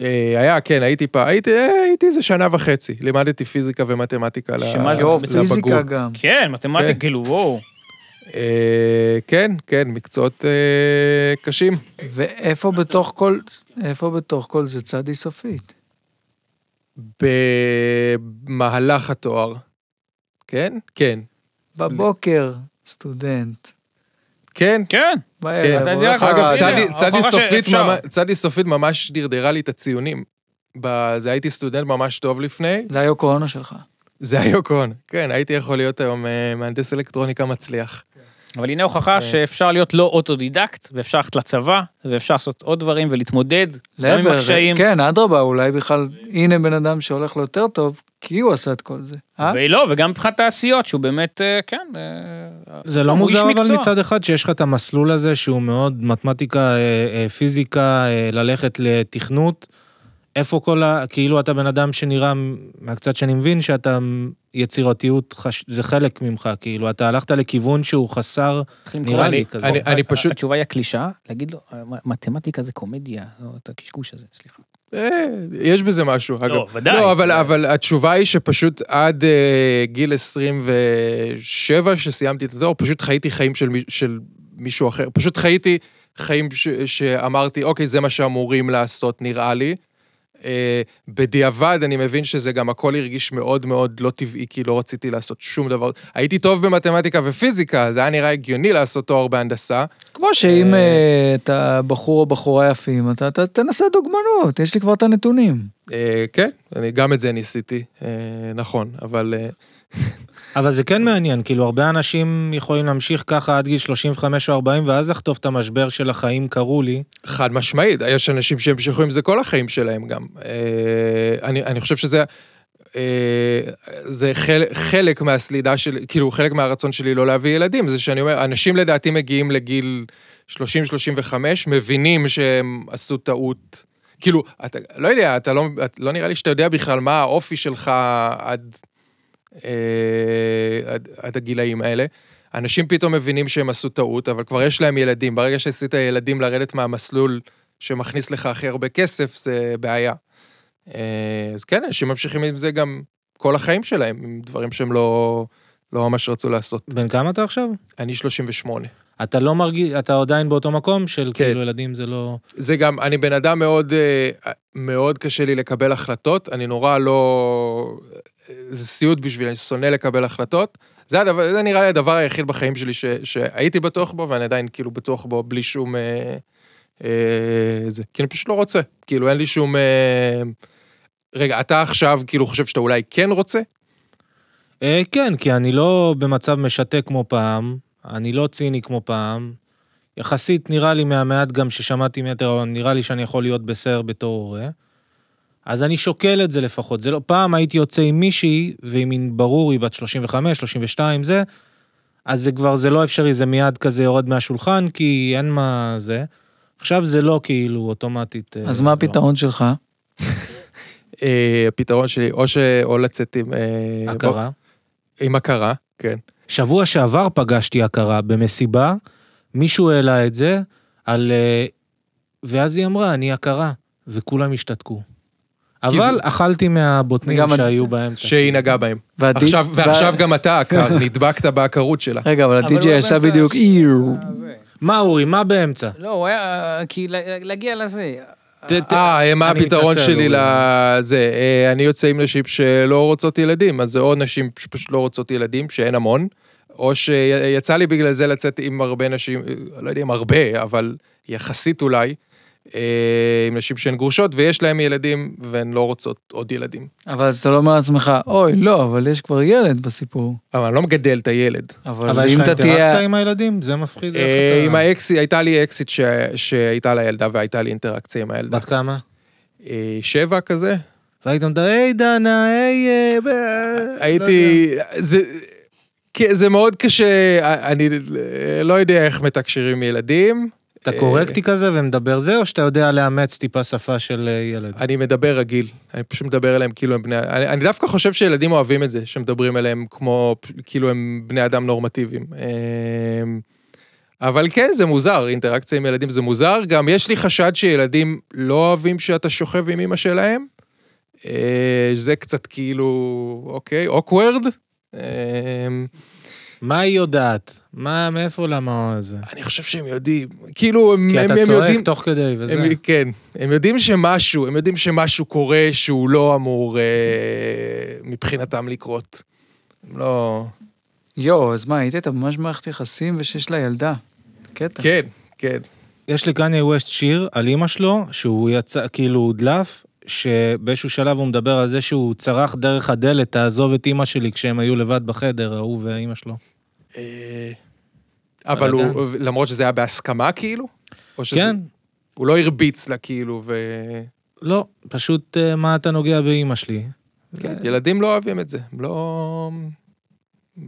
Speaker 1: אה, היה, כן, הייתי פעם, הייתי, אה, הייתי איזה שנה וחצי, לימדתי פיזיקה ומתמטיקה ל-
Speaker 4: שמה זה?
Speaker 2: יואו,
Speaker 1: לבגרות.
Speaker 2: אה, פיזיקה גם.
Speaker 4: כן, מתמטיקה,
Speaker 1: כן.
Speaker 4: כאילו, וואו.
Speaker 1: אה, כן, כן, מקצועות אה, קשים.
Speaker 2: ואיפה בתוך כל, איפה בתוך כל זה צדי סופית?
Speaker 1: במהלך התואר. כן? כן.
Speaker 2: בבוקר, סטודנט.
Speaker 1: כן.
Speaker 4: כן.
Speaker 2: בערב,
Speaker 4: אתה יודע,
Speaker 2: הולך
Speaker 4: כבר,
Speaker 1: אגב,
Speaker 2: ל-
Speaker 4: הנה,
Speaker 1: צדי-
Speaker 4: ההוכחה
Speaker 1: צדי סופית
Speaker 4: שאפשר.
Speaker 1: ממש- צדי סופית ממש דרדרה לי את הציונים. בזה הייתי סטודנט ממש טוב לפני,
Speaker 2: זה היה קורונה שלך.
Speaker 1: זה היוקון. כן, הייתי יכול להיות היום אה, מהנדס אלקטרוניקה מצליח.
Speaker 4: אבל הנה
Speaker 3: כן.
Speaker 4: הוכחה שאפשר להיות לא אוטודידקט, ואפשר ללכת לצבא, ואפשר לעשות עוד דברים ולהתמודד, גם עם
Speaker 2: לעבר,
Speaker 4: הקשיים.
Speaker 2: כן, אדרבה, אולי בכלל, הנה בן אדם שהולך לו יותר טוב, כי הוא עשה את כל זה. אה?
Speaker 4: ולא, וגם מבחינת תעשיות, שהוא באמת, אה, כן, אה,
Speaker 3: זה לא
Speaker 4: הוא
Speaker 3: מוזר
Speaker 4: איש
Speaker 3: אבל
Speaker 4: מקצוע.
Speaker 3: מצד אחד שיש לך את המסלול הזה שהוא מאוד מתמטיקה, אה, אה, פיזיקה, אה, ללכת לתכנות. איפה כל ה... כאילו אתה בן אדם שנראה, מהקצת שאני מבין, שאתה יצירתיות, חש... זה חלק ממך, כאילו אתה הלכת לכיוון שהוא חסר,
Speaker 4: צריך למכור.
Speaker 3: נראה לי
Speaker 1: אני-
Speaker 3: כזה.
Speaker 1: אני- אני פשוט...
Speaker 4: התשובה היא הקלישאה, להגיד לו, "אה, מתמטיקה זה קומדיה, לא, את הקשקוש הזה, סליחה.
Speaker 1: אה, יש בזה משהו, אגב.
Speaker 4: ודאי.
Speaker 1: לא, אבל, אבל התשובה היא שפשוט עד אה, גיל 27, שסיימתי את התואר, פשוט חייתי חיים של, מי- של מישהו אחר. פשוט חייתי חיים ש, שאמרתי, אוקיי, זה מה שאמורים לעשות, נראה לי. אה, בדיעבד, אני מבין שזה גם הכל הרגיש מאוד מאוד לא טבעי, כי לא רציתי לעשות שום דבר. הייתי טוב במתמטיקה ופיזיקה, זה היה נראה הגיוני לעשות תואר בהנדסה.
Speaker 2: כמו שאם אה, אתה בחור או בחורה יפים, אתה אתה תנסה דוגמנות, יש לי כבר את הנתונים.
Speaker 1: אה, כן, אני גם את זה ניסיתי, אה, נכון, אבל... אה,
Speaker 3: אבל זה כן מעניין, כאילו הרבה אנשים יכולים להמשיך ככה עד גיל 35 או 40, ואז לחטוף את המשבר של החיים קרו לי.
Speaker 1: חד משמעית, יש אנשים שהמשיכו עם זה כל החיים שלהם גם. אה, אני, אני חושב שזה אה, זה חל, חלק מהסלידה שלי, כאילו חלק מהרצון שלי לא להביא ילדים, זה שאני אומר, אנשים לדעתי מגיעים לגיל 30-35, מבינים שהם עשו טעות. כאילו, אתה לא יודע, אתה לא, את, לא נראה לי שאתה יודע בכלל מה האופי שלך עד, אה, עד, עד הגילאים האלה. אנשים פתאום מבינים שהם עשו טעות, אבל כבר יש להם ילדים. ברגע שעשית ילדים לרדת מהמסלול שמכניס לך הכי הרבה כסף, זה בעיה. אה, אז כן, אנשים ממשיכים עם זה גם כל החיים שלהם, עם דברים שהם לא, לא ממש רצו לעשות.
Speaker 3: בן כמה אתה עכשיו?
Speaker 1: אני 38.
Speaker 3: אתה לא מרגיש, אתה עדיין באותו מקום של
Speaker 1: כן.
Speaker 3: כאילו ילדים זה לא...
Speaker 1: זה גם, אני בן אדם מאוד, אה, מאוד קשה לי לקבל החלטות, אני נורא לא... זה סיוט בשבילי, אני שונא לקבל החלטות. זה, הדבר, זה נראה לי הדבר היחיד בחיים שלי ש, שהייתי בטוח בו, ואני עדיין כאילו בטוח בו בלי שום... אה, אה, זה, כי אני פשוט לא רוצה, כאילו אין לי שום... אה, רגע, אתה עכשיו כאילו חושב שאתה אולי כן רוצה?
Speaker 3: אה, כן, כי אני לא במצב משתק כמו פעם, אני לא ציני כמו פעם. יחסית נראה לי מהמעט גם ששמעתי מיתר, נראה לי שאני יכול להיות בסדר בתור הורה. אז אני שוקל את זה לפחות. זה לא, פעם הייתי יוצא עם מישהי, ועם מין ברור, היא בת 35, 32, זה, אז זה כבר, זה לא אפשרי, זה מיד כזה יורד מהשולחן, כי אין מה זה. עכשיו זה לא כאילו אוטומטית. אה,
Speaker 2: אז מה
Speaker 3: לא.
Speaker 2: הפתרון שלך?
Speaker 1: אה, הפתרון שלי, או, ש, או לצאת עם... אה, בוא,
Speaker 3: הכרה.
Speaker 1: עם הכרה, כן.
Speaker 3: שבוע שעבר פגשתי הכרה במסיבה, מישהו העלה את זה, על... אה, ואז היא אמרה, אני הכרה, וכולם השתתקו.
Speaker 1: כי
Speaker 3: אבל אכלתי מהבוטנים
Speaker 2: גם אני-
Speaker 3: שהיו באמצע.
Speaker 1: שהיא נגעה בהם.
Speaker 2: והדי-
Speaker 1: עכשיו,
Speaker 2: וה-
Speaker 1: ועכשיו גם אתה, עקר, [LAUGHS] נדבקת בעקרות שלה.
Speaker 2: רגע, אבל
Speaker 4: אבל הוא
Speaker 2: הדי-ג'יי
Speaker 4: היה
Speaker 2: עשה
Speaker 4: באמצע
Speaker 2: בדיוק
Speaker 4: ש-
Speaker 2: איר.
Speaker 3: מה, אורי, מה באמצע?
Speaker 4: לא, הוא היה... כי לה- להגיע לזה.
Speaker 3: ת- ת-
Speaker 1: אה, מה
Speaker 3: אני
Speaker 1: הפתרון
Speaker 3: מתנצל,
Speaker 1: שלי
Speaker 3: אורי.
Speaker 1: לזה? אה, אני יוצא עם נשים שלא רוצות ילדים, אז זה או נשים שפשוט לא רוצות ילדים, שאין המון, או שיצא לי בגלל זה לצאת עם הרבה נשים, אה, לא יודע אם הרבה, אבל יחסית אולי, אה, עם נשים שהן גרושות ויש להן ילדים והן לא רוצות עוד ילדים.
Speaker 2: אבל אז אתה לא אומר לעצמך, אוי, לא, אבל יש כבר ילד בסיפור.
Speaker 1: אבל אני לא מגדל את הילד.
Speaker 2: אבל
Speaker 3: אבל יש
Speaker 2: אם
Speaker 3: לך
Speaker 2: אתה
Speaker 3: אינטראקציה
Speaker 2: תהיה...
Speaker 3: עם הילדים? זה מפחיד. איך
Speaker 1: אה,
Speaker 3: אתה-
Speaker 1: עם האקסיט, הייתה לי אקסיט ש- שהייתה לה ילדה והייתה לי אינטראקציה עם הילדה.
Speaker 3: בת כמה?
Speaker 1: אה, שבע כזה?
Speaker 3: והיית מדבר, היי דנה, היי... אה, ב- אה, לא יודע."
Speaker 1: הייתי, זה, כן, זה מאוד קשה, אני לא יודע איך מתקשרים ילדים.
Speaker 3: אתה קורקטי כזה ומדבר זה, או שאתה יודע לאמץ טיפה שפה של אה, ילד?
Speaker 1: אני מדבר רגיל, אני פשוט מדבר אליהם כאילו הם בני... אני, אני דווקא חושב שילדים אוהבים את זה, שמדברים אליהם כמו, כאילו הם בני אדם נורמטיביים. אמ, אבל כן, זה מוזר, אינטראקציה עם ילדים זה מוזר. גם יש לי חשד שילדים לא אוהבים שאתה שוכב עם אמא שלהם. אה, זה קצת כאילו, אוקיי, אוקוורד. אמ,
Speaker 3: מה היא יודעת? מה, מאיפה למה זה?
Speaker 1: אני חושב שהם יודעים, כאילו הם,
Speaker 3: כי
Speaker 1: הם,
Speaker 3: אתה
Speaker 1: הם יודעים,
Speaker 3: צועק תוך כדי וזה.
Speaker 1: הם, כן, הם יודעים שמשהו, הם יודעים שמשהו קורה שהוא לא אמור אה, מבחינתם לקרות. הם לא,
Speaker 2: יואו, אז מה, היית איתה ממש במערכת יחסים ושיש לה ילדה. קטע.
Speaker 1: כן, כן.
Speaker 3: יש לקניה ווסט שיר על אימא שלו, שהוא יצא, כאילו הוא הודלף, שבאיזשהו שלב הוא מדבר על זה שהוא צרח דרך הדלת, תעזוב את אימא שלי כשהם היו לבד בחדר, ההוא ואימא שלו.
Speaker 1: אה, אבל הוא, למרות שזה היה בהסכמה כאילו? או שזה,
Speaker 3: כן,
Speaker 1: הוא לא הרביץ לה כאילו, ו...
Speaker 3: לא, פשוט אה, מה אתה נוגע באימא שלי.
Speaker 1: כן,
Speaker 3: אה.
Speaker 1: ילדים לא אוהבים את זה, הם לא...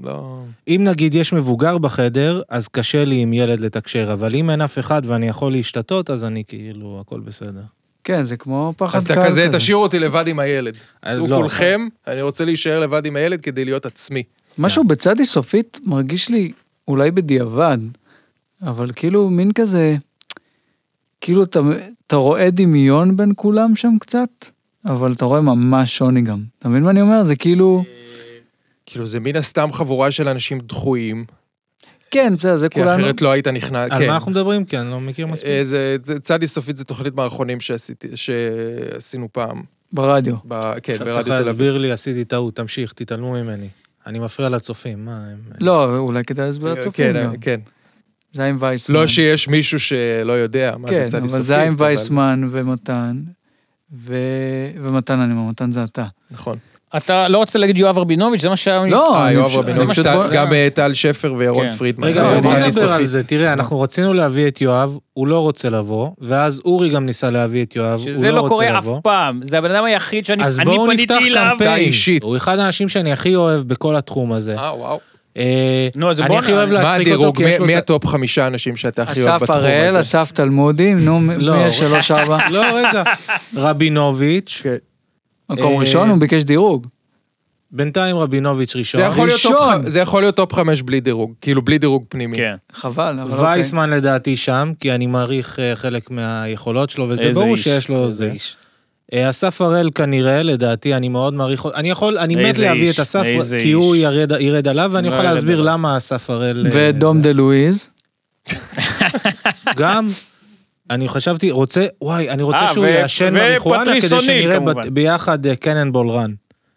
Speaker 1: לא...
Speaker 3: אם נגיד יש מבוגר בחדר, אז קשה לי עם ילד לתקשר, אבל אם אין אף אחד ואני יכול להשתתות, אז אני כאילו, הכל בסדר.
Speaker 2: כן, זה כמו פחד
Speaker 1: אז אתה
Speaker 2: קהל
Speaker 1: כזה, תשאיר אותי לבד עם הילד.
Speaker 3: אז
Speaker 1: צאו
Speaker 3: לא.
Speaker 1: כולכם, אני רוצה להישאר לבד עם הילד כדי להיות עצמי. כן.
Speaker 2: משהו בצדי סופית מרגיש לי אולי בדיעבד, אבל כאילו מין כזה, כאילו אתה, אתה רואה דמיון בין כולם שם קצת, אבל אתה רואה ממש שוני גם. אתה מבין מה אני אומר? זה כאילו,
Speaker 1: כאילו, זה מן הסתם חבורה של אנשים דחויים,
Speaker 2: כן, בסדר, זה
Speaker 1: כי
Speaker 2: כולנו.
Speaker 1: אחרת לא היית נכנע,
Speaker 3: על
Speaker 1: כן.
Speaker 3: מה אנחנו מדברים? כי אני לא מכיר מספיק.
Speaker 1: אה, זה, זה, צדי סופית זו תוכנית מערכונים שעשיתי, שעשינו פעם,
Speaker 2: ברדיו.
Speaker 1: ב, כן,
Speaker 3: עכשיו
Speaker 1: ברדיו
Speaker 3: צריך
Speaker 1: תל אביב.
Speaker 3: להסביר לי, עשיתי טעות, תמשיך, תתעלמו ממני. אני מפריע לצופים, מה הם...
Speaker 2: לא, אולי כדאי להסביר לצופים
Speaker 1: כן,
Speaker 2: גם.
Speaker 1: כן.
Speaker 2: זה היה עם וייסמן.
Speaker 1: לא שיש מישהו שלא יודע מה זה
Speaker 2: כן,
Speaker 1: צדי סופית.
Speaker 2: אבל זה היה עם
Speaker 1: אבל-
Speaker 2: וייסמן ומתן, ו... ומתן אני אומר, מתן זה אתה.
Speaker 1: נכון.
Speaker 4: אתה לא רוצה להגיד יואב רבינוביץ', זה מה שהיה...
Speaker 2: לא,
Speaker 1: אה,
Speaker 2: אני
Speaker 1: יואב
Speaker 2: פשוט- אני
Speaker 1: רבינוביץ',
Speaker 2: פשוט
Speaker 1: טל-
Speaker 2: בוא-
Speaker 1: גם אה, טל שפר וירון
Speaker 4: כן.
Speaker 1: פרידמן.
Speaker 3: רגע,
Speaker 1: אה,
Speaker 3: אבל בוא
Speaker 1: צדי
Speaker 3: נדבר על
Speaker 1: סופית.
Speaker 3: זה, תראה, אנחנו רצינו להביא את יואב, הוא לא רוצה לבוא, ואז אורי גם ניסה להביא את יואב, הוא
Speaker 4: שזה לא
Speaker 3: לא רוצה
Speaker 4: קורה אף
Speaker 3: לבוא.
Speaker 4: פעם, זה הבן אדם היחיד שאני
Speaker 3: אז
Speaker 4: אני
Speaker 3: בואו
Speaker 4: פניתי
Speaker 3: נפתח
Speaker 4: אליו.
Speaker 1: די,
Speaker 3: קמפיין.
Speaker 1: אישית.
Speaker 3: הוא אחד האנשים שאני הכי אוהב בכל התחום הזה.
Speaker 1: אה, וואו.
Speaker 3: אה,
Speaker 4: נו, אז
Speaker 3: אני
Speaker 4: בוא
Speaker 3: הכי
Speaker 4: נ-
Speaker 3: אוהב
Speaker 2: לא,
Speaker 1: מה
Speaker 3: להצחיק אותו,
Speaker 1: הדירוג?
Speaker 3: כי יש
Speaker 1: מי-
Speaker 3: לו...
Speaker 1: מי
Speaker 3: את-
Speaker 1: הסטופ חמישה אנשים שאתה הכי אוהב
Speaker 2: אסף
Speaker 1: בתחום
Speaker 2: הראל,
Speaker 1: הזה?
Speaker 2: אסף תלמודי, נו, מ-
Speaker 3: לא.
Speaker 2: מי
Speaker 1: [LAUGHS]
Speaker 2: השלוש ארבע?
Speaker 3: לא, רגע. רבינוביץ',
Speaker 1: כן.
Speaker 2: מקום
Speaker 3: אה,
Speaker 2: ראשון, הוא ביקש דירוג.
Speaker 3: בינתיים רבינוביץ' ראשון.
Speaker 1: זה יכול להיות טופ
Speaker 2: ראשון.
Speaker 1: ח- זה יכול להיות טופ חמש בלי דירוג, כאילו בלי דירוג פנימי.
Speaker 4: כן.
Speaker 2: חבל, אבל אוקיי.
Speaker 3: וייסמן לדעתי שם, כי אני מעריך אה, חלק מהיכולות שלו, וזה
Speaker 4: איזה
Speaker 3: ברור
Speaker 4: איש,
Speaker 3: שיש לו
Speaker 4: איזה
Speaker 3: זה.
Speaker 4: איש.
Speaker 3: אה, אסף הראל כנראה, לדעתי, אני מאוד מעריך, אותו. אני יכול, אני מת
Speaker 4: איזה
Speaker 3: להביא
Speaker 4: איש,
Speaker 3: את אסף,
Speaker 4: איזה
Speaker 3: כי הוא
Speaker 4: איש.
Speaker 3: ירד- ירד עליו, ואני
Speaker 4: לא
Speaker 3: יכול
Speaker 4: ירד
Speaker 3: להסביר
Speaker 4: עליו.
Speaker 3: למה אסף הראל...
Speaker 2: אוקיי.
Speaker 3: אה,
Speaker 2: ודום [LAUGHS] דה לואיז.
Speaker 3: גם, אני חשבתי, רוצה, וואי, אני רוצה
Speaker 4: אה,
Speaker 3: שהוא
Speaker 4: ו-
Speaker 3: יעשן מריחואנה,
Speaker 4: ופטריס
Speaker 3: כדי
Speaker 4: אוניל,
Speaker 3: שנראה
Speaker 4: כמובן.
Speaker 3: בת- ביחד אה, קננבול רן,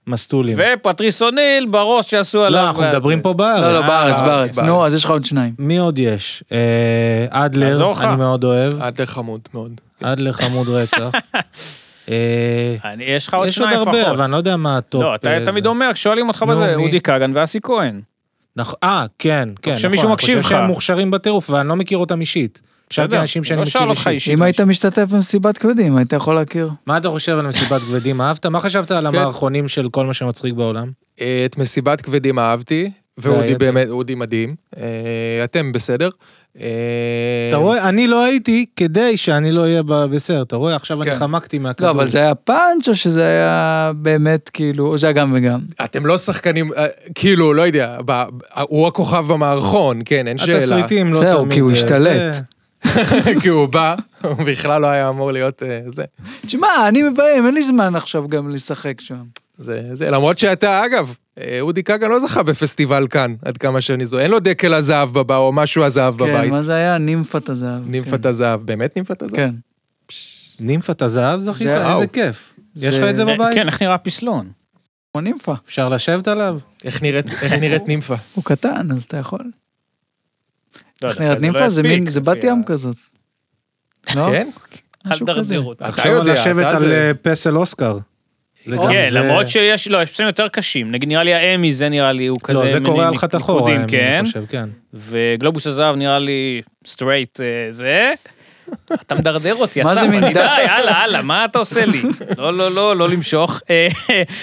Speaker 3: מסטולים.
Speaker 4: ופטריס אוניל בראש שעשו עליו.
Speaker 3: לא, אנחנו
Speaker 4: ואז-
Speaker 3: מדברים פה אה, בארץ.
Speaker 2: לא, לא, בארץ,
Speaker 1: בארץ,
Speaker 2: בארץ. נו, אז יש לך עוד שניים.
Speaker 3: מי עוד יש? אה, אדלר,
Speaker 4: לעזור לך. אה, אוקיי.
Speaker 3: אני מאוד אוהב.
Speaker 1: אדלר חמוד מאוד.
Speaker 3: אדלר חמוד
Speaker 4: [LAUGHS]
Speaker 3: רצח. אה,
Speaker 4: אני- יש לך עוד
Speaker 3: יש עוד
Speaker 4: שניים
Speaker 3: הרבה, אבל
Speaker 4: לפחות.
Speaker 3: אני לא יודע מה הטופ.
Speaker 4: לא, אתה
Speaker 3: אה,
Speaker 4: תמיד
Speaker 3: זה.
Speaker 4: אומר, כששואלים אותך
Speaker 3: נו,
Speaker 4: בזה,
Speaker 3: מי?
Speaker 4: אודי כגן ואסי כהן.
Speaker 3: נכון, אה, כן, כן,
Speaker 4: שמישהו
Speaker 3: נכון,
Speaker 4: מקשיב
Speaker 3: אני
Speaker 4: לך.
Speaker 3: חושב שהם מוכשרים בטירוף, ואני לא מכיר אותם אישית. חשבתי
Speaker 4: בסדר,
Speaker 3: אנשים שאני
Speaker 4: לא שאל
Speaker 3: מכיר
Speaker 4: אותך
Speaker 3: אישית.
Speaker 2: אם היית משתתף במסיבת כבדים, היית יכול להכיר.
Speaker 3: מה אתה חושב על מסיבת כבדים? אהבת? מה חשבת על המערכונים של כל מה שמצחיק בעולם?
Speaker 1: אה, את מסיבת כבדים אהבתי, ואודי
Speaker 3: והיתר?
Speaker 1: באמת, אודי מדהים. אה, אתם בסדר. אה,
Speaker 3: אתה רואה, אני לא הייתי כדי שאני לא אהיה ב- בסרט, אתה רואה? עכשיו אני
Speaker 2: כן.
Speaker 3: חמקתי
Speaker 2: לא,
Speaker 3: מהכדור.
Speaker 2: אבל זה היה פאנץ' או שזה היה באמת כאילו, או זה היה גם וגם.
Speaker 1: אתם לא שחקנים, אה, כאילו, לא יודע, ב- ב- הוא הכוכב במערכון, כן, אין שאלה.
Speaker 3: התסריטים לא תמיד...
Speaker 2: זהו, כי הוא
Speaker 3: אה,
Speaker 2: השתלט.
Speaker 3: זה-
Speaker 1: [LAUGHS] כי הוא בא, הוא בכלל לא היה אמור להיות אה, זה.
Speaker 2: תשמע, אני מביים, אין לי זמן עכשיו גם לשחק שם.
Speaker 1: זה, זה, למרות שאתה, אגב, אה, אודי כגן לא זכה בפסטיבל כאן, עד כמה שאני זוכר. אין לו דקל הזהב בבית, או משהו הזהב
Speaker 2: כן,
Speaker 1: בבית.
Speaker 2: מה זה היה? נימפת הזהב.
Speaker 1: נימפת הזהב, באמת נימפת הזהב?
Speaker 2: כן.
Speaker 3: נימפת הזהב זכית?
Speaker 2: זה-
Speaker 3: איזה
Speaker 1: וואו.
Speaker 3: כיף. יש
Speaker 2: זה-
Speaker 3: לך את זה בבית?
Speaker 4: כן, איך נראה פסלון?
Speaker 2: כמו נימפה.
Speaker 3: אפשר לשבת עליו?
Speaker 1: איך נראית, איך נראית נימפה?
Speaker 2: הוא קטן, אז אתה יכול.
Speaker 4: לא,
Speaker 2: איך
Speaker 4: דווקא
Speaker 2: נראית
Speaker 4: זה לא
Speaker 2: נימפה? זה
Speaker 4: יספיק,
Speaker 2: מין, זה
Speaker 4: לפי
Speaker 2: בת
Speaker 4: ה-
Speaker 2: ים כזאת. לא?
Speaker 1: כן?
Speaker 4: אל
Speaker 2: משהו כזה.
Speaker 4: תדרדר אותה.
Speaker 1: אתה
Speaker 3: אפשר
Speaker 1: יודע,
Speaker 3: לשבת
Speaker 1: אתה
Speaker 3: על
Speaker 1: זה.
Speaker 3: אה, פסל אוסקר. זה גם
Speaker 4: כן,
Speaker 3: זה-
Speaker 4: למרות שיש, לא, יש פסלים יותר קשים. נגיד נראה לי האמי, זה נראה לי, הוא כזה...
Speaker 3: לא, זה
Speaker 4: מין
Speaker 3: קורע
Speaker 4: ניק-
Speaker 3: לך את החור,
Speaker 4: ניקודים,
Speaker 3: אני
Speaker 4: כן,
Speaker 3: חושב, כן.
Speaker 4: וגלובוס הזהב נראה לי סטרייט אה, זה. אתה מדרדר אותי,
Speaker 2: מה
Speaker 4: אסף,
Speaker 2: זה
Speaker 4: אני
Speaker 2: מין
Speaker 4: די,
Speaker 2: דת?
Speaker 4: הלאה, הלאה, מה אתה עושה לי? לא, לא, לא, לא למשוך. אה,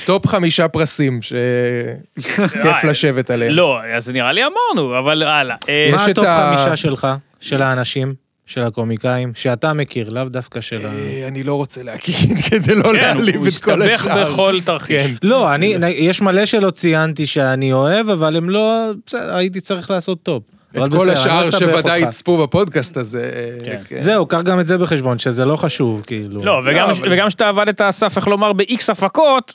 Speaker 1: טופ חמישה פרסים
Speaker 4: [LAUGHS]
Speaker 1: שכיף לשבת עליהם.
Speaker 4: לא, אז נראה לי אמרנו, אבל הלאה. אה,
Speaker 1: יש
Speaker 3: כן. מה
Speaker 1: את
Speaker 3: הטופ
Speaker 1: ה-
Speaker 3: חמישה שלך? של האנשים? של הקומיקאים? שאתה מכיר, לאו דווקא של ה...
Speaker 1: אה, אני לא רוצה להגיד [LAUGHS] כדי לא
Speaker 4: כן,
Speaker 1: להעליב
Speaker 4: הוא
Speaker 1: את כל
Speaker 4: הסתבך
Speaker 1: השאר.
Speaker 4: בכל תרחיש.
Speaker 1: כן.
Speaker 3: לא, אני, יש מלא שלא ציינתי שאני אוהב, אבל הם לא... בסדר, הייתי צריך לעשות טופ. אבל
Speaker 1: את
Speaker 3: בסדר,
Speaker 1: כל
Speaker 3: אני לא
Speaker 1: השאר
Speaker 3: אסבך
Speaker 1: שוודאי
Speaker 3: אותך.
Speaker 1: יצפו בפודקאסט הזה. אה,
Speaker 4: כן.
Speaker 1: כן.
Speaker 3: זהו, קח גם את זה בחשבון, שזה לא חשוב, כאילו.
Speaker 4: לא, וגם-
Speaker 1: לא, אבל-
Speaker 4: וגם כשאתה עבדת, אסף, איך לומר, ב-X הפקות,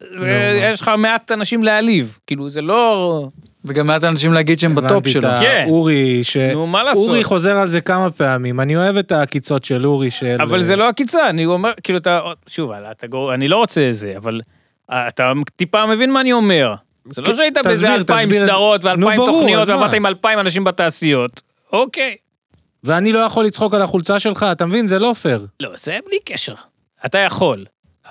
Speaker 4: זה-
Speaker 3: נו, מה.
Speaker 4: יש לך מעט אנשים להעליב. כאילו, זה לא...
Speaker 2: וגם מעט אנשים להגיד שהם
Speaker 3: הבנתי
Speaker 2: בטופ
Speaker 3: את
Speaker 2: שלו.
Speaker 3: ה-
Speaker 4: כן.
Speaker 3: אורי, ש...
Speaker 4: נו, מה לעשות?
Speaker 3: אורי חוזר על זה כמה פעמים, אני אוהב את העקיצות של אורי, של...
Speaker 4: אבל זה לא עקיצה, אני אומר, כאילו אתה, שוב, אתה גור- אני לא רוצה זה, אבל אה, אתה טיפה מבין מה אני אומר. זה לא
Speaker 3: כן,
Speaker 4: שהיית
Speaker 3: תסביר,
Speaker 4: באיזה אלפיים
Speaker 3: תסביר את זה.
Speaker 4: סדרות ואלפיים
Speaker 3: נו, ברור,
Speaker 4: תוכניות
Speaker 3: אז מה?
Speaker 4: ועבדת עם אלפיים אנשים בתעשיות. אוקיי.
Speaker 3: ואני לא יכול לצחוק על החולצה שלך, אתה מבין? זה לא פייר.
Speaker 4: לא, זה בלי קשר. אתה יכול.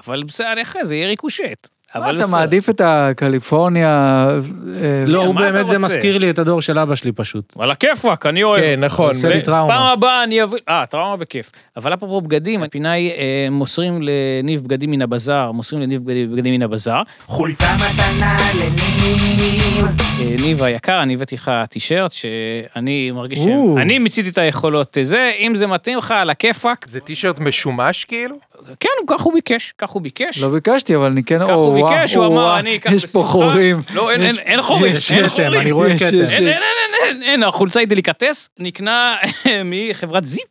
Speaker 4: אבל בסדר, אחרי זה יהיה ריקושט.
Speaker 2: מה,
Speaker 4: אבל
Speaker 2: אתה
Speaker 4: בסדר.
Speaker 2: מעדיף את הקליפורניה? אה,
Speaker 3: לא, הוא
Speaker 4: מה אתה
Speaker 3: באמת, זה
Speaker 4: רוצה?
Speaker 3: מזכיר לי את הדור של אבא שלי פשוט.
Speaker 4: וואלה, כיפאק, אני אוהב.
Speaker 1: כן, נכון.
Speaker 3: עושה
Speaker 1: ו-
Speaker 3: לי טראומה.
Speaker 4: פעם הבאה אני אביא... אה, טראומה בכיף. אבל אפרופו בגדים, הפינה היא אה, מוסרים לניב בגדים מן הבזאר, מוסרים לניב בגדים בגדים מן הבזאר.
Speaker 5: חולצה מתנה לניב.
Speaker 4: אה, ניב היקר, אני הבאתי לך טישרט שאני מרגיש
Speaker 2: או.
Speaker 4: שאני מיציתי את היכולות אה, זה, אם זה מתאים לך, על הכיפאק.
Speaker 1: זה טישרט משומש כאילו?
Speaker 4: כן, הוא- כך הוא ביקש, כך הוא ביקש.
Speaker 2: לא ביקשתי, אבל אני כן...
Speaker 4: כך הוא
Speaker 2: או, וואו,
Speaker 4: ביקש, הוא
Speaker 2: או,
Speaker 4: אמר,
Speaker 2: וואו,
Speaker 4: אני אקח
Speaker 2: יש פה
Speaker 4: בשמחה.
Speaker 2: חורים.
Speaker 4: לא, אין-
Speaker 2: יש-
Speaker 4: אין- אין חורים,
Speaker 3: יש
Speaker 4: אין
Speaker 3: כתם, אני
Speaker 4: חורים.
Speaker 3: רואה
Speaker 2: יש,
Speaker 3: כתם.
Speaker 2: יש,
Speaker 4: אין, אין, אין, אין, אין, אין, החולצה היא דליקטס, נקנה [LAUGHS] מחברת זיפ.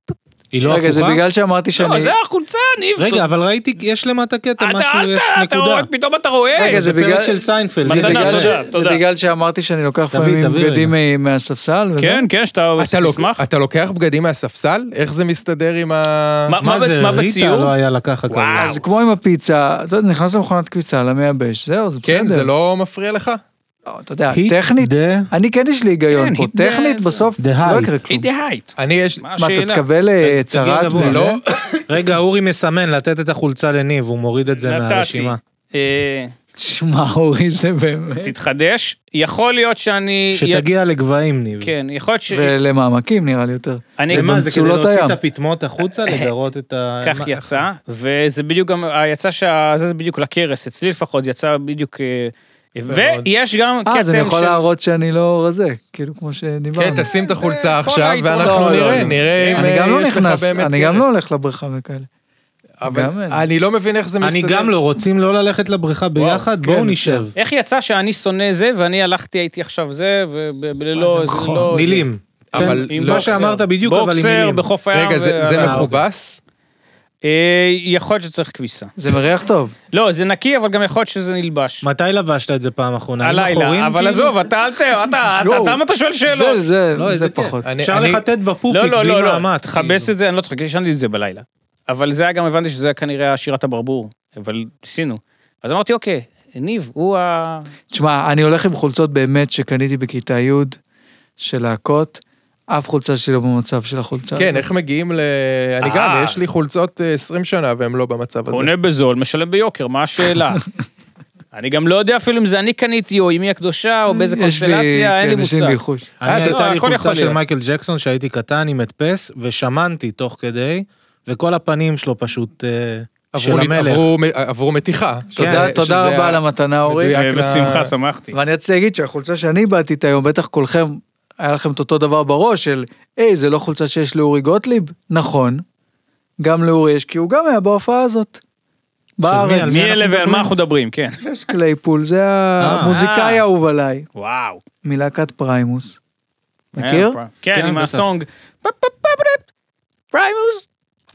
Speaker 3: היא לא
Speaker 2: רגע, זה
Speaker 3: הפוכה?
Speaker 2: בגלל שאמרתי שאני...
Speaker 4: לא, זה החולצה, ניב.
Speaker 3: רגע, אבל ראיתי, יש למטה כתם,
Speaker 4: אתה-
Speaker 3: משהו,
Speaker 4: אתה-
Speaker 3: יש
Speaker 4: אתה
Speaker 3: נקודה.
Speaker 4: רואה, פתאום אתה רואה.
Speaker 2: רגע,
Speaker 3: זה
Speaker 2: זה
Speaker 3: פרק
Speaker 2: בגלל-
Speaker 3: של סיינפלד.
Speaker 2: זה
Speaker 4: מתנה,
Speaker 2: בגלל ש-
Speaker 4: תודה,
Speaker 2: זה
Speaker 4: תודה.
Speaker 2: בגלל שאמרתי שאני לוקח
Speaker 3: תביא,
Speaker 2: לפעמים
Speaker 3: תביא
Speaker 2: בגדים מ- מהספסל וזה.
Speaker 4: כן, כן, שאתה
Speaker 1: אתה
Speaker 3: לא-
Speaker 1: לוק-
Speaker 4: תשמח.
Speaker 1: אתה לוקח בגדים מהספסל? איך זה מסתדר עם ה...
Speaker 4: מה-
Speaker 3: מה
Speaker 4: ב-
Speaker 3: זה,
Speaker 4: מה
Speaker 3: ריטה
Speaker 4: בציור?
Speaker 3: לא היה לקחה כמובן.
Speaker 2: אז כמו עם הפיצה, אתה יודע, זה נכנס למכונת כביסה, למייבש, זהו, זה בסדר.
Speaker 1: כן, זה לא מפריע לך?
Speaker 2: לא, אתה יודע, טכנית,
Speaker 3: the-
Speaker 2: אני כן יש לי
Speaker 4: כן,
Speaker 2: היגיון פה,
Speaker 4: hit the-
Speaker 2: טכנית בסוף
Speaker 3: the
Speaker 2: לא
Speaker 3: height.
Speaker 2: יקרה כלום.
Speaker 4: אידי הייט.
Speaker 1: אני יש...
Speaker 4: מה
Speaker 2: מה, אתה
Speaker 4: השאלה?
Speaker 2: תקבל אה, צרת
Speaker 3: גבוה.
Speaker 2: זה?
Speaker 1: זה לא...
Speaker 3: רגע, אורי מסמן לתת את החולצה לניב, הוא מוריד את זה
Speaker 4: נתתי.
Speaker 3: מהרשימה.
Speaker 4: אה,
Speaker 2: שמע, אורי, זה באמת.
Speaker 4: תתחדש. יכול להיות שאני...
Speaker 3: שתגיע לגבהים, ניב.
Speaker 4: כן, יכול להיות ש...
Speaker 2: ולמעמקים נראה לי יותר.
Speaker 4: אני
Speaker 3: למה, זה כדי
Speaker 2: ובמצולות
Speaker 3: להוציא את
Speaker 2: הים.
Speaker 3: הפטמות
Speaker 4: [LAUGHS]
Speaker 3: החוצה, לגרות את ה...
Speaker 4: כך
Speaker 3: מה-
Speaker 4: יצא, וזה בדיוק גם, יצא שה... זה בדיוק לכרס, אצלי לפחות, יצא בדיוק... אה, ויש גם
Speaker 2: אה, אז אני יכול
Speaker 4: של-
Speaker 2: להראות שאני לא רזה, כאילו כמו
Speaker 1: כן,
Speaker 2: שדיברנו.
Speaker 1: תשים את
Speaker 4: אה, כל
Speaker 1: החולצה עכשיו,
Speaker 4: העיתון-
Speaker 1: ואנחנו
Speaker 2: לא, לא,
Speaker 1: נראה,
Speaker 2: לא.
Speaker 1: נראה אם
Speaker 2: אני
Speaker 1: אה,
Speaker 2: גם לא
Speaker 1: יש לך
Speaker 2: נכנס,
Speaker 1: באמת
Speaker 2: אני גם לא
Speaker 1: כרס.
Speaker 2: הולך לבריכה וכאלה.
Speaker 1: אבל
Speaker 2: גם אין.
Speaker 1: אני לא מבין איך זה מסתדר.
Speaker 3: אני גם לא, רוצים לא ללכת לבריכה ביחד? בואו
Speaker 2: כן,
Speaker 3: נשב.
Speaker 4: איך יצא שאני שונא זה, ואני הלכתי, הייתי עכשיו זה, ובללא... זה לא-
Speaker 3: מילים.
Speaker 1: אבל
Speaker 4: זה- עם
Speaker 1: לא
Speaker 4: בוקסר.
Speaker 3: נכון. שאמרת בדיוק, אבל עם
Speaker 4: בוקסר
Speaker 3: מילים.
Speaker 4: בחוף הים.
Speaker 1: רגע, זה זה
Speaker 4: ועלה.
Speaker 1: מכובס?
Speaker 4: אה, יכול להיות שצריך כביסה.
Speaker 2: זה מריח
Speaker 1: [LAUGHS]
Speaker 2: טוב.
Speaker 4: לא, זה נקי, אבל גם יכול להיות שזה נלבש.
Speaker 3: מתי לבשת את זה פעם אחרונה? עם החורים,
Speaker 4: הלילה, אבל
Speaker 3: כאילו?
Speaker 4: עזוב, אתה אל ת... אתה, אתה,
Speaker 2: יואו.
Speaker 4: למה אתה שואל שאלות?
Speaker 2: זה, זה,
Speaker 3: לא,
Speaker 2: זה
Speaker 3: איזה כיף.
Speaker 2: פחות.
Speaker 1: אני-
Speaker 3: אפשר
Speaker 1: אני-
Speaker 3: לחטט בפופיק
Speaker 4: לא, לא,
Speaker 3: בלי
Speaker 4: לא, לא,
Speaker 3: מאמץ.
Speaker 4: תכבס
Speaker 3: כאילו.
Speaker 4: את זה, אני לא צוחק, ישנתי את זה בלילה. אבל זה היה גם, הבנתי שזה היה כנראה שירת הברבור, אבל ניסינו. אז אמרתי, אוקיי, ניב, הוא ה...
Speaker 2: תשמע, אני הולך עם חולצות באמת שקניתי בכיתה י' של להקות, אף חולצה שלי לא במצב של החולצה.
Speaker 1: כן,
Speaker 2: הזאת.
Speaker 1: איך מגיעים ל... אני גם,
Speaker 4: אה.
Speaker 1: יש לי חולצות אה, 20 שנה והם לא במצב הזה.
Speaker 4: קונה בזול, משלם ביוקר, מה השאלה? אני גם לא יודע אפילו אם זה אני קניתי, או אמי הקדושה, או באיזה
Speaker 2: יש לי-
Speaker 4: קונסטלציה, אין לי
Speaker 2: כן, יש
Speaker 4: מושג.
Speaker 2: ניחוש.
Speaker 3: אני
Speaker 1: אה,
Speaker 4: אתה-
Speaker 3: הייתה לי
Speaker 4: הכל
Speaker 3: חולצה
Speaker 4: יכול
Speaker 3: של
Speaker 4: להיות.
Speaker 3: מייקל ג'קסון שהייתי קטן עם הדפס, ושמנתי תוך כדי, וכל הפנים שלו פשוט אה,
Speaker 1: עברו
Speaker 3: של
Speaker 1: לי-
Speaker 3: המלך. כן.
Speaker 1: עברו מ- עברו מתיחה. שזה-
Speaker 2: תודה, תודה
Speaker 1: שזה
Speaker 2: רבה
Speaker 1: ה-
Speaker 2: על המתנה, אורי.
Speaker 1: מדויק.
Speaker 4: אה,
Speaker 1: ל-
Speaker 4: בשמחה, שמחתי.
Speaker 2: ואני רציתי להגיד שהחולצה שאני באתי איתה היום, בטח כולכם, היה לכם את אותו דבר בראש של, היי, זה לא חולצה שיש לאורי גוטליב? נכון, גם לאורי יש, כי הוא גם היה בהופעה הזאת.
Speaker 3: מי? על
Speaker 2: בארץ,
Speaker 4: מי
Speaker 3: אנחנו
Speaker 4: אלה ועל
Speaker 3: מדברים?
Speaker 4: מה אנחנו מדברים, כן.
Speaker 2: קריס קלייפול, זה המוזיקאי
Speaker 4: אה.
Speaker 2: האהוב עליי,
Speaker 4: וואו.
Speaker 2: מלהקת פריימוס. מכיר?
Speaker 4: כן,
Speaker 3: כן,
Speaker 4: עם
Speaker 3: בטח.
Speaker 4: הסונג. פ- פ- פ- פ- פריימוס.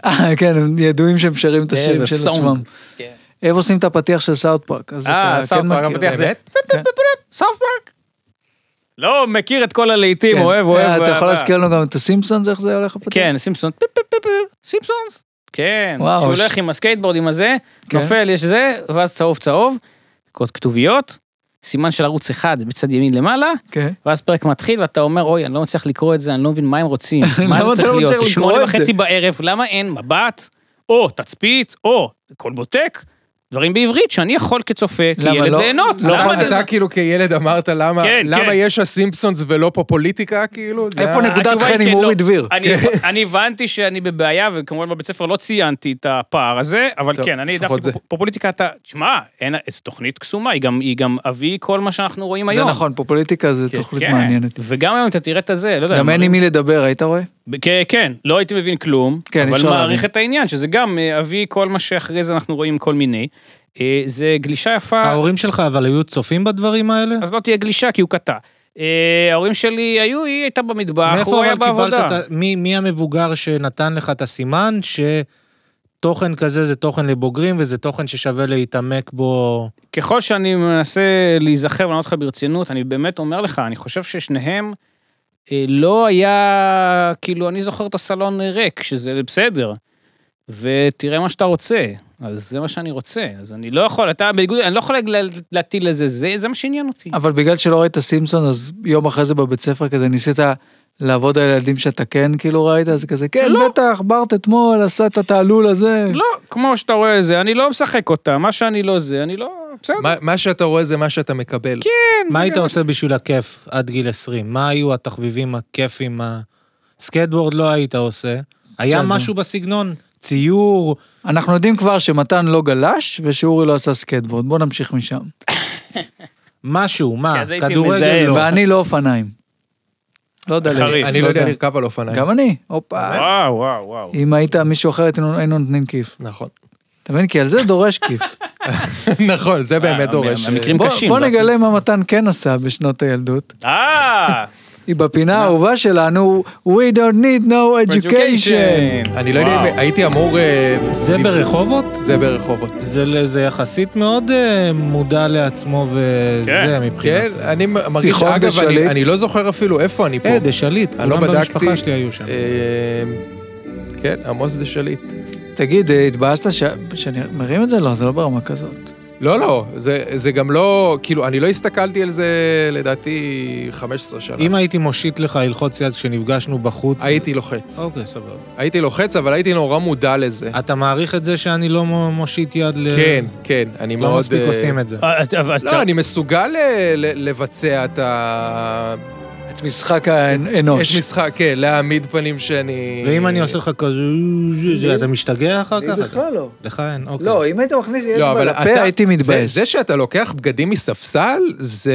Speaker 2: אה, כן, הם ידועים שהם שרים את
Speaker 4: כן,
Speaker 2: השירים
Speaker 4: זה
Speaker 2: של
Speaker 4: סונג.
Speaker 2: עצמם.
Speaker 4: כן.
Speaker 2: הם עושים את הפתיח של סאוט פארק, אז אתה
Speaker 4: אה,
Speaker 2: כן
Speaker 4: סאוט פארק,
Speaker 2: מכיר.
Speaker 4: הפתיח זה...
Speaker 1: באמת?
Speaker 4: פ- פ- פ- פ- סאוט פארק. לא, מכיר את כל הלהיטים,
Speaker 2: כן.
Speaker 4: אוהב,
Speaker 2: אה,
Speaker 4: אוהב.
Speaker 2: אתה יכול
Speaker 4: אה,
Speaker 2: להזכיר לנו גם את הסימפסונס, איך זה הולך הפתיח?
Speaker 4: כן, סימפסונס. פ- פ- פ- פ- סימפסונס. כן.
Speaker 2: וואו,
Speaker 4: שהוא
Speaker 2: ש-
Speaker 4: הולך עם הסקייטבורד, עם הזה,
Speaker 2: כן.
Speaker 4: נופל, יש זה, ואז צהוב צהוב, קוד כתוביות, סימן של ערוץ אחד בצד ימין למעלה,
Speaker 2: כן.
Speaker 4: ואז פרק מתחיל ואתה אומר, אוי, אני לא מצליח לקרוא את זה, אני לא מבין מה הם רוצים. מה
Speaker 2: [LAUGHS] למה
Speaker 4: זה
Speaker 2: אתה
Speaker 4: צריך
Speaker 2: לא מצליח
Speaker 4: להיות? זה
Speaker 2: לקרוא
Speaker 4: שמונה
Speaker 2: את זה?
Speaker 4: וחצי בערב, למה אין מבט, או תצפית, או קול בוטק, דברים בעברית שאני יכול כצופה,
Speaker 2: למה
Speaker 4: כילד
Speaker 2: לא?
Speaker 4: ליהנות.
Speaker 2: לא
Speaker 4: למה
Speaker 2: יכול-
Speaker 4: זה-
Speaker 1: אתה כאילו כילד אמרת למה
Speaker 4: כן,
Speaker 1: למה
Speaker 4: כן.
Speaker 1: יש הסימפסונס ולא פה פוליטיקה כאילו? זה
Speaker 2: איפה
Speaker 1: ה-
Speaker 2: נקודת
Speaker 4: התשובה היא
Speaker 2: חן עם
Speaker 4: כן, לא.
Speaker 2: אורי דביר?
Speaker 4: אני- אני הבנתי שאני בבעיה, וכמובן בבית ספר לא ציינתי את הפער הזה, אבל
Speaker 1: טוב,
Speaker 4: כן, אני
Speaker 1: לפחות
Speaker 4: דווקא
Speaker 1: זה.
Speaker 4: בפוליטיקה, אתה, תשמע, אין- זו תוכנית קסומה, היא גם- היא גם אבי כל מה שאנחנו רואים
Speaker 2: זה
Speaker 4: היום.
Speaker 2: נכון, פופוליטיקה זה
Speaker 4: כן,
Speaker 2: תוכנית
Speaker 4: כן.
Speaker 2: מעניינת.
Speaker 4: וגם היום אתה תראה את הזה, לא יודע.
Speaker 2: גם אין עם מי לדבר, היית רואה?
Speaker 4: כן, כן, לא הייתי מבין כלום,
Speaker 2: כן, אי
Speaker 4: אבל
Speaker 2: אפשר
Speaker 4: מעריך
Speaker 2: להבין.
Speaker 4: את העניין, שזה גם אה, אבי כל מה שאחרי זה אנחנו רואים כל מיני. אה, זה גלישה יפה,
Speaker 3: ההורים שלך אבל היו צופים בדברים האלה?
Speaker 4: אז לא תהיה גלישה כי הוא קטע. אה, ההורים שלי היו, היא הייתה במטבח, אה, הוא
Speaker 3: מאיפה
Speaker 4: היה
Speaker 3: אבל קיבלת
Speaker 4: בעבודה.
Speaker 3: את ה... מי, מי המבוגר שנתן לך את הסימן שתוכן כזה זה תוכן לבוגרים וזה תוכן ששווה להתעמק בו?
Speaker 4: ככל שאני מנסה להיזכר ולענות לך ברצינות, אני באמת אומר לך, אני חושב ששניהם אה, לא היה, כאילו, אני זוכר את הסלון ריק, שזה בסדר, ותראה מה שאתה רוצה, אז זה מה שאני רוצה, אז אני לא יכול, אתה בניגוד, אני לא יכול לה- להטיל לזה, זה, זה מה שעניין אותי.
Speaker 2: אבל בגלל שלא ראית סימפסון, אז יום אחרי זה בבית ספר כזה ניסית לעבוד על ילדים שאתה כן כאילו ראית, אז כזה, כן,
Speaker 4: לא.
Speaker 2: בטח, ברט אתמול עשה את התעלול הזה.
Speaker 4: לא, כמו שאתה רואה זה, אני לא משחק אותה, מה שאני לא זה, אני לא, בסדר.
Speaker 1: מה- מה שאתה רואה זה מה שאתה מקבל.
Speaker 4: כן.
Speaker 3: מה היית עושה בשביל הכיף עד גיל 20? מה היו התחביבים הכיפים? ה- סקייטבורד לא היית עושה. היה
Speaker 2: בסדר.
Speaker 3: משהו בסגנון? ציור?
Speaker 2: אנחנו יודעים כבר שמתן לא גלש ושאורי לא עשה סקטבורד, בוא נמשיך משם.
Speaker 3: משהו, מה?
Speaker 4: אז הייתי
Speaker 3: כדורגל
Speaker 4: מזהם.
Speaker 3: לא.
Speaker 2: ואני לא אופניים. לא יודע,
Speaker 4: חריף.
Speaker 2: לרכב,
Speaker 1: אני לא יודע לרכב על אופניים.
Speaker 2: גם אני, הופה.
Speaker 4: וואו, וואו, וואו.
Speaker 2: אם היית מישהו אחר היינו היינו נותנים כיף.
Speaker 1: נכון. [LAUGHS]
Speaker 2: אתה מבין? כי על זה דורש כיף.
Speaker 1: נכון, זה באמת
Speaker 4: אה,
Speaker 1: דורש.
Speaker 4: המקרים
Speaker 2: בוא-
Speaker 4: קשים.
Speaker 2: בוא
Speaker 4: זה-
Speaker 2: נגלה מה מתן כן עשה בשנות
Speaker 1: [LAUGHS]
Speaker 2: הילדות.
Speaker 4: אה,
Speaker 2: היא בפינה האהובה שלנו, We don't need no education.
Speaker 4: education.
Speaker 1: אני לא יודע
Speaker 4: וואו.
Speaker 1: אם הייתי אמור... אה,
Speaker 3: זה
Speaker 1: לבדוק-
Speaker 3: ברחובות?
Speaker 1: זה ברחובות.
Speaker 3: זה, זה יחסית מאוד אה, מודע לעצמו וזה
Speaker 4: כן.
Speaker 3: מבחינת...
Speaker 1: כן, אני מ- מרגיש,
Speaker 2: תיכון
Speaker 1: אגב, אני-
Speaker 2: בשליט.
Speaker 1: אני לא זוכר אפילו איפה אני פה.
Speaker 3: אה, דשליט,
Speaker 1: אני לא
Speaker 3: כולם במשפחה
Speaker 1: בדקתי.
Speaker 3: שלי היו שם.
Speaker 1: אה, כן, עמוס דה שליט.
Speaker 2: תגיד, אה, התבאסת ש- שאני מרים את זה? לא, זה לא ברמה כזאת.
Speaker 1: לא, לא, זה- זה גם לא, כאילו, אני לא הסתכלתי על זה לדעתי 15 שנה.
Speaker 3: אם הייתי מושיט לך ללחוץ יד כשנפגשנו בחוץ...
Speaker 1: הייתי לוחץ.
Speaker 3: אוקיי, סבבה.
Speaker 1: הייתי לוחץ, אבל הייתי נורא מודע לזה.
Speaker 3: אתה מעריך את זה שאני לא מו- מושיט יד ל...
Speaker 1: כן, כן, אני מאוד...
Speaker 3: אה, לא מספיק
Speaker 1: אה,
Speaker 3: עושים את זה.
Speaker 4: אה, אז- אבל-
Speaker 1: לא, אני מסוגל אה, ל- ל- לבצע את ה...
Speaker 2: את משחק האנוש.
Speaker 1: את משחק, כן, להעמיד פנים שאני...
Speaker 3: ואם אני עושה לך כזה... זה, אתה משתגע אחר כך? אתה-
Speaker 2: לא.
Speaker 3: לך אין, אוקיי.
Speaker 2: לא, אם היית מכניס לי
Speaker 1: לא,
Speaker 2: אצבע
Speaker 1: אבל
Speaker 2: לפה,
Speaker 1: אתה-
Speaker 2: הייתי מתבאס.
Speaker 1: זה, זה שאתה לוקח בגדים מספסל, זה...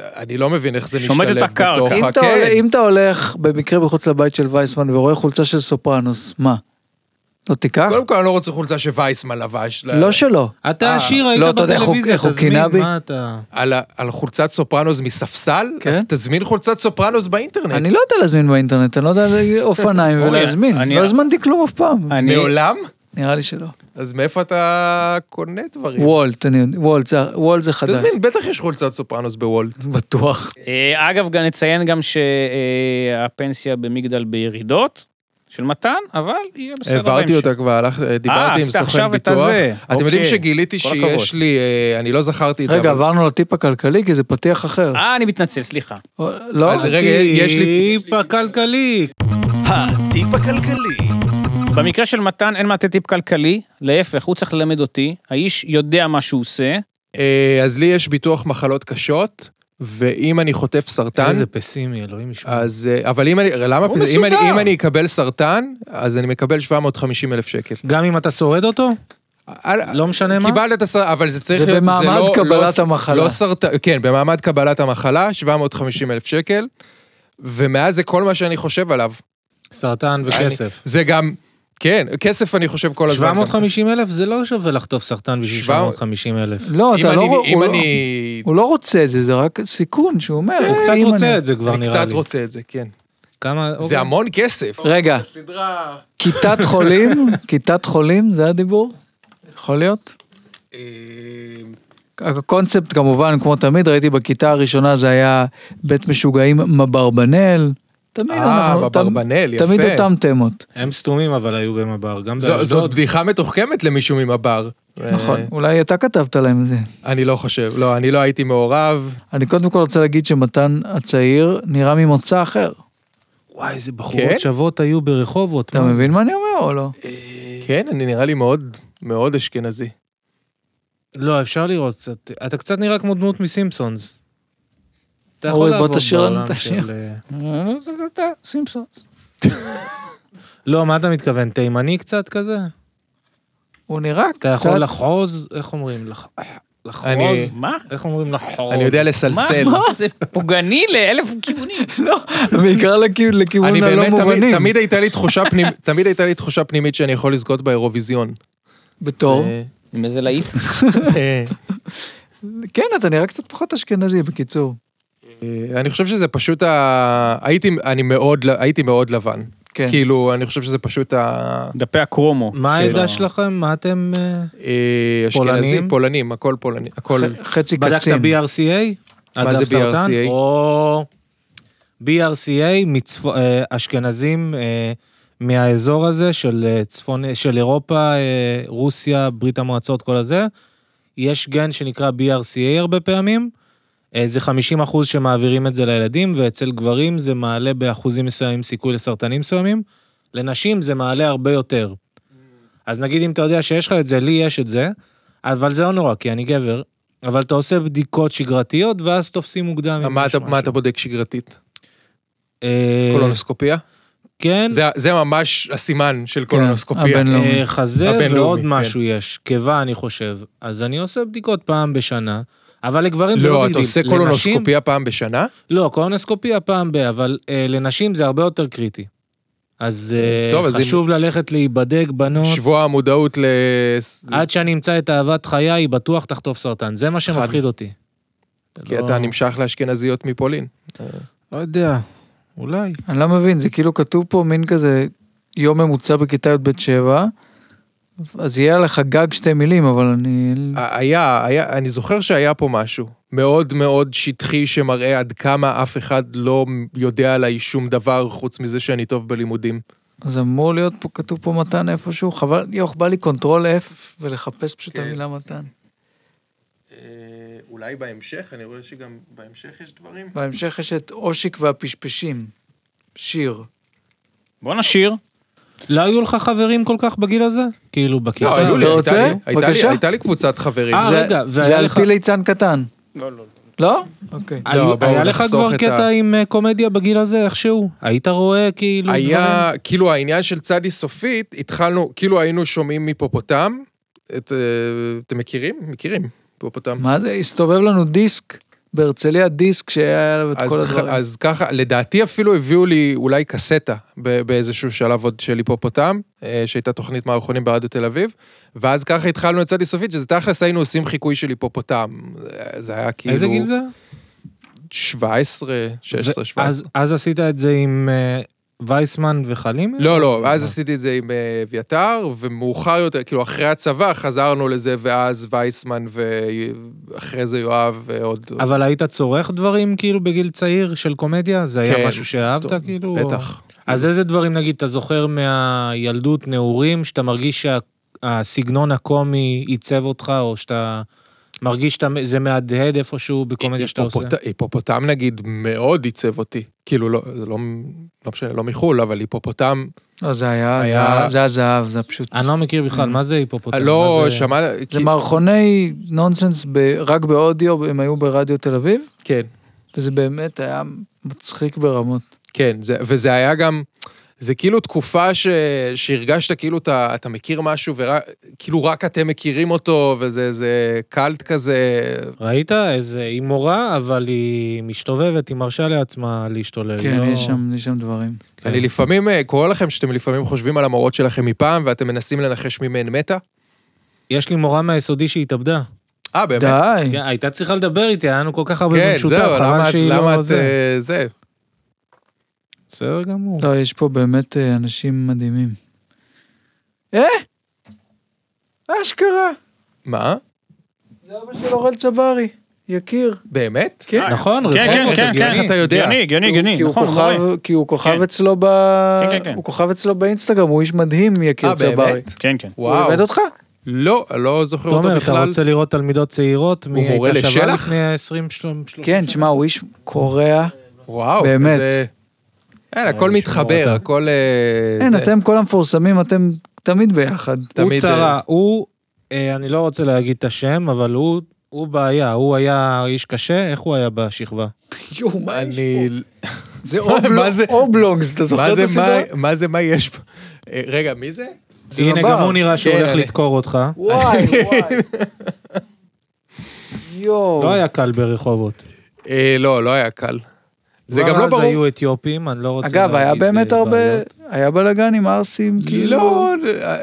Speaker 1: אני לא מבין איך זה משתלב
Speaker 4: שומט את הקרקע.
Speaker 1: בתוך
Speaker 2: אם
Speaker 1: ה-
Speaker 2: אתה
Speaker 1: כן.
Speaker 2: הולך- אם אתה הולך במקרה מחוץ לבית של וייסמן ורואה חולצה של סופרנוס, מה? לא תיקח?
Speaker 1: קודם כל, אני לא רוצה חולצה שווייסמן לבש.
Speaker 2: לא שלו.
Speaker 1: אה,
Speaker 3: אתה עשיר
Speaker 2: לא,
Speaker 3: היית
Speaker 2: אתה יודע איך הוא-
Speaker 3: בטלוויזיה,
Speaker 2: איך הוא
Speaker 3: תזמין,
Speaker 2: קינה בי?
Speaker 3: מה אתה...
Speaker 1: על, ה- על חולצת סופרנוס מספסל?
Speaker 2: כן.
Speaker 1: תזמין חולצת סופרנוס באינטרנט.
Speaker 2: אני לא יודע להזמין באינטרנט, אני לא יודע אופניים
Speaker 6: אורי,
Speaker 2: ולהזמין.
Speaker 6: אני-
Speaker 2: לא הזמנתי כלום אף פעם.
Speaker 6: אני...
Speaker 1: מעולם?
Speaker 2: נראה לי שלא.
Speaker 1: אז מאיפה אתה קונה דברים?
Speaker 2: וולט, אני יודע, וולט זה- וולט זה חדש.
Speaker 1: תזמין, בטח יש חולצת סופרנוס בוולט.
Speaker 2: בטוח.
Speaker 6: אה, אגב, גם נציין גם שהפנסיה במגדל בירידות של מתן, אבל יהיה בסדר.
Speaker 1: העברתי
Speaker 6: בהמשך.
Speaker 1: אותה כבר, הלך-
Speaker 6: אה,
Speaker 1: דיברתי עם
Speaker 6: עשית
Speaker 1: סוכן
Speaker 6: עכשיו את
Speaker 1: ביטוח.
Speaker 6: הזה.
Speaker 1: אתם יודעים
Speaker 6: אוקיי.
Speaker 1: שגיליתי
Speaker 6: כל הכבוד.
Speaker 1: שיש לי, אה, אני לא זכרתי את זה.
Speaker 2: רגע,
Speaker 1: אבל-
Speaker 2: עברנו לטיפ הכלכלי, כי זה פתיח אחר.
Speaker 6: אה, אני מתנצל, סליחה.
Speaker 2: או- לא?
Speaker 1: אז רגע, יש לי...
Speaker 3: טיפה כלכלי.
Speaker 7: הטיפ הכלכלי.
Speaker 6: במקרה של מתן אין מה לתת טיפ כלכלי, להפך, הוא צריך ללמד אותי, האיש יודע מה שהוא עושה.
Speaker 1: אה, אז לי יש ביטוח מחלות קשות, ואם אני חוטף סרטן...
Speaker 3: איזה פסימי, אלוהים ישמע.
Speaker 1: אז, אה, אבל אם אני, למה,
Speaker 6: הוא
Speaker 1: פס- אם אני,
Speaker 6: מסודר.
Speaker 1: אם אני אקבל סרטן, אז אני מקבל 750 אלף שקל.
Speaker 3: גם אם אתה שורד אותו?
Speaker 1: על-
Speaker 3: לא משנה מה?
Speaker 1: קיבלת את הסרטן, אבל זה צריך
Speaker 2: זה
Speaker 1: להיות,
Speaker 2: במעמד
Speaker 1: לא-
Speaker 2: קבלת
Speaker 1: לא,
Speaker 2: המחלה.
Speaker 1: לא סרטן, כן, במעמד קבלת המחלה, 750 אלף שקל, ומאז זה כל מה שאני חושב עליו.
Speaker 3: סרטן וכסף.
Speaker 1: אני, זה גם, כן, כסף אני חושב כל הזמן.
Speaker 3: 750 אלף זה לא שווה לחטוף סרטן בשביל
Speaker 1: 700.
Speaker 3: 750 אלף.
Speaker 2: לא,
Speaker 1: אם
Speaker 2: אתה
Speaker 1: אני-
Speaker 2: לא... הוא
Speaker 1: אם
Speaker 2: לא-
Speaker 1: אני...
Speaker 2: הוא לא רוצה את זה, זה רק סיכון שהוא אומר.
Speaker 3: הוא קצת
Speaker 2: אם
Speaker 3: רוצה
Speaker 2: אני-
Speaker 3: את זה כבר
Speaker 1: אני
Speaker 3: נראה
Speaker 1: קצת
Speaker 3: לי.
Speaker 1: רוצה את זה, כן.
Speaker 2: אוקיי.
Speaker 3: כמה... אוקיי.
Speaker 1: זה המון כסף.
Speaker 2: רגע,
Speaker 1: סדרה...
Speaker 2: כיתת חולים, כיתת חולים, זה הדיבור? יכול להיות? הקונספט כמובן, כמו תמיד, ראיתי בכיתה הראשונה זה היה בית משוגעים מבברבנל. תמיד
Speaker 1: אה,
Speaker 2: אנחנו-
Speaker 1: בברבנל,
Speaker 2: תמיד
Speaker 1: יפה.
Speaker 2: אותם תמות.
Speaker 3: הם סתומים אבל היו במב"ר, גם
Speaker 1: זו- זאת
Speaker 3: באשדוד.
Speaker 1: בדיחה מתוחכמת למישהו ממב"ר.
Speaker 2: נכון,
Speaker 1: אה,
Speaker 2: אולי אתה כתבת להם את זה.
Speaker 1: אני לא חושב, לא, אני לא הייתי מעורב.
Speaker 2: אני קודם כל רוצה להגיד שמתן הצעיר נראה ממוצא אחר.
Speaker 3: וואי, איזה
Speaker 1: כן?
Speaker 3: בחורות שוות היו ברחובות.
Speaker 2: אתה
Speaker 1: אה.
Speaker 3: מה זה?
Speaker 2: מבין מה אני אומר או לא?
Speaker 1: כן, אני נראה לי מאוד, מאוד אשכנזי.
Speaker 3: לא, אפשר לראות קצת. אתה קצת נראה כמו דמות מסימפסונס. אתה יכול
Speaker 2: אורי, בוא
Speaker 3: לעבוד
Speaker 2: תשאיר לנו
Speaker 3: בעולם
Speaker 2: את השיר.
Speaker 3: של, אה,
Speaker 6: סימפסון.
Speaker 3: לא, מה אתה מתכוון? תימני קצת כזה?
Speaker 2: הוא נראה
Speaker 3: אתה
Speaker 2: קצת...
Speaker 3: יכול לחרוז? איך אומרים? לח-
Speaker 1: אני-
Speaker 3: לחרוז?
Speaker 6: מה?
Speaker 3: איך אומרים לחרוז?
Speaker 1: אני יודע
Speaker 6: מה?
Speaker 1: לסלסל.
Speaker 6: מה? זה פוגעני לאלף כיוונים.
Speaker 2: [LAUGHS] בעיקר לכיו-
Speaker 1: אני
Speaker 2: לכיוון
Speaker 3: לא
Speaker 2: הלא
Speaker 1: באמת, תמיד-
Speaker 2: מובנים.
Speaker 1: תמיד הייתה לי תחושה פנימ- [LAUGHS] תמיד הייתה לי תחושה פנימית שאני יכול לזכות באירוויזיון.
Speaker 2: בתור.
Speaker 1: אה,
Speaker 6: עם איזה להיט?
Speaker 1: אה,
Speaker 2: כן, אתה נראה קצת פחות אשכנזי, בקיצור.
Speaker 1: אה, אני חושב שזה פשוט ה... הייתי, אני מאוד, ל- הייתי מאוד לבן.
Speaker 2: כן.
Speaker 1: כאילו, אני חושב שזה פשוט ה-
Speaker 6: דפי הקרומו.
Speaker 3: מה
Speaker 6: של ה-
Speaker 3: העדה שלכם? מה אתם... אה,
Speaker 1: אה, אשכנזים,
Speaker 3: פולנים?
Speaker 1: פולנים, הכל פולני, הכל...
Speaker 2: ח- חצי
Speaker 3: בדקת
Speaker 2: קצין.
Speaker 3: BRCA?
Speaker 1: מה זה
Speaker 3: הדף סרטן?
Speaker 1: BRCA?
Speaker 3: או BRCA, מצפו- אה, אשכנזים אה, מהאזור הזה של אה, צפון, של אירופה, אה, רוסיה, ברית המועצות, כל הזה. יש גן שנקרא BRCA הרבה פעמים. אה, זה 50 אחוז שמעבירים את זה לילדים, ואצל גברים זה מעלה באחוזים מסוימים סיכוי לסרטנים מסוימים. לנשים זה מעלה הרבה יותר. אז נגיד אם אתה יודע שיש לך את זה, לי יש את זה, אבל זה לא נורא, כי אני גבר, אבל אתה עושה בדיקות שגרתיות, ואז תופסים מוקדם. אם
Speaker 1: מה
Speaker 3: יש
Speaker 1: אתה-
Speaker 3: משהו.
Speaker 1: מה אתה בודק שגרתית?
Speaker 3: אה,
Speaker 1: קולונוסקופיה?
Speaker 3: כן,
Speaker 1: זה- זה ממש הסימן של
Speaker 2: כן,
Speaker 1: קולונוסקופיה.
Speaker 2: הבינלאומי.
Speaker 3: אה, חזה
Speaker 1: הבינלאומי,
Speaker 3: ועוד
Speaker 1: כן.
Speaker 3: משהו יש, קיבה אני חושב. אז אני עושה בדיקות פעם בשנה, אבל לגברים זה לא
Speaker 1: לא,
Speaker 3: בדיוק.
Speaker 1: אתה עושה
Speaker 3: לנשים-
Speaker 1: קולונוסקופיה פעם בשנה?
Speaker 3: לא, קולונוסקופיה פעם ב... אבל אה, לנשים זה הרבה יותר קריטי. אז אה,
Speaker 1: טוב, אז אם-
Speaker 3: חשוב ללכת להיבדק, בנות.
Speaker 1: שבוע המודעות ל...
Speaker 3: עד שאני אמצא את אהבת חיי, בטוח תחטוף סרטן. זה מה שמפחיד אותי.
Speaker 1: כי
Speaker 3: לא-
Speaker 1: אתה נמשך לאשכנזיות מפולין.
Speaker 3: לא יודע, אולי.
Speaker 2: אני לא מבין, זה כאילו כתוב פה מין כזה יום ממוצע בכיתה י"ב 7, אז יהיה עליך גג שתי מילים, אבל אני...
Speaker 1: היה, היה, אני זוכר שהיה פה משהו מאוד מאוד שטחי שמראה עד כמה אף אחד לא יודע עליי שום דבר חוץ מזה שאני טוב בלימודים.
Speaker 2: אז אמור להיות פה, כתוב פה מתן איפשהו, חבל, יוח, בא לי קונטרול F ולחפש פשוט את
Speaker 1: כן.
Speaker 2: המילה מתן.
Speaker 1: אה, אולי בהמשך, אני רואה שגם בהמשך יש דברים.
Speaker 2: בהמשך יש את אושיק והפשפשים, שיר.
Speaker 6: בוא נשיר.
Speaker 3: לא היו לך חברים כל כך בגיל הזה? כאילו, בכיתה?
Speaker 1: לא, היו לי,
Speaker 2: אתה
Speaker 1: הייתה
Speaker 2: רוצה?
Speaker 1: לי- הייתה לי,
Speaker 2: בבקשה.
Speaker 1: הייתה לי קבוצת חברים.
Speaker 3: אה,
Speaker 1: זה-
Speaker 2: זה-
Speaker 3: רגע, והיה
Speaker 2: זה על
Speaker 3: לך-
Speaker 2: פי ליצן קטן. לא, לא. לא? אוקיי.
Speaker 1: לא,
Speaker 3: היו-
Speaker 1: בואו
Speaker 3: היה לך
Speaker 1: נחסוך
Speaker 3: כבר
Speaker 1: את
Speaker 3: קטע
Speaker 1: ה-
Speaker 3: עם אה, קומדיה בגיל הזה, איכשהו? היית רואה כאילו
Speaker 2: אה,
Speaker 3: דברים?
Speaker 1: היה, כאילו העניין של צדי סופית, התחלנו, כאילו היינו שומעים מפופוטם, את, אה, אתם מכירים? מכירים, פופוטם.
Speaker 2: מה זה? הסתובב לנו דיסק בהרצליה דיסק שהיה עליו את
Speaker 1: אז,
Speaker 2: כל
Speaker 1: ח-
Speaker 2: הדברים.
Speaker 1: אז ככה, לדעתי אפילו הביאו לי אולי קסטה ב- באיזשהו שלב עוד של היפופוטם, אה, שהייתה תוכנית מערכונים ברדיו תל אביב, ואז ככה התחלנו את צדי סופית, שזה תכלס היינו עושים חיקוי של היפופוטם. אה, זה היה כאילו...
Speaker 3: איזה גיל זה?
Speaker 1: 17, 16, 17.
Speaker 3: אז- אז עשית את זה עם אה, וייסמן וחלים?
Speaker 1: לא, לא,
Speaker 3: אה.
Speaker 1: אז עשיתי את זה עם אה, אביתר, ומאוחר יותר, כאילו אחרי הצבא חזרנו לזה, ואז וייסמן, ואחרי זה יואב, ועוד...
Speaker 3: אבל היית צורך דברים כאילו בגיל צעיר של קומדיה? זה
Speaker 1: כן,
Speaker 3: היה משהו שאהבת
Speaker 1: סתום,
Speaker 3: כאילו?
Speaker 1: בטח.
Speaker 3: אז איזה דברים נגיד אתה זוכר מהילדות, נעורים, שאתה מרגיש שהסגנון הקומי עיצב אותך, או שאתה מרגיש שזה מהדהד איפשהו בקומדיה שאתה עושה?
Speaker 1: היפופוט- היפופוטם נגיד מאוד עיצב אותי. כאילו, לא, זה לא, לא משנה, לא מחול, אבל היפופוטם,
Speaker 2: לא, זה היה, זה
Speaker 1: היה-
Speaker 2: היה- זה היה זהב, זה היה פשוט...
Speaker 3: אני לא מכיר בכלל, מה זה היפופוטם?
Speaker 1: לא
Speaker 3: אוקיי, מה זה-
Speaker 1: שמע...
Speaker 2: זה
Speaker 1: כי-
Speaker 2: מערכוני נונסנס ב- רק באודיו, הם היו ברדיו תל אביב,
Speaker 1: כן,
Speaker 2: וזה באמת היה מצחיק ברמות.
Speaker 1: כן, זה, וזה היה גם... זה כאילו תקופה ש, שהרגשת כאילו אתה, אתה מכיר משהו, וכאילו רק אתם מכירים אותו, וזה איזה קאלט כזה,
Speaker 3: ראית? איזה, היא מורה, אבל היא מסתובבת, היא מרשה לעצמה להשתולל.
Speaker 2: כן,
Speaker 3: לא-
Speaker 2: יש שם, יש שם דברים.
Speaker 3: כן.
Speaker 1: אני לפעמים אה, קורא לכם שאתם לפעמים חושבים על המורות שלכם מפעם, ואתם מנסים לנחש מי מהן מתה.
Speaker 3: יש לי מורה מהיסודי שהתאבדה.
Speaker 1: אה, באמת?
Speaker 2: די.
Speaker 3: כן, הייתה צריכה לדבר איתי, היה לנו כל כך הרבה
Speaker 1: כן,
Speaker 3: במשותף,
Speaker 1: זהו, למה
Speaker 3: חבל
Speaker 1: את...
Speaker 3: שהיא
Speaker 1: למה
Speaker 3: לא
Speaker 1: את...
Speaker 3: זה.
Speaker 1: אה, זה.
Speaker 3: בסדר גמור.
Speaker 2: לא, יש פה באמת אה, אנשים מדהימים. אה? אשכרה.
Speaker 1: מה?
Speaker 2: זה אבא של אורל צברי, יקיר.
Speaker 1: באמת?
Speaker 6: [LAUGHS]
Speaker 2: כן.
Speaker 3: נכון,
Speaker 6: כן, כן,
Speaker 3: רפורמות,
Speaker 6: כן,
Speaker 3: הגיוני.
Speaker 1: איך אתה יודע?
Speaker 6: הגיוני, הגיוני, הגיוני,
Speaker 2: כי הוא
Speaker 6: נכון, הוא
Speaker 2: כוכב-
Speaker 6: רואה.
Speaker 2: כי הוא כוכב
Speaker 6: כן.
Speaker 2: אצלו ב...
Speaker 6: כן, כן, כן.
Speaker 2: הוא כוכב אצלו באינסטגרם, הוא איש מדהים, יקיר
Speaker 1: אה,
Speaker 2: צברי.
Speaker 1: באמת?
Speaker 6: כן, כן.
Speaker 2: הוא
Speaker 1: וואו.
Speaker 2: לימד אותך?
Speaker 1: לא, לא זוכר אותו
Speaker 3: תומר, אתה
Speaker 1: בכלל.
Speaker 3: רוצה לראות תלמידות צעירות? מי
Speaker 1: מורה
Speaker 3: הייתה שווה
Speaker 1: לשלח?
Speaker 3: לפני 20 30
Speaker 2: כן, שמע, הוא איש קורע.
Speaker 1: וואו,
Speaker 2: באמת.
Speaker 1: זה... אין, הכל
Speaker 3: אה, שמור
Speaker 1: מתחבר,
Speaker 3: אותה.
Speaker 1: הכל... אה,
Speaker 2: אין,
Speaker 1: זה.
Speaker 2: אתם כל המפורסמים, אתם תמיד ביחד.
Speaker 3: הוא
Speaker 1: תמיד,
Speaker 3: צרה, הוא, אה, אני לא רוצה להגיד את השם, אבל הוא... הוא בעיה, הוא היה איש קשה, איך הוא היה בשכבה?
Speaker 2: [LAUGHS] יואו, מה יש
Speaker 1: אני...
Speaker 2: פה? זה
Speaker 1: [LAUGHS] מה זה-
Speaker 2: אובלונג- אובלונגס, אתה זוכר
Speaker 1: מה
Speaker 2: את
Speaker 1: זה,
Speaker 2: הסדרה?
Speaker 1: מה- מה זה, מה יש פה? אה, רגע, מי זה?
Speaker 2: זה
Speaker 3: הנה,
Speaker 2: מב"ר.
Speaker 3: גם הוא נראה שהוא
Speaker 1: כן,
Speaker 3: הולך
Speaker 1: אני-
Speaker 3: לדקור אותך.
Speaker 1: [LAUGHS]
Speaker 2: וואי, וואי. יואו.
Speaker 3: לא היה קל ברחובות.
Speaker 1: אה, לא, לא היה קל. זה גם לא
Speaker 3: כבר אז
Speaker 1: ברור.
Speaker 3: היו אתיופים, אני לא רוצה
Speaker 2: אגב, היה
Speaker 3: להגיד,
Speaker 2: באמת
Speaker 3: אה,
Speaker 2: הרבה...
Speaker 3: בעיות.
Speaker 2: היה בלאגן עם ערסים, כאילו...
Speaker 1: לא, אה,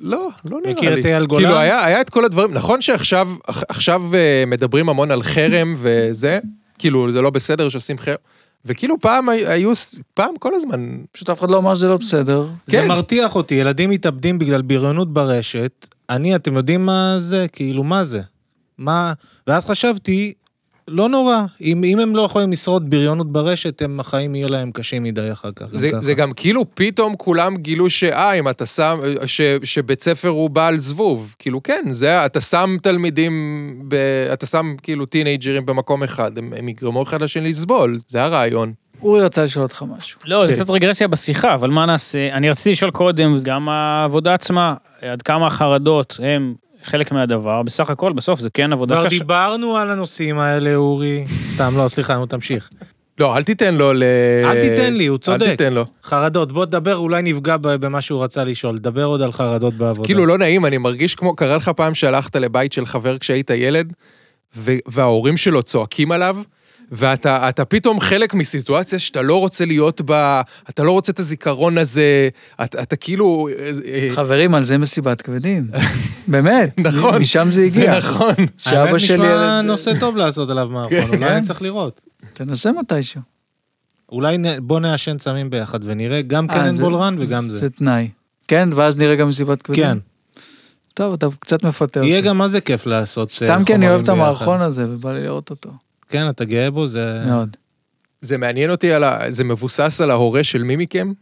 Speaker 1: לא, לא נראה לי.
Speaker 3: מכיר את אייל גולן?
Speaker 1: כאילו, היה היה את כל הדברים, נכון שעכשיו עכ- עכשיו אה, מדברים המון על חרם וזה, כאילו, זה לא בסדר שעושים חרם, וכאילו פעם הי- היו, ס- פעם כל הזמן,
Speaker 2: פשוט אף אחד לא אמר שזה לא בסדר.
Speaker 3: זה
Speaker 1: כן.
Speaker 3: מרתיח אותי, ילדים מתאבדים בגלל בריונות ברשת. אני, אתם יודעים מה זה? כאילו, מה זה? מה... ואז חשבתי, לא נורא. אם, אם הם לא יכולים לשרוד בריונות ברשת, הם, החיים יהיו להם קשים מדי אחר כך. גם
Speaker 1: זה,
Speaker 3: ככה.
Speaker 1: זה גם כאילו פתאום כולם גילו שאה, אם אתה שם, ש, שבית ספר הוא בעל זבוב. כאילו, כן, זה, אתה שם תלמידים, ב, אתה שם כאילו טינג'רים במקום אחד, הם, הם יגרמו אחד לשני לסבול, זה הרעיון.
Speaker 2: אורי רצה לשאול אותך משהו.
Speaker 6: לא,
Speaker 3: כן.
Speaker 6: זה קצת רגרסיה בשיחה, אבל מה נעשה? אני רציתי לשאול קודם, גם העבודה עצמה, עד כמה החרדות הם חלק מהדבר, בסך הכל, בסוף זה כן עבודה
Speaker 3: כבר
Speaker 6: קשה.
Speaker 3: דיברנו על הנושאים האלה, אורי. סתם, לא, סליחה, נו, תמשיך.
Speaker 1: לא, אל תיתן לו ל...
Speaker 3: אל תיתן לי, הוא צודק.
Speaker 1: אל תיתן לו.
Speaker 3: חרדות, בוא תדבר, אולי נפגע ב- במה שהוא רצה לשאול. דבר עוד על חרדות בעבודה.
Speaker 1: כאילו לא נעים, אני מרגיש כמו, קרה לך פעם שהלכת לבית של חבר כשהיית ילד, ו- וההורים שלו צועקים עליו, ואתה אתה פתאום חלק מסיטואציה שאתה לא רוצה להיות בה, אתה לא רוצה את הזיכרון הזה, אתה, אתה כאילו... אה, אה,
Speaker 3: אוקיי.
Speaker 2: חברים, על זה מסיבת כבדים. [LAUGHS] באמת.
Speaker 1: נכון.
Speaker 2: משם זה
Speaker 1: זה
Speaker 2: הגיע.
Speaker 1: נכון.
Speaker 2: שאבא
Speaker 3: האמת,
Speaker 2: שלי...
Speaker 3: נשמע
Speaker 2: ילד-
Speaker 3: נושא טוב לעשות עליו מערכון, אולי אני צריך לראות.
Speaker 2: תנסה מתישהו.
Speaker 3: אולי נ... בוא נעשן סמים ביחד ונראה גם
Speaker 2: אה, זה-
Speaker 3: קננבול רן וגם זה.
Speaker 2: זה תנאי. כן, ואז נראה גם מסיבת כבדים.
Speaker 3: כן.
Speaker 2: טוב, אתה קצת מפתה אותי.
Speaker 3: יהיה גם מה זה כיף לעשות אה,
Speaker 2: סתם כי אני אוהב את
Speaker 3: חומרים
Speaker 2: המערכון לא.
Speaker 3: ביחד.
Speaker 2: הזה, ובא לי לראות אותו.
Speaker 3: כן, אתה גאה בו, זה...
Speaker 2: מאוד.
Speaker 1: זה מעניין אותי על ה... זה מבוסס על ההורה של מי מכם?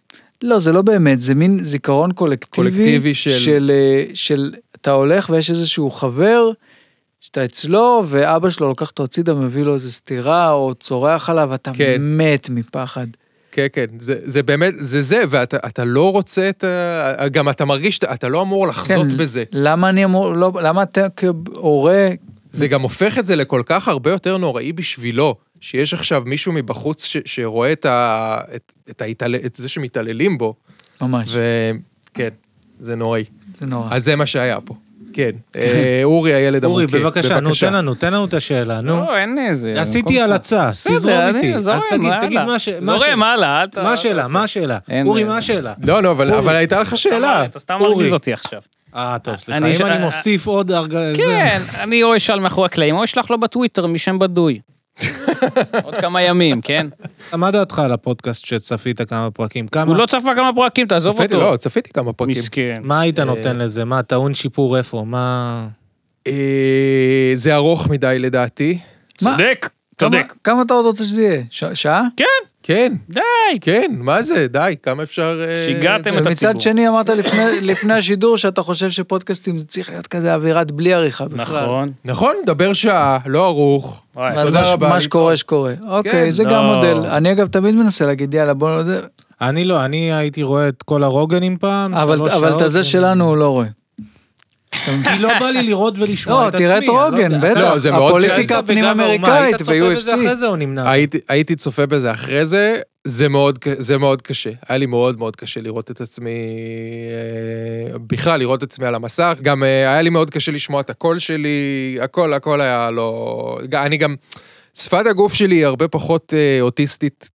Speaker 2: לא, זה לא באמת, זה מין זיכרון קולקטיבי.
Speaker 1: קולקטיבי של-
Speaker 2: של... אה, של... אתה הולך ויש איזשהו חבר, שאתה אצלו, ואבא שלו לוקח אותו הצידה, מביא לו איזה סטירה, או צורח עליו, ואתה
Speaker 1: כן.
Speaker 2: מת מפחד.
Speaker 1: כן, כן, זה, זה באמת, זה זה, ואתה אתה לא רוצה את ה... גם אתה מרגיש שאתה אתה לא אמור לחזות
Speaker 2: כן,
Speaker 1: בזה.
Speaker 2: למה אני אמור... לא, למה אתה כהורה...
Speaker 1: זה גם הופך את זה לכל כך הרבה יותר נוראי בשבילו, שיש עכשיו מישהו מבחוץ ש, שרואה את, ה, את, את, ההתעל, את זה שמתעללים בו,
Speaker 2: ממש,
Speaker 1: וכן, זה נוראי.
Speaker 2: זה נורא.
Speaker 1: אז זה מה שהיה פה. כן. אה, אורי, הילד המוכה.
Speaker 3: אורי, בבקשה, נו, תן לנו, תן לנו את השאלה, נו.
Speaker 4: לא, אין איזה...
Speaker 3: עשיתי
Speaker 4: במקום ש-
Speaker 3: הלצה,
Speaker 4: בסדר,
Speaker 3: תזרום
Speaker 4: אני
Speaker 3: איתי. אז
Speaker 4: זורם,
Speaker 3: תגיד,
Speaker 4: יאללה.
Speaker 3: תגיד מה הש- מה
Speaker 4: זורם,
Speaker 3: השאלה.
Speaker 4: הלאה, אתה...
Speaker 3: מה השאלה, מה השאלה?
Speaker 4: אין-
Speaker 3: אורי, מה השאלה?
Speaker 1: לא, לא, אבל אבל הייתה לך שאלה.
Speaker 4: אתה סתם
Speaker 3: אורי.
Speaker 4: מרגיז אותי עכשיו.
Speaker 3: אה, טוב, סליחה.
Speaker 4: אני ש-
Speaker 3: אם אני
Speaker 4: אה,
Speaker 3: מוסיף עוד הרגע...
Speaker 4: כן, אני או אשאל מאחורי הקלעים, או אשלח לו בטוויטר
Speaker 3: [LAUGHS]
Speaker 4: משם בדוי. עוד כמה ימים, כן?
Speaker 3: זה- מה דעתך על הפודקאסט שצפית כמה פרקים? כמה?
Speaker 4: הוא לא צפה כמה פרקים, תעזוב
Speaker 1: צפיתי,
Speaker 4: אותו.
Speaker 1: לא, צפיתי כמה פרקים.
Speaker 4: מסכן.
Speaker 3: מה היית נותן
Speaker 2: אה,
Speaker 3: לזה? מה, טעון שיפור איפה? מה...
Speaker 1: אה, זה ארוך מדי לדעתי.
Speaker 2: מה?
Speaker 4: צודק,
Speaker 2: כמה-
Speaker 4: צודק.
Speaker 2: כמה אתה עוד רוצה שזה יהיה? ש- שעה?
Speaker 1: כן,
Speaker 4: די.
Speaker 1: כן, מה זה, די, כמה אפשר... אה,
Speaker 4: שיגעתם
Speaker 1: זה-
Speaker 4: את
Speaker 2: ומצד
Speaker 4: הציבור.
Speaker 2: שני אמרת לפני- לפני השידור שאתה חושב שפודקאסטים זה צריך להיות כזה אווירת בלי עריכה בכלל.
Speaker 4: נכון.
Speaker 1: נכון, דבר שעה, לא ערוך.
Speaker 4: וואי,
Speaker 2: אז
Speaker 1: תודה
Speaker 2: מה ש-
Speaker 1: רבה.
Speaker 2: מה שקורה שקורה. אוקיי, זה
Speaker 4: לא.
Speaker 2: גם מודל. אני אגב תמיד מנסה להגיד יאללה בוא לא זה,
Speaker 3: אני לא, אני הייתי רואה את כל הרוגנים פעם,
Speaker 2: אבל
Speaker 3: שלוש
Speaker 2: אבל את
Speaker 3: שעות, כן.
Speaker 2: הזה
Speaker 3: ו-
Speaker 2: שלנו הוא לא רואה.
Speaker 3: [LAUGHS] כי לא בא לי לראות ולשמוע
Speaker 2: לא,
Speaker 3: את עצמי.
Speaker 2: תראה את
Speaker 3: אני לא
Speaker 2: רוגן,
Speaker 3: יודע.
Speaker 2: בטח.
Speaker 1: לא, זה מאוד
Speaker 2: הפוליטיקה
Speaker 1: קשה.
Speaker 2: הפנים
Speaker 3: היית
Speaker 2: אמריקאית
Speaker 3: צופה בזה
Speaker 2: ב-UFC.
Speaker 3: אחרי זה או נמנע?
Speaker 1: הייתי- הייתי צופה בזה אחרי זה, זה מאוד, ק- זה מאוד קשה. היה לי מאוד מאוד קשה לראות את עצמי, אה, בכלל לראות את עצמי על המסך. גם אה, היה לי מאוד קשה לשמוע את הקול שלי, הכל, הכל היה לא... ג- אני גם, שפת הגוף שלי היא הרבה פחות אה, אוטיסטית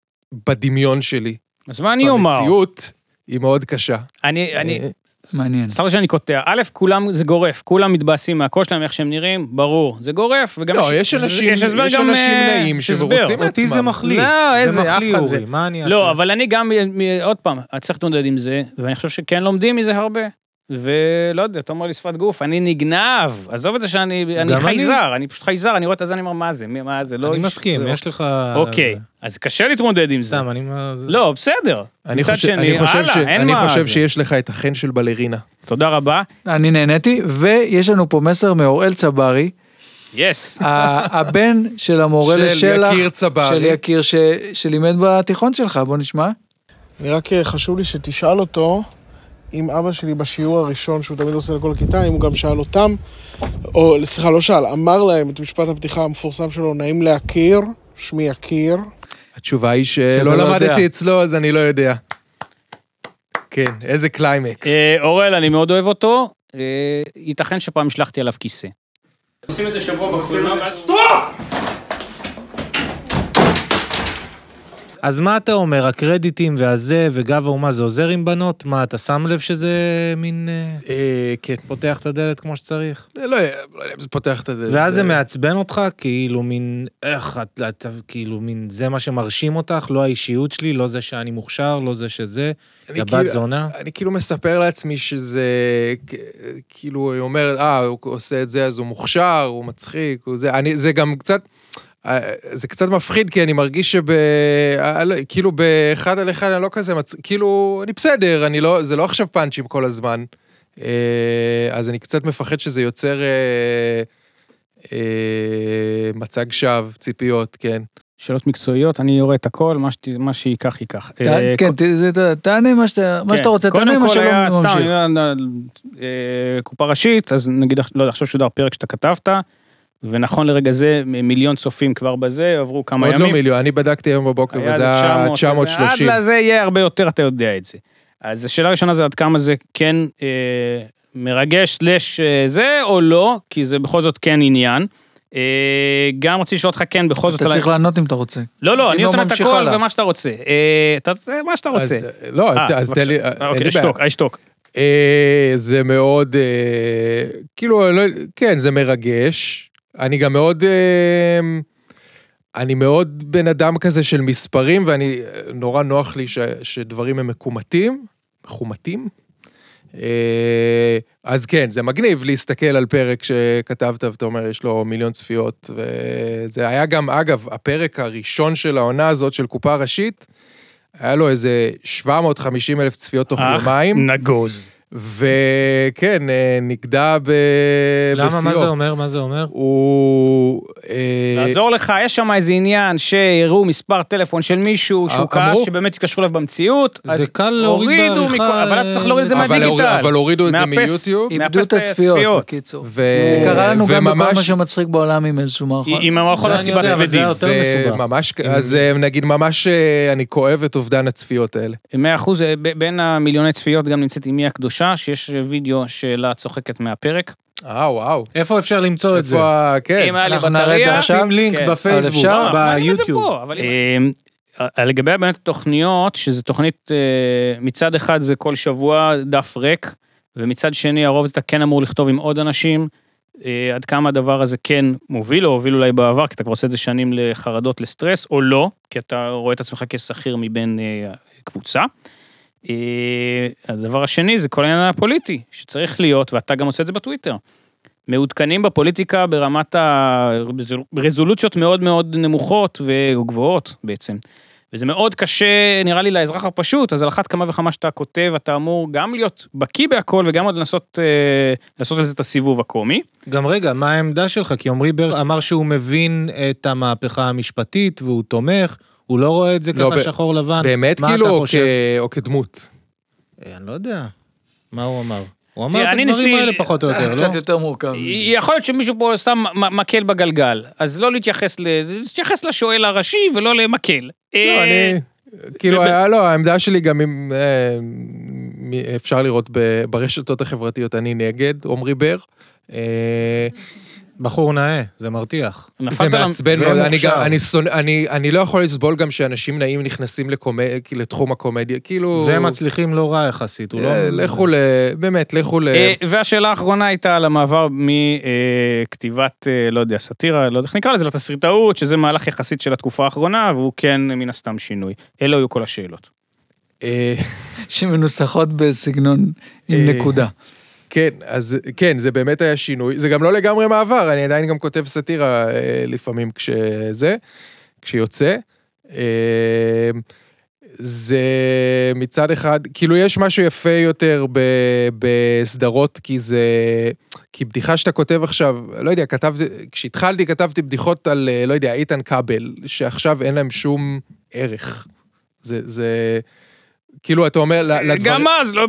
Speaker 1: בדמיון שלי.
Speaker 4: אז מה אני אומר?
Speaker 1: במציאות היא מאוד קשה.
Speaker 4: אני, אני,
Speaker 1: אה,
Speaker 2: מעניין.
Speaker 4: סליחה שאני קוטע. א', כולם, זה גורף, כולם מתבאסים מהקול שלהם, איך שהם נראים, ברור. זה גורף, וגם...
Speaker 1: לא, יש אנשים, יש
Speaker 4: הסבר גם,
Speaker 1: אנשים
Speaker 4: אה,
Speaker 1: נעים
Speaker 4: הסבר.
Speaker 1: שרוצים
Speaker 3: אוטיזם
Speaker 1: לעצמם.
Speaker 3: מחליא.
Speaker 4: לא,
Speaker 3: זה
Speaker 4: איזה,
Speaker 3: מחליא,
Speaker 4: אף אחד
Speaker 3: אורי,
Speaker 4: זה-
Speaker 3: מה אני אעשה?
Speaker 4: לא, אבל אני גם, מ- מ- עוד פעם, אני צריך להתמודד עם זה, ואני חושב שכן לומדים מזה הרבה. ולא יודע, אתה אומר לי שפת גוף, אני נגנב. עזוב את זה שאני אני
Speaker 3: גם אני.
Speaker 4: חייזר, אני פשוט חייזר, אני רואה את הזה, אני אומר, מה זה, מי- מה זה, לא...
Speaker 3: אני
Speaker 4: איש-
Speaker 3: מסכים, יש לך...
Speaker 4: אוקיי, אז קשה להתמודד עם זה.
Speaker 3: סתם, אני...
Speaker 4: לא, בסדר.
Speaker 1: אני
Speaker 4: מצד
Speaker 1: חושב-
Speaker 4: שני,
Speaker 1: אני חושב ש-
Speaker 4: הלאה, אין
Speaker 1: אני
Speaker 4: מה
Speaker 1: חושב
Speaker 4: זה.
Speaker 1: שיש לך את החן של בלרינה.
Speaker 4: תודה רבה.
Speaker 2: אני נהניתי, ויש לנו פה מסר מאוראל צברי,
Speaker 4: יס.
Speaker 2: ה- הבן של המורה
Speaker 1: של
Speaker 2: לשלח.
Speaker 1: יקיר צברי.
Speaker 2: של יקיר ש- שלימד בתיכון שלך, בוא נשמע.
Speaker 8: אני רק אה, חשוב לי שתשאל אותו אם אבא שלי בשיעור הראשון שהוא תמיד עושה לכל הכיתה, אם הוא גם שאל אותם, או סליחה, לא שאל, אמר להם את משפט הפתיחה המפורסם שלו, נעים להכיר, שמי יקיר.
Speaker 1: התשובה היא
Speaker 2: שאתה
Speaker 1: שלא
Speaker 2: לא יודע.
Speaker 1: למדתי אצלו, אז אני לא יודע. כן, איזה קליימקס.
Speaker 4: אה, אורל, אני מאוד אוהב אותו. אה, ייתכן שפעם השלכתי עליו כיסא. עושים את זה שבוע בקולנוע, ואז
Speaker 3: אז מה אתה אומר, הקרדיטים והזה וגב האומה זה עוזר עם בנות? מה, אתה שם לב שזה מין... אה,
Speaker 1: אה, כן,
Speaker 3: פותח את הדלת כמו שצריך?
Speaker 1: אה, לא יודע, לא יודע אם זה פותח את הדלת.
Speaker 3: ואז זה מעצבן אותך, כאילו מין, איך את, את, כאילו מין, זה מה שמרשים אותך, לא האישיות שלי, לא זה שאני מוכשר, לא זה שזה,
Speaker 1: אני
Speaker 3: יא בת
Speaker 1: כאילו-
Speaker 3: זונה.
Speaker 1: אני כאילו מספר לעצמי שזה, כ- כאילו, היא אומרת, אה, הוא עושה את זה, אז הוא מוכשר, הוא מצחיק, הוא זה, אני, זה גם קצת, אה, זה קצת מפחיד, כי אני מרגיש שב... אה, לא, כאילו, באחד על אחד אני לא כזה מצ... כאילו, אני בסדר, אני לא, זה לא עכשיו פאנצ'ים כל הזמן. אה, אז אני קצת מפחד שזה יוצר אה, אה, מצג שווא, ציפיות, כן.
Speaker 4: שאלות מקצועיות, אני יורה את הכל, מה שת- מה שייקח ייקח.
Speaker 2: ת-
Speaker 4: אה,
Speaker 2: כן, ת- זה- ת- תענה מה שאתה מה שאתה רוצה, תענה מה
Speaker 4: כן. קודם כל היה
Speaker 2: שלא
Speaker 4: סתם,
Speaker 2: ממשיך.
Speaker 4: אני לא יודע, אה, קופה ראשית, אז נגיד, לא יודע, עכשיו שודר פרק שאתה כתבת, ונכון לרגע זה מ- מיליון צופים כבר בזה, עברו כמה
Speaker 1: עוד
Speaker 4: ימים.
Speaker 1: לא מיליון, אני בדקתי היום בבוקר,
Speaker 4: אה, היה
Speaker 1: וזה היה
Speaker 4: 900,
Speaker 1: 930.
Speaker 4: עד לזה יהיה הרבה יותר, אתה יודע את זה. אז השאלה הראשונה זה עד כמה זה כן אה, מרגש סלש אה, זה או לא, כי זה בכל זאת כן עניין. אה, גם רציתי לשאול אותך כן בכל זאת.
Speaker 2: אתה
Speaker 4: על ה-
Speaker 2: צריך לענות אם אתה רוצה.
Speaker 4: לא, לא,
Speaker 2: אם
Speaker 4: אני
Speaker 2: לא,
Speaker 4: נותן את
Speaker 2: ממשיך
Speaker 4: הכל
Speaker 2: הלאה.
Speaker 4: ומה שאתה רוצה. אה, אתה- זה מה שאתה רוצה.
Speaker 1: אז, לא,
Speaker 4: אה,
Speaker 1: אז תן לי,
Speaker 4: בבקשה.
Speaker 1: אה, אין
Speaker 4: אוקיי,
Speaker 1: לי בעיה.
Speaker 4: אשתוק, אשתוק.
Speaker 1: אה, זה מאוד, אה, כאילו, לא, כן, זה מרגש. אני גם מאוד, אה, אני מאוד בן אדם כזה של מספרים, ואני, אה, נורא נוח לי ש, שדברים הם מקומטים, מחומתים. אה, אז כן, זה מגניב להסתכל על פרק שכתבת, ואתה אומר, יש לו מיליון צפיות, וזה היה גם, אגב, הפרק הראשון של העונה הזאת של קופה ראשית, היה לו איזה 750 אלף צפיות תוך
Speaker 4: אך,
Speaker 1: יומיים.
Speaker 4: נגוז.
Speaker 1: וכן, אה, נגדע ב... אה,
Speaker 3: למה, מה זה
Speaker 1: בשיאו.
Speaker 3: אומר, מה זה אומר?
Speaker 1: הוא... אה,
Speaker 4: לעזור לך, יש שם איזה עניין שהראו מספר טלפון של מישהו
Speaker 1: אה,
Speaker 4: שהוא
Speaker 1: אמרו-
Speaker 4: כעס שבאמת התקשרו אליו במציאות.
Speaker 3: זה
Speaker 4: אז
Speaker 3: קל להוריד
Speaker 4: הורידו
Speaker 3: בעריכה,
Speaker 4: מכל- אבל אתה צריך להוריד את זה
Speaker 1: אבל
Speaker 4: מהדיגיטל.
Speaker 1: הוריד- אבל הורידו את זה
Speaker 4: מאפס-
Speaker 1: מיוטיוב.
Speaker 2: איבדו את הצפיות, אוקיי, בקיצור.
Speaker 1: ו...
Speaker 2: זה קרה לנו גם בכל מה
Speaker 1: וממש-
Speaker 2: שמצחיק בעולם עם איזשהו מערכון.
Speaker 4: עם המערכון
Speaker 3: זה אני
Speaker 4: הסיבת
Speaker 3: יודע, אבל זה
Speaker 4: כבדים.
Speaker 3: היה יותר מסובך.
Speaker 1: וממש, אז אה, נגיד ממש אה, אני כואב את אובדן הצפיות האלה.
Speaker 4: 100 אחוז, בין המיליוני צפיות גם נמצאת אמי הקדושה, חשש, יש וידאו שאלה צוחקת מהפרק.
Speaker 1: אה, וואו.
Speaker 3: איפה אפשר למצוא לא את זה?
Speaker 1: איפה ה... כן.
Speaker 4: אם היה לי
Speaker 2: אנחנו נראה את זה
Speaker 4: בטריה...
Speaker 2: עכשיו?
Speaker 3: שים לינק
Speaker 4: כן.
Speaker 2: אבל
Speaker 3: בפייסבוק,
Speaker 2: אפשר?
Speaker 4: לא, אנחנו נעלה את זה
Speaker 3: ביוטיוב.
Speaker 4: פה, אבל אם- אה, לגבי באמת התוכניות, שזו תוכנית, אה, מצד אחד זה כל שבוע דף ריק, ומצד שני הרוב אתה כן אמור לכתוב עם עוד אנשים, אה, עד כמה הדבר הזה כן מוביל, או הוביל אולי בעבר, כי אתה כבר עושה את זה שנים לחרדות, לסטרס, או לא, כי אתה רואה את עצמך כשכיר מבין אה, קבוצה. אה, הדבר השני זה כל העניין הפוליטי, שצריך להיות, ואתה גם עושה את זה בטוויטר. מעודכנים בפוליטיקה ברמת ה... רזולוציות מאוד מאוד נמוכות וגבוהות בעצם. וזה מאוד קשה, נראה לי, לאזרח הפשוט, אז על אחת כמה וכמה שאתה כותב, אתה אמור גם להיות בקיא בהכל וגם עוד לנסות, אה, לעשות על זה את הסיבוב הקומי.
Speaker 3: גם רגע, מה העמדה שלך? כי עמרי בר אמר שהוא מבין את המהפכה המשפטית והוא תומך, הוא לא רואה את זה
Speaker 1: לא,
Speaker 3: ככה
Speaker 1: ב-
Speaker 3: שחור לבן.
Speaker 1: באמת
Speaker 3: מה
Speaker 1: כאילו,
Speaker 3: אתה
Speaker 1: או, כ...
Speaker 3: חושב?
Speaker 1: או כדמות.
Speaker 3: אה, אני לא יודע. מה הוא אמר? הוא אמר
Speaker 4: תראה,
Speaker 3: את
Speaker 4: אני
Speaker 3: הדברים
Speaker 4: ניסיתי-
Speaker 3: האלה פחות או יותר, לא?
Speaker 2: אה, קצת יותר
Speaker 4: אה,
Speaker 1: אה,
Speaker 2: מורכב.
Speaker 4: יכול להיות שמישהו פה שם מ- מקל בגלגל, אז לא להתייחס, ל... להתייחס לשואל הראשי ולא למקל. אה,
Speaker 1: לא, אני... כאילו, היה לו, העמדה שלי גם אם... אה, מ- אפשר לראות ב- ברשתות החברתיות, אני נגד עמרי בר. אה,
Speaker 3: בחור נאה, זה מרתיח.
Speaker 1: זה מעצבן מאוד, אני
Speaker 3: ומוכשר.
Speaker 1: גם, אני שונא, אני, אני לא יכול לסבול גם שאנשים נעים נכנסים לקומדיה, לתחום הקומדיה, כאילו...
Speaker 3: ומצליחים לא רע יחסית, הוא לא...
Speaker 1: אה, לכו ל... באמת, לכו ל...
Speaker 4: אה, והשאלה האחרונה הייתה על המעבר מכתיבת, לא יודע, סאטירה, לא יודע איך נקרא לזה, לתסריטאות, שזה מהלך יחסית של התקופה האחרונה, והוא כן מן הסתם שינוי. אלה היו כל השאלות.
Speaker 1: אה,
Speaker 2: שמנוסחות בסגנון עם
Speaker 1: אה,
Speaker 2: נקודה.
Speaker 1: כן, אז כן, זה באמת היה שינוי. זה גם לא לגמרי מעבר, אני עדיין גם כותב סאטירה אה, לפעמים כשזה, כשיוצא. אה, זה מצד אחד, כאילו יש משהו יפה יותר ב, בסדרות, כי זה... כי בדיחה שאתה כותב עכשיו, לא יודע, כתבתי, כשהתחלתי כתבתי בדיחות על, אה, לא יודע, איתן כבל, שעכשיו אין להם שום ערך. זה, זה, כאילו, אתה אומר, ל- לדברים...
Speaker 4: אה, גם אז, לא...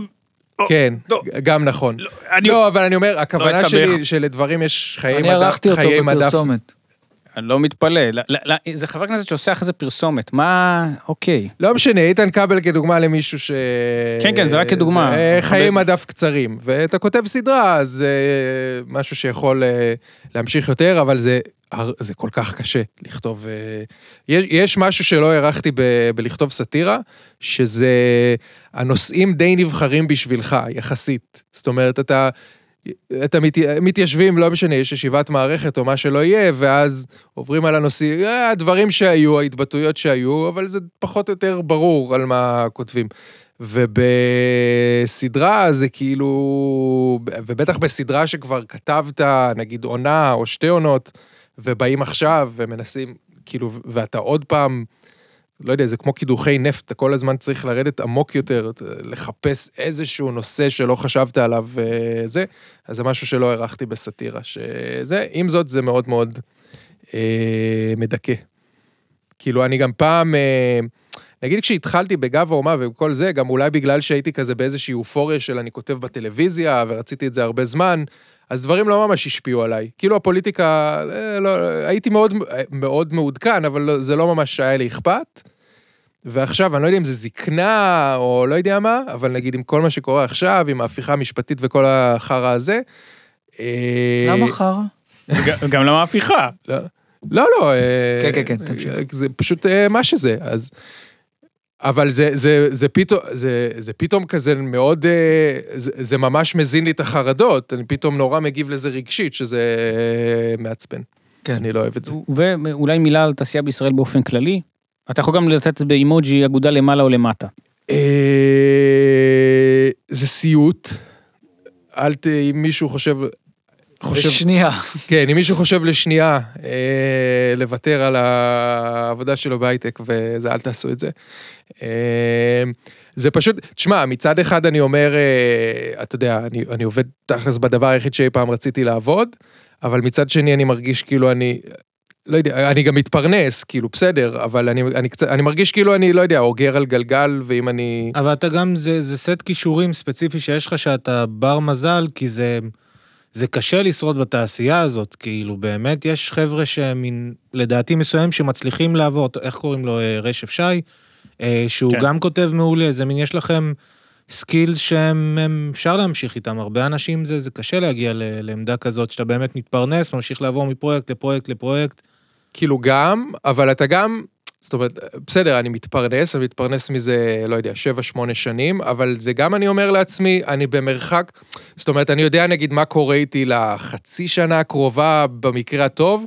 Speaker 1: כן,
Speaker 4: לא.
Speaker 1: גם נכון.
Speaker 4: אני...
Speaker 1: לא, אבל אני אומר, הכוונה
Speaker 4: הסתבך.
Speaker 1: שלי שלדברים יש חיי מדף.
Speaker 2: אני ערכתי אותו
Speaker 1: חיי מדף.
Speaker 2: בפרסומת.
Speaker 4: אני לא מתפלא. לא- לא- לא- זה חבר כנסת שעושה אחרי זה פרסומת, מה...
Speaker 1: [LAUGHS]
Speaker 4: אוקיי.
Speaker 1: לא משנה, איתן כבל כדוגמה למישהו ש...
Speaker 4: כן, כן, זה רק כדוגמה.
Speaker 1: זה, אה, חיי
Speaker 4: אבל-
Speaker 1: מדף קצרים. ואתה כותב סדרה, אז אה, משהו שיכול אה, להמשיך יותר, אבל זה... הר- זה כל כך קשה לכתוב... אה, יש, יש משהו שלא הערכתי ב, בלכתוב סאטירה, שזה... הנושאים די נבחרים בשבילך, יחסית. זאת אומרת, אתה... אתה מת, מתיישבים, לא משנה, יש ישיבת מערכת או מה שלא יהיה, ואז עוברים על הנושאים, אה, הדברים שהיו, ההתבטאויות שהיו, אבל זה פחות או יותר ברור על מה כותבים. ובסדרה זה כאילו, ובטח בסדרה שכבר כתבת, נגיד עונה או שתי עונות, ובאים עכשיו ומנסים, כאילו, ואתה עוד פעם, לא יודע, זה כמו קידוחי נפט, אתה כל הזמן צריך לרדת עמוק יותר, לחפש איזשהו נושא שלא חשבת עליו, אה, זה. אז זה משהו שלא הערכתי בסאטירה, שזה, עם זאת, זה מאוד מאוד אה, מדכא. כאילו, אני גם פעם, אה, נגיד כשהתחלתי בגב האומה וכל זה, גם אולי בגלל שהייתי כזה באיזושהי אופוריה של אני כותב בטלוויזיה, ורציתי את זה הרבה זמן, אז דברים לא ממש השפיעו עליי. כאילו, הפוליטיקה, אה, לא, הייתי מאוד, אה, מאוד מעודכן, אבל לא, זה לא ממש היה לי אכפת. ועכשיו, אני לא יודע אם זה זקנה או לא יודע מה, אבל נגיד עם כל מה שקורה עכשיו, עם ההפיכה המשפטית וכל החרא הזה, אה,
Speaker 2: למה חרא?
Speaker 4: גם- גם למה הפיכה?
Speaker 1: לא, לא, לא. אה,
Speaker 2: כן, כן, כן,
Speaker 1: אה,
Speaker 2: תמשיך.
Speaker 1: זה פשוט אה, מה שזה, אז... אבל זה, זה, זה, פתאום, זה, זה פתאום כזה מאוד, אה, זה, זה ממש מזין לי את החרדות, אני פתאום נורא מגיב לזה רגשית, שזה אה, מעצבן.
Speaker 2: כן.
Speaker 1: אני לא אוהב את זה.
Speaker 4: ואולי מילה על תעשייה בישראל באופן כללי. אתה יכול גם לתת באימוג'י אגודה למעלה או למטה.
Speaker 1: אה, זה סיוט. אל ת... אם מישהו חושב... חושב...
Speaker 2: בשנייה.
Speaker 1: כן, אם מישהו חושב לשנייה אה, לוותר על העבודה שלו בהייטק וזה, אל תעשו את זה. אה, זה פשוט, תשמע, מצד אחד אני אומר, אה, אתה יודע, אני, אני עובד תכלס בדבר היחיד שאי פעם רציתי לעבוד, אבל מצד שני אני מרגיש כאילו אני, לא יודע, אני גם מתפרנס, כאילו, בסדר, אבל אני, אני, קצת, אני מרגיש כאילו אני, לא יודע, אוגר על גלגל, ואם אני...
Speaker 3: אבל אתה גם, זה, זה סט כישורים ספציפי שיש לך שאתה בר מזל, כי זה, זה קשה לשרוד בתעשייה הזאת, כאילו באמת יש חבר'ה שהם מין, לדעתי מסוים שמצליחים לעבור, איך קוראים לו, אה, רשף שי, אה, שהוא
Speaker 4: כן.
Speaker 3: גם כותב מעולה, זה מין, יש לכם סקילס שהם, הם- אפשר להמשיך איתם. הרבה אנשים זה, זה קשה להגיע ל- לעמדה כזאת, שאתה באמת מתפרנס, ממשיך לעבור מפרויקט לפרויקט לפרויקט.
Speaker 1: כאילו גם, אבל אתה גם, זאת אומרת, בסדר, אני מתפרנס, אני מתפרנס מזה, לא יודע, 7-8 שנים, אבל זה גם אני אומר לעצמי, אני במרחק, זאת אומרת, אני יודע נגיד מה קורה איתי לחצי שנה הקרובה במקרה הטוב,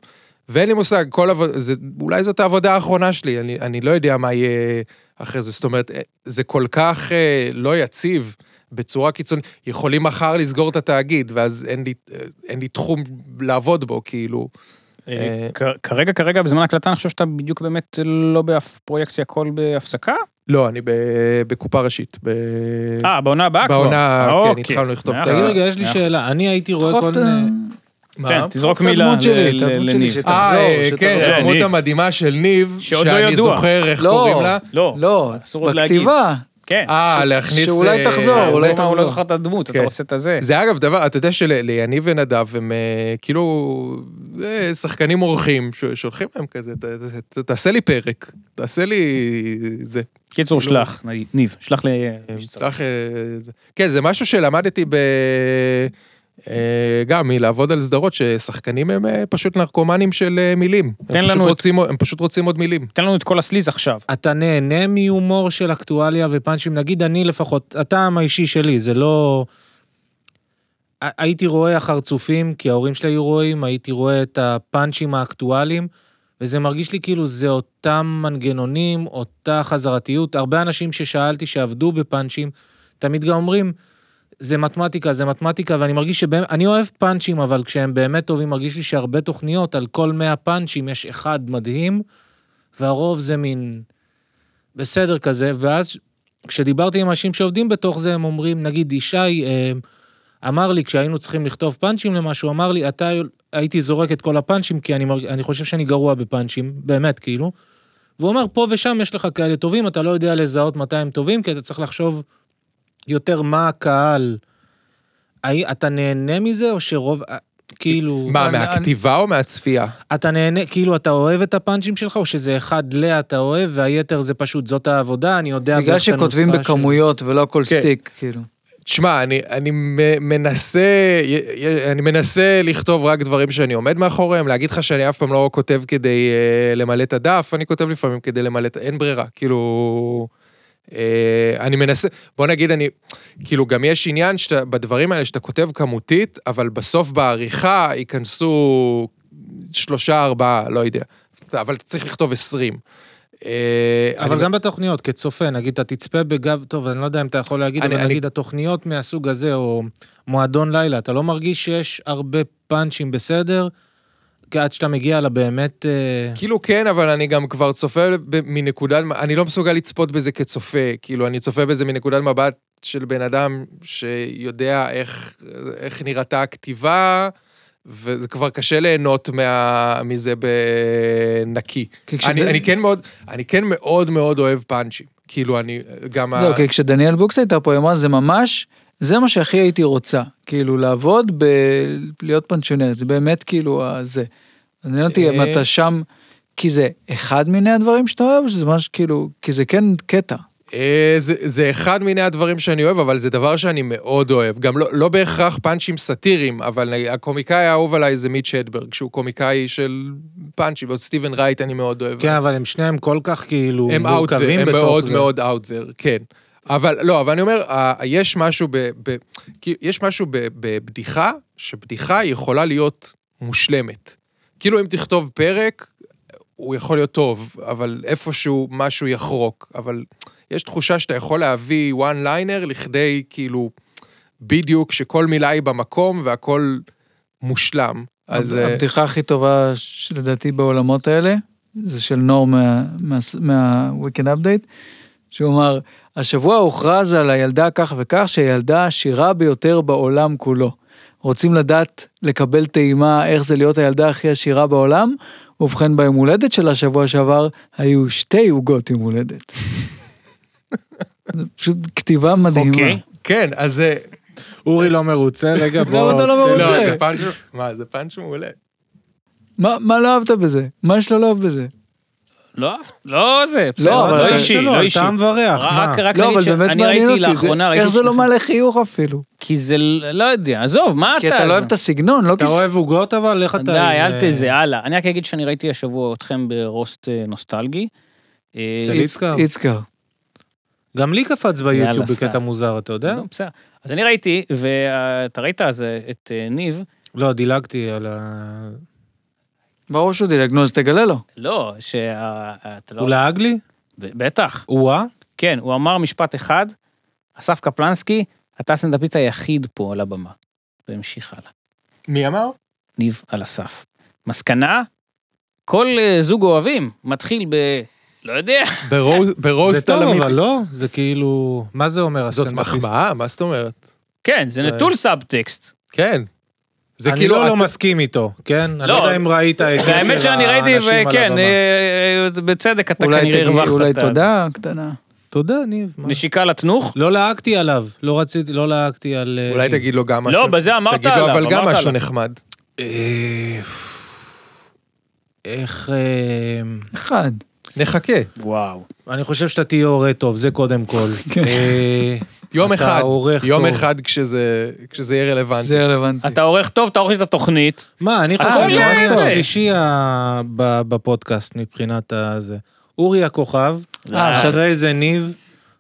Speaker 1: ואין לי מושג, כל עבודה, זה, אולי זאת העבודה האחרונה שלי, אני, אני לא יודע מה יהיה אחרי זה, זאת אומרת, אה, זה כל כך אה, לא יציב. בצורה קיצונית, יכולים מחר לסגור את התאגיד, ואז אין לי, אה, אין לי תחום לעבוד בו, כאילו. אה,
Speaker 6: כ- כרגע, כרגע, בזמן ההקלטה, אני חושב שאתה בדיוק באמת לא באף פרויקט, הכל בהפסקה?
Speaker 1: לא, אני ב... בקופה ראשית. ב...
Speaker 6: אה, בעונה הבאה כבר.
Speaker 1: בעונה,
Speaker 6: אה,
Speaker 1: כן,
Speaker 6: אוקיי.
Speaker 1: התחלנו לכתוב
Speaker 6: מאה
Speaker 1: את
Speaker 3: תגיד
Speaker 6: אחוז.
Speaker 1: ה...
Speaker 3: רגע, יש לי
Speaker 6: מאה
Speaker 3: שאלה, אני הייתי רואה
Speaker 2: דחוף
Speaker 3: כל
Speaker 2: את
Speaker 3: מיני...
Speaker 2: ה-
Speaker 1: מה?
Speaker 6: כן, תזרוק
Speaker 2: את הדמות
Speaker 6: מילה
Speaker 2: שלי,
Speaker 6: ל-
Speaker 2: את הדמות
Speaker 6: ל-
Speaker 2: שלי,
Speaker 6: לניב.
Speaker 2: שתחזור,
Speaker 1: אה, כן,
Speaker 2: שתחזור.
Speaker 6: זה,
Speaker 1: הדמות
Speaker 6: ניב.
Speaker 1: המדהימה של ניב,
Speaker 6: שעוד לא
Speaker 1: שאני
Speaker 6: ידוע.
Speaker 1: זוכר איך
Speaker 2: לא.
Speaker 1: קוראים לה.
Speaker 6: לא,
Speaker 2: לא,
Speaker 6: אסור עוד להגיד.
Speaker 2: בכתיבה.
Speaker 6: כן.
Speaker 1: אה, להכניס...
Speaker 2: שאולי
Speaker 1: אה,
Speaker 2: תחזור,
Speaker 1: זה-
Speaker 2: אולי
Speaker 6: הוא אמר, הוא לא
Speaker 2: תחזור.
Speaker 6: זוכר את הדמות, אתה
Speaker 1: כן.
Speaker 6: רוצה את הזה.
Speaker 1: זה אגב דבר, אתה יודע שליניב ונדב הם אה, כאילו אה, שחקנים אורחים, ש- שולחים להם כזה, ת- ת- ת- תעשה לי פרק, תעשה לי זה.
Speaker 2: לא.
Speaker 6: קיצור, שלח, ניב, שלח ל... מי שצריך.
Speaker 1: שלח, אה, זה. כן, זה משהו שלמדתי ב... אה, גם מלעבוד על סדרות, ששחקנים הם אה, פשוט נרקומנים של אה, מילים.
Speaker 6: תן
Speaker 1: הם פשוט
Speaker 6: לנו את-
Speaker 1: רוצים- הם פשוט רוצים עוד מילים.
Speaker 6: תן לנו את כל הסליז עכשיו.
Speaker 3: אתה נהנה מהומור של אקטואליה ופאנצ'ים, נגיד אני לפחות, הטעם האישי שלי, זה לא... ה- הייתי רואה החרצופים, כי ההורים שלי היו רואים, הייתי רואה את הפאנצ'ים האקטואליים, וזה מרגיש לי כאילו זה אותם מנגנונים, אותה חזרתיות. הרבה אנשים ששאלתי שעבדו בפאנצ'ים, תמיד גם אומרים, זה מתמטיקה, זה מתמטיקה, ואני מרגיש שבאמת, אני אוהב פאנצ'ים, אבל כשהם באמת טובים, מרגיש לי שהרבה תוכניות, על כל 100 פאנצ'ים יש אחד מדהים, והרוב זה מין בסדר כזה, ואז כשדיברתי עם אנשים שעובדים בתוך זה, הם אומרים, נגיד ישי אה, אמר לי, כשהיינו צריכים לכתוב פאנצ'ים למשהו, אמר לי, אתה, הייתי זורק את כל הפאנצ'ים, כי אני, מרג... אני חושב שאני גרוע בפאנצ'ים, באמת, כאילו. והוא אומר, פה ושם יש לך כאלה טובים, אתה לא יודע לזהות מתי הם טובים, כי אתה צריך לחשוב יותר מה הקהל. האי- אתה נהנה מזה, או שרוב, אה, כאילו...
Speaker 1: מה,
Speaker 3: אני-
Speaker 1: מהכתיבה או מהצפייה?
Speaker 3: אתה נהנה, כאילו, אתה אוהב את הפאנצ'ים שלך, או שזה אחד ל- אתה אוהב, והיתר זה פשוט, זאת העבודה, אני יודע...
Speaker 2: בגלל
Speaker 3: בערך את
Speaker 2: שכותבים
Speaker 3: הנוסחה של-
Speaker 2: בכמויות ולא הכל
Speaker 1: כן.
Speaker 2: סטיק, כאילו.
Speaker 1: תשמע, אני, אני מ- מנסה, י- י- אני מנסה לכתוב רק דברים שאני עומד מאחוריהם, להגיד לך שאני אף פעם לא כותב כדי אה, למלא את הדף, אני כותב לפעמים כדי למלא את... אין ברירה, כאילו... אה, אני מנסה, בוא נגיד, אני, כאילו, גם יש עניין שאתה, בדברים האלה שאתה כותב כמותית, אבל בסוף בעריכה ייכנסו שלושה, ארבעה, לא יודע. אבל אתה צריך לכתוב עשרים. אה, לא-
Speaker 3: אבל גם בתוכניות, כצופה, נגיד, אתה תצפה בגב, טוב, אני לא יודע אם אתה יכול להגיד,
Speaker 1: אני-
Speaker 3: אבל
Speaker 1: אני-
Speaker 3: נגיד, התוכניות מהסוג הזה, או מועדון לילה, אתה לא מרגיש שיש הרבה פאנצ'ים בסדר, כי עד שאתה מגיע לבאמת... אה,
Speaker 1: כאילו כן, אבל אני גם כבר צופה ב- מנקודת, אני לא מסוגל לצפות בזה כצופה, כאילו, אני צופה בזה מנקודת מבט של בן אדם שיודע איך, איך נראתה הכתיבה, וזה כבר קשה ליהנות מה, מזה בנקי.
Speaker 2: כי כשד-
Speaker 1: אני, אני כן מאוד, אני כן מאוד מאוד אוהב פאנצ'ים. כאילו, אני גם... ה-
Speaker 2: לא, כי כשדניאל בוקס הייתה פה, היא אמרה, זה ממש, זה מה שהכי הייתי רוצה. כאילו, לעבוד ב... להיות פנסיונרת, זה באמת כאילו ה- זה. אז מעניין אותי אם
Speaker 1: אה.
Speaker 2: אתה שם, כי זה אחד מיני הדברים שאתה אוהב, או שזה ממש כאילו, כי זה כן קטע.
Speaker 1: אה, זה, זה אחד מיני הדברים שאני אוהב, אבל זה דבר שאני מאוד אוהב. גם לא, לא בהכרח פאנצ'ים סאטיריים, אבל נגיד, הקומיקאי האהוב עליי זה מיץ' הדברג, שהוא קומיקאי של פאנצ'ים, ועוד סטיבן רייט אני מאוד אוהב.
Speaker 3: כן, אבל הם שניהם כל כך כאילו
Speaker 1: הם אאוטזר,
Speaker 3: מורכבים
Speaker 1: הם
Speaker 3: בתוך
Speaker 1: מאוד
Speaker 3: זה.
Speaker 1: מאוד אאוטזר, כן. אבל לא, אבל אני אומר, ה- יש משהו ב... ב כי יש משהו ב- בבדיחה, שבדיחה יכולה להיות מושלמת. כאילו אם תכתוב פרק, הוא יכול להיות טוב, אבל איפשהו משהו יחרוק. אבל יש תחושה שאתה יכול להביא one liner לכדי כאילו בדיוק שכל מילה היא במקום והכל מושלם. אז... אה,
Speaker 2: הבדיחה הכי טובה ש- לדעתי בעולמות האלה, זה של נור מהוויקנד אפדייט, שהוא אמר, השבוע הוכרז על הילדה כך וכך, שהיא הילדה העשירה ביותר בעולם כולו. רוצים לדעת, לקבל טעימה איך זה להיות הילדה הכי עשירה בעולם? ובכן ביום הולדת שלה שבוע שעבר, היו שתי עוגות יום הולדת. [LAUGHS] זה פשוט כתיבה מדהימה.
Speaker 6: אוקיי.
Speaker 1: כן, אז זה...
Speaker 3: אורי לא מרוצה, רגע, בוא...
Speaker 2: למה אתה לא
Speaker 1: לא,
Speaker 2: מרוצה? רוצה.
Speaker 1: זה פאנץ'... מה, זה פאנץ' מעולה.
Speaker 2: מה, מה לא אהבת בזה? מה יש לו לא אהב בזה?
Speaker 4: לא אהבת, לא זה, בסדר,
Speaker 2: לא, אבל
Speaker 4: לא
Speaker 2: אתה-
Speaker 4: אישי,
Speaker 3: שלא,
Speaker 4: לא אישי.
Speaker 3: אתה מברך, מה?
Speaker 4: רק, רק
Speaker 2: לא,
Speaker 4: נגיד
Speaker 2: אבל באמת
Speaker 4: שאני
Speaker 2: מעניין
Speaker 4: ראיתי
Speaker 2: אותי, זה-
Speaker 4: לאחרונה, ראיתי
Speaker 2: איך זה
Speaker 4: שני-
Speaker 2: לא מעלה חיוך אפילו?
Speaker 4: כי זה, ל- לא יודע, עזוב, מה אתה?
Speaker 2: כי אתה לא אוהב את הסגנון, לא כי...
Speaker 3: אתה אוהב עוגות אבל? איך אתה...
Speaker 4: די,
Speaker 3: עם,
Speaker 4: אל
Speaker 3: אה,
Speaker 4: תזה, הלאה. אני רק אגיד שאני ראיתי השבוע אתכם ברוסט אה, נוסטלגי. אה,
Speaker 3: אצל יצקר.
Speaker 2: איצקר.
Speaker 3: גם לי קפץ ביוטיוב
Speaker 4: יאללה,
Speaker 3: בקטע
Speaker 4: סע.
Speaker 3: מוזר, אתה יודע?
Speaker 4: לא, בסדר. אז אני ראיתי, ואתה ראית אז אה, את אה, ניב,
Speaker 3: לא, דילגתי על ה...
Speaker 2: ברור שהוא דילג, נו, אז תגלה לו.
Speaker 4: לא, שאתה לא...
Speaker 3: הוא לעג לי?
Speaker 4: ב- בטח.
Speaker 3: או-אה?
Speaker 4: כן, הוא אמר משפט אחד, אסף קפלנסקי, אתה הסנדאפיסט היחיד פה על הבמה. והמשיך הלאה.
Speaker 1: מי אמר?
Speaker 4: ניב על הסף. מסקנה, כל אה, זוג אוהבים מתחיל ב... לא יודע,
Speaker 1: ברוז-
Speaker 3: כן. זה
Speaker 1: ברוזט על
Speaker 3: טוב,
Speaker 1: המיט.
Speaker 3: אבל לא, זה כאילו... מה זה אומר
Speaker 1: זאת
Speaker 3: הסטנדאפיסט?
Speaker 1: מחמאה? מה זאת אומרת?
Speaker 4: כן, זה
Speaker 1: זה-
Speaker 4: נטול סאבטקסט.
Speaker 1: כן. זה
Speaker 3: אני
Speaker 1: כאילו...
Speaker 3: לא
Speaker 1: את-
Speaker 3: לא מסכים איתו, כן? אני לא
Speaker 4: לא,
Speaker 3: יודע אם ראית את...
Speaker 4: [LAUGHS] והאמת
Speaker 3: יתר
Speaker 4: שאני ראיתי,
Speaker 3: כן, האנשים על
Speaker 4: וכן,
Speaker 3: הבמה.
Speaker 4: אה, אה, בצדק אתה
Speaker 2: אולי
Speaker 4: כנראה
Speaker 2: תגיד-
Speaker 4: הרווחת.
Speaker 2: אולי
Speaker 4: את ה-
Speaker 2: תודה קטנה.
Speaker 3: תודה, ניב. מה?
Speaker 4: נשיקה לתנוך?
Speaker 3: לא לעגתי עליו, לא רציתי, לא לעגתי על... אה,
Speaker 1: אולי
Speaker 3: ניב.
Speaker 1: תגיד לו גם משהו.
Speaker 4: לא, בזה אמרת
Speaker 1: תגיד לו
Speaker 4: עליו,
Speaker 1: אבל גם
Speaker 4: אמרת
Speaker 1: משהו
Speaker 4: עליו.
Speaker 1: נחמד.
Speaker 3: אה, איך... אה,
Speaker 2: אחד.
Speaker 1: נחכה.
Speaker 4: וואו.
Speaker 3: אני חושב שאתה תהיה הורה טוב, זה קודם כל.
Speaker 2: כן.
Speaker 3: אה,
Speaker 1: יום
Speaker 3: אתה
Speaker 1: אחד,
Speaker 3: עורך
Speaker 1: יום
Speaker 3: טוב.
Speaker 1: אחד כשזה כשזה יהיה רלוונטי.
Speaker 2: זה רלוונטי.
Speaker 4: אתה עורך טוב, אתה עורך את התוכנית.
Speaker 3: מה, אני חושב
Speaker 4: הכל
Speaker 3: שאני
Speaker 4: זה.
Speaker 3: השלישי ה- ב- בפודקאסט מבחינת הזה. אורי הכוכב,
Speaker 4: אה,
Speaker 3: אחרי זה ניב,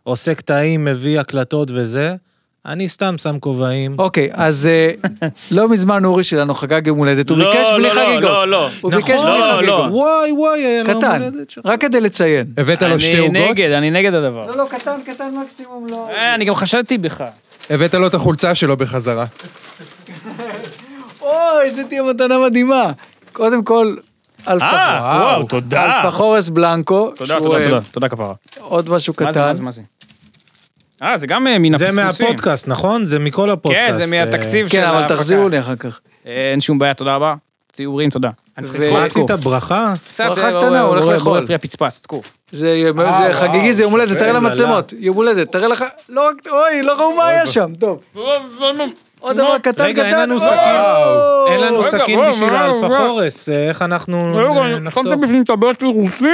Speaker 3: עושה קטעים, מביא הקלטות וזה. אני סתם שם כובעים.
Speaker 2: אוקיי, אז
Speaker 4: [LAUGHS]
Speaker 2: אה, לא מזמן אורי שלנו חגג יום הולדת, הוא
Speaker 4: לא,
Speaker 2: ביקש בלי
Speaker 4: לא, לא,
Speaker 2: חגיגות.
Speaker 4: לא, לא.
Speaker 2: הוא
Speaker 3: נכון,
Speaker 2: ביקש בלי
Speaker 4: לא, לא.
Speaker 2: חגיגות.
Speaker 3: וואי וואי, היה לו
Speaker 2: קטן,
Speaker 3: הולדת שלך.
Speaker 2: רק כדי לציין.
Speaker 1: הבאת לו שתי
Speaker 4: אני
Speaker 1: עוגות?
Speaker 4: נגד, אני נגד הדבר.
Speaker 2: לא, קטן, קטן מקסימום לא.
Speaker 4: אה, אני גם חשדתי בך.
Speaker 1: הבאת לו את החולצה שלו בחזרה.
Speaker 2: אוי, זו תהיה מתנה מדהימה. קודם כל, על
Speaker 4: אה,
Speaker 2: פחור-
Speaker 4: וואו, תודה.
Speaker 2: על פחורס בלנקו,
Speaker 4: תודה,
Speaker 2: שהוא
Speaker 4: תודה,
Speaker 2: אה,
Speaker 4: תודה, תודה כפרה.
Speaker 2: עוד משהו
Speaker 4: מה זה,
Speaker 2: קטן.
Speaker 4: מה זה, מה זה? אה, זה גם אה, מן
Speaker 3: זה
Speaker 4: הפספוסים.
Speaker 3: מהפודקאסט, נכון? זה מכל
Speaker 4: כן,
Speaker 3: הפודקאסט.
Speaker 4: זה
Speaker 3: אה,
Speaker 4: מהתקציב של
Speaker 2: כן, אבל
Speaker 4: ההפקה.
Speaker 2: תחזירו לי אחר כך.
Speaker 4: אה, אין שום בעיה, תודה רבה. תיאורים, תודה. אני צריך
Speaker 2: ו-
Speaker 4: לתקוף.
Speaker 3: מה
Speaker 2: אה,
Speaker 3: עשית? ברכה?
Speaker 4: קצת,
Speaker 2: ברכה
Speaker 4: אה,
Speaker 2: קטנה,
Speaker 4: בורא-
Speaker 2: הוא הולך
Speaker 4: בורא-
Speaker 2: לאכול.
Speaker 4: בורא פרי הפצפץ, תקוף.
Speaker 2: זה זה
Speaker 1: וואו,
Speaker 2: חגיגי, זה יום הולדת,
Speaker 1: שווה,
Speaker 2: תראה
Speaker 3: ללה.
Speaker 2: למצלמות. יום הולדת, תראה לך, לא רק, אוי, לא ראו מה היה שם, טוב. עוד דבר קטן
Speaker 3: רגע, אין
Speaker 2: קטן,
Speaker 3: לנו
Speaker 2: וואו.
Speaker 3: סכין. אין לנו
Speaker 4: רגע,
Speaker 3: סכין
Speaker 4: וואו,
Speaker 3: בשביל
Speaker 4: וואו,
Speaker 3: האלפה
Speaker 4: וואו.
Speaker 3: חורס, אה, איך
Speaker 4: לא,
Speaker 3: אנחנו אה, נחתוך?
Speaker 4: בפנים את הבעיה שלי רוסין?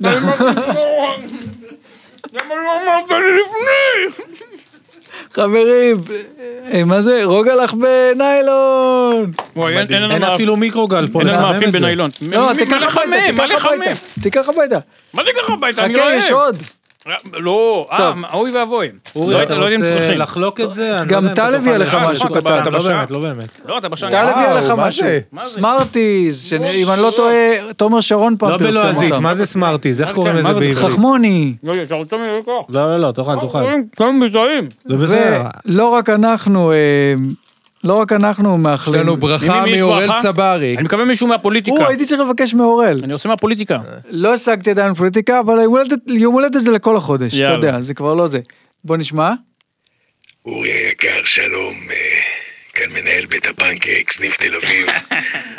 Speaker 4: לא למה לא אמרת לי לפני?
Speaker 2: חברים, אה, מה זה? רוג הלך בניילון.
Speaker 4: וואי, אין- אין לנו
Speaker 3: אין
Speaker 4: מאפ-
Speaker 3: אפילו מיקרוגל פה
Speaker 4: אין לנו
Speaker 3: לחמם
Speaker 4: מאפים
Speaker 3: את זה.
Speaker 4: בניילון.
Speaker 2: לא,
Speaker 4: מ- מ-
Speaker 2: תיקח
Speaker 4: מה
Speaker 2: הביתה,
Speaker 4: לחמם? מה
Speaker 2: תיקח
Speaker 4: לחמם?
Speaker 2: הביתה. תיקח הביתה.
Speaker 4: מה תיקח הביתה? אני לא
Speaker 2: חכה, יש
Speaker 4: אוהב.
Speaker 2: עוד.
Speaker 4: לא, אה,
Speaker 2: טוב.
Speaker 4: אוי ואבוי. לא
Speaker 3: אורי,
Speaker 4: יודע-
Speaker 3: אתה
Speaker 4: לא יודע אם
Speaker 3: רוצה
Speaker 4: צריכים.
Speaker 3: לחלוק את זה? אני לא
Speaker 2: גם
Speaker 3: יודע אם אתה
Speaker 2: טל הביא
Speaker 3: תוכל
Speaker 2: עליך
Speaker 3: לחלוק.
Speaker 2: משהו קטן.
Speaker 3: אתה בשער,
Speaker 4: אתה
Speaker 3: לא באמת,
Speaker 4: בשער.
Speaker 3: לא באמת.
Speaker 4: לא, אתה בשן.
Speaker 2: טל הביא
Speaker 1: וואו,
Speaker 2: עליך
Speaker 1: מה
Speaker 2: משהו.
Speaker 1: זה?
Speaker 4: מה זה?
Speaker 2: סמארטיז, שאם אני לא טועה, תומר שרון פעם
Speaker 3: לא
Speaker 2: פרסם אותם.
Speaker 3: בלועזית, מה זה סמארטיז? איך
Speaker 4: מה
Speaker 3: קוראים
Speaker 4: זה- אה,
Speaker 3: לזה
Speaker 4: מה זה-
Speaker 3: בעברית?
Speaker 2: חכמוני.
Speaker 4: לא, אתה רוצה ממני לקוח.
Speaker 3: לא, לא, לא, תאכל, תאכל.
Speaker 4: כמה מזהים.
Speaker 3: זה לא, בסדר.
Speaker 2: ולא רק אנחנו, אה, לא רק אנחנו
Speaker 1: יש
Speaker 2: מאחלים.
Speaker 1: לנו ברכה
Speaker 4: למי יש
Speaker 1: מאורל
Speaker 4: ברכה?
Speaker 1: צברי.
Speaker 4: אני מקווה מישהו מהפוליטיקה.
Speaker 2: הוא, הייתי צריך לבקש מאורל.
Speaker 4: אני רוצה מהפוליטיקה.
Speaker 2: לא השגתי עדיין פוליטיקה, אבל יום הולדת- יום הולדת זה לכל החודש, אתה
Speaker 4: יאללה.
Speaker 2: יודע, זה כבר לא זה. בוא נשמע.
Speaker 9: אורי היקר, שלום. אה, כאן מנהל בית הפנקק, סניף תל אביב.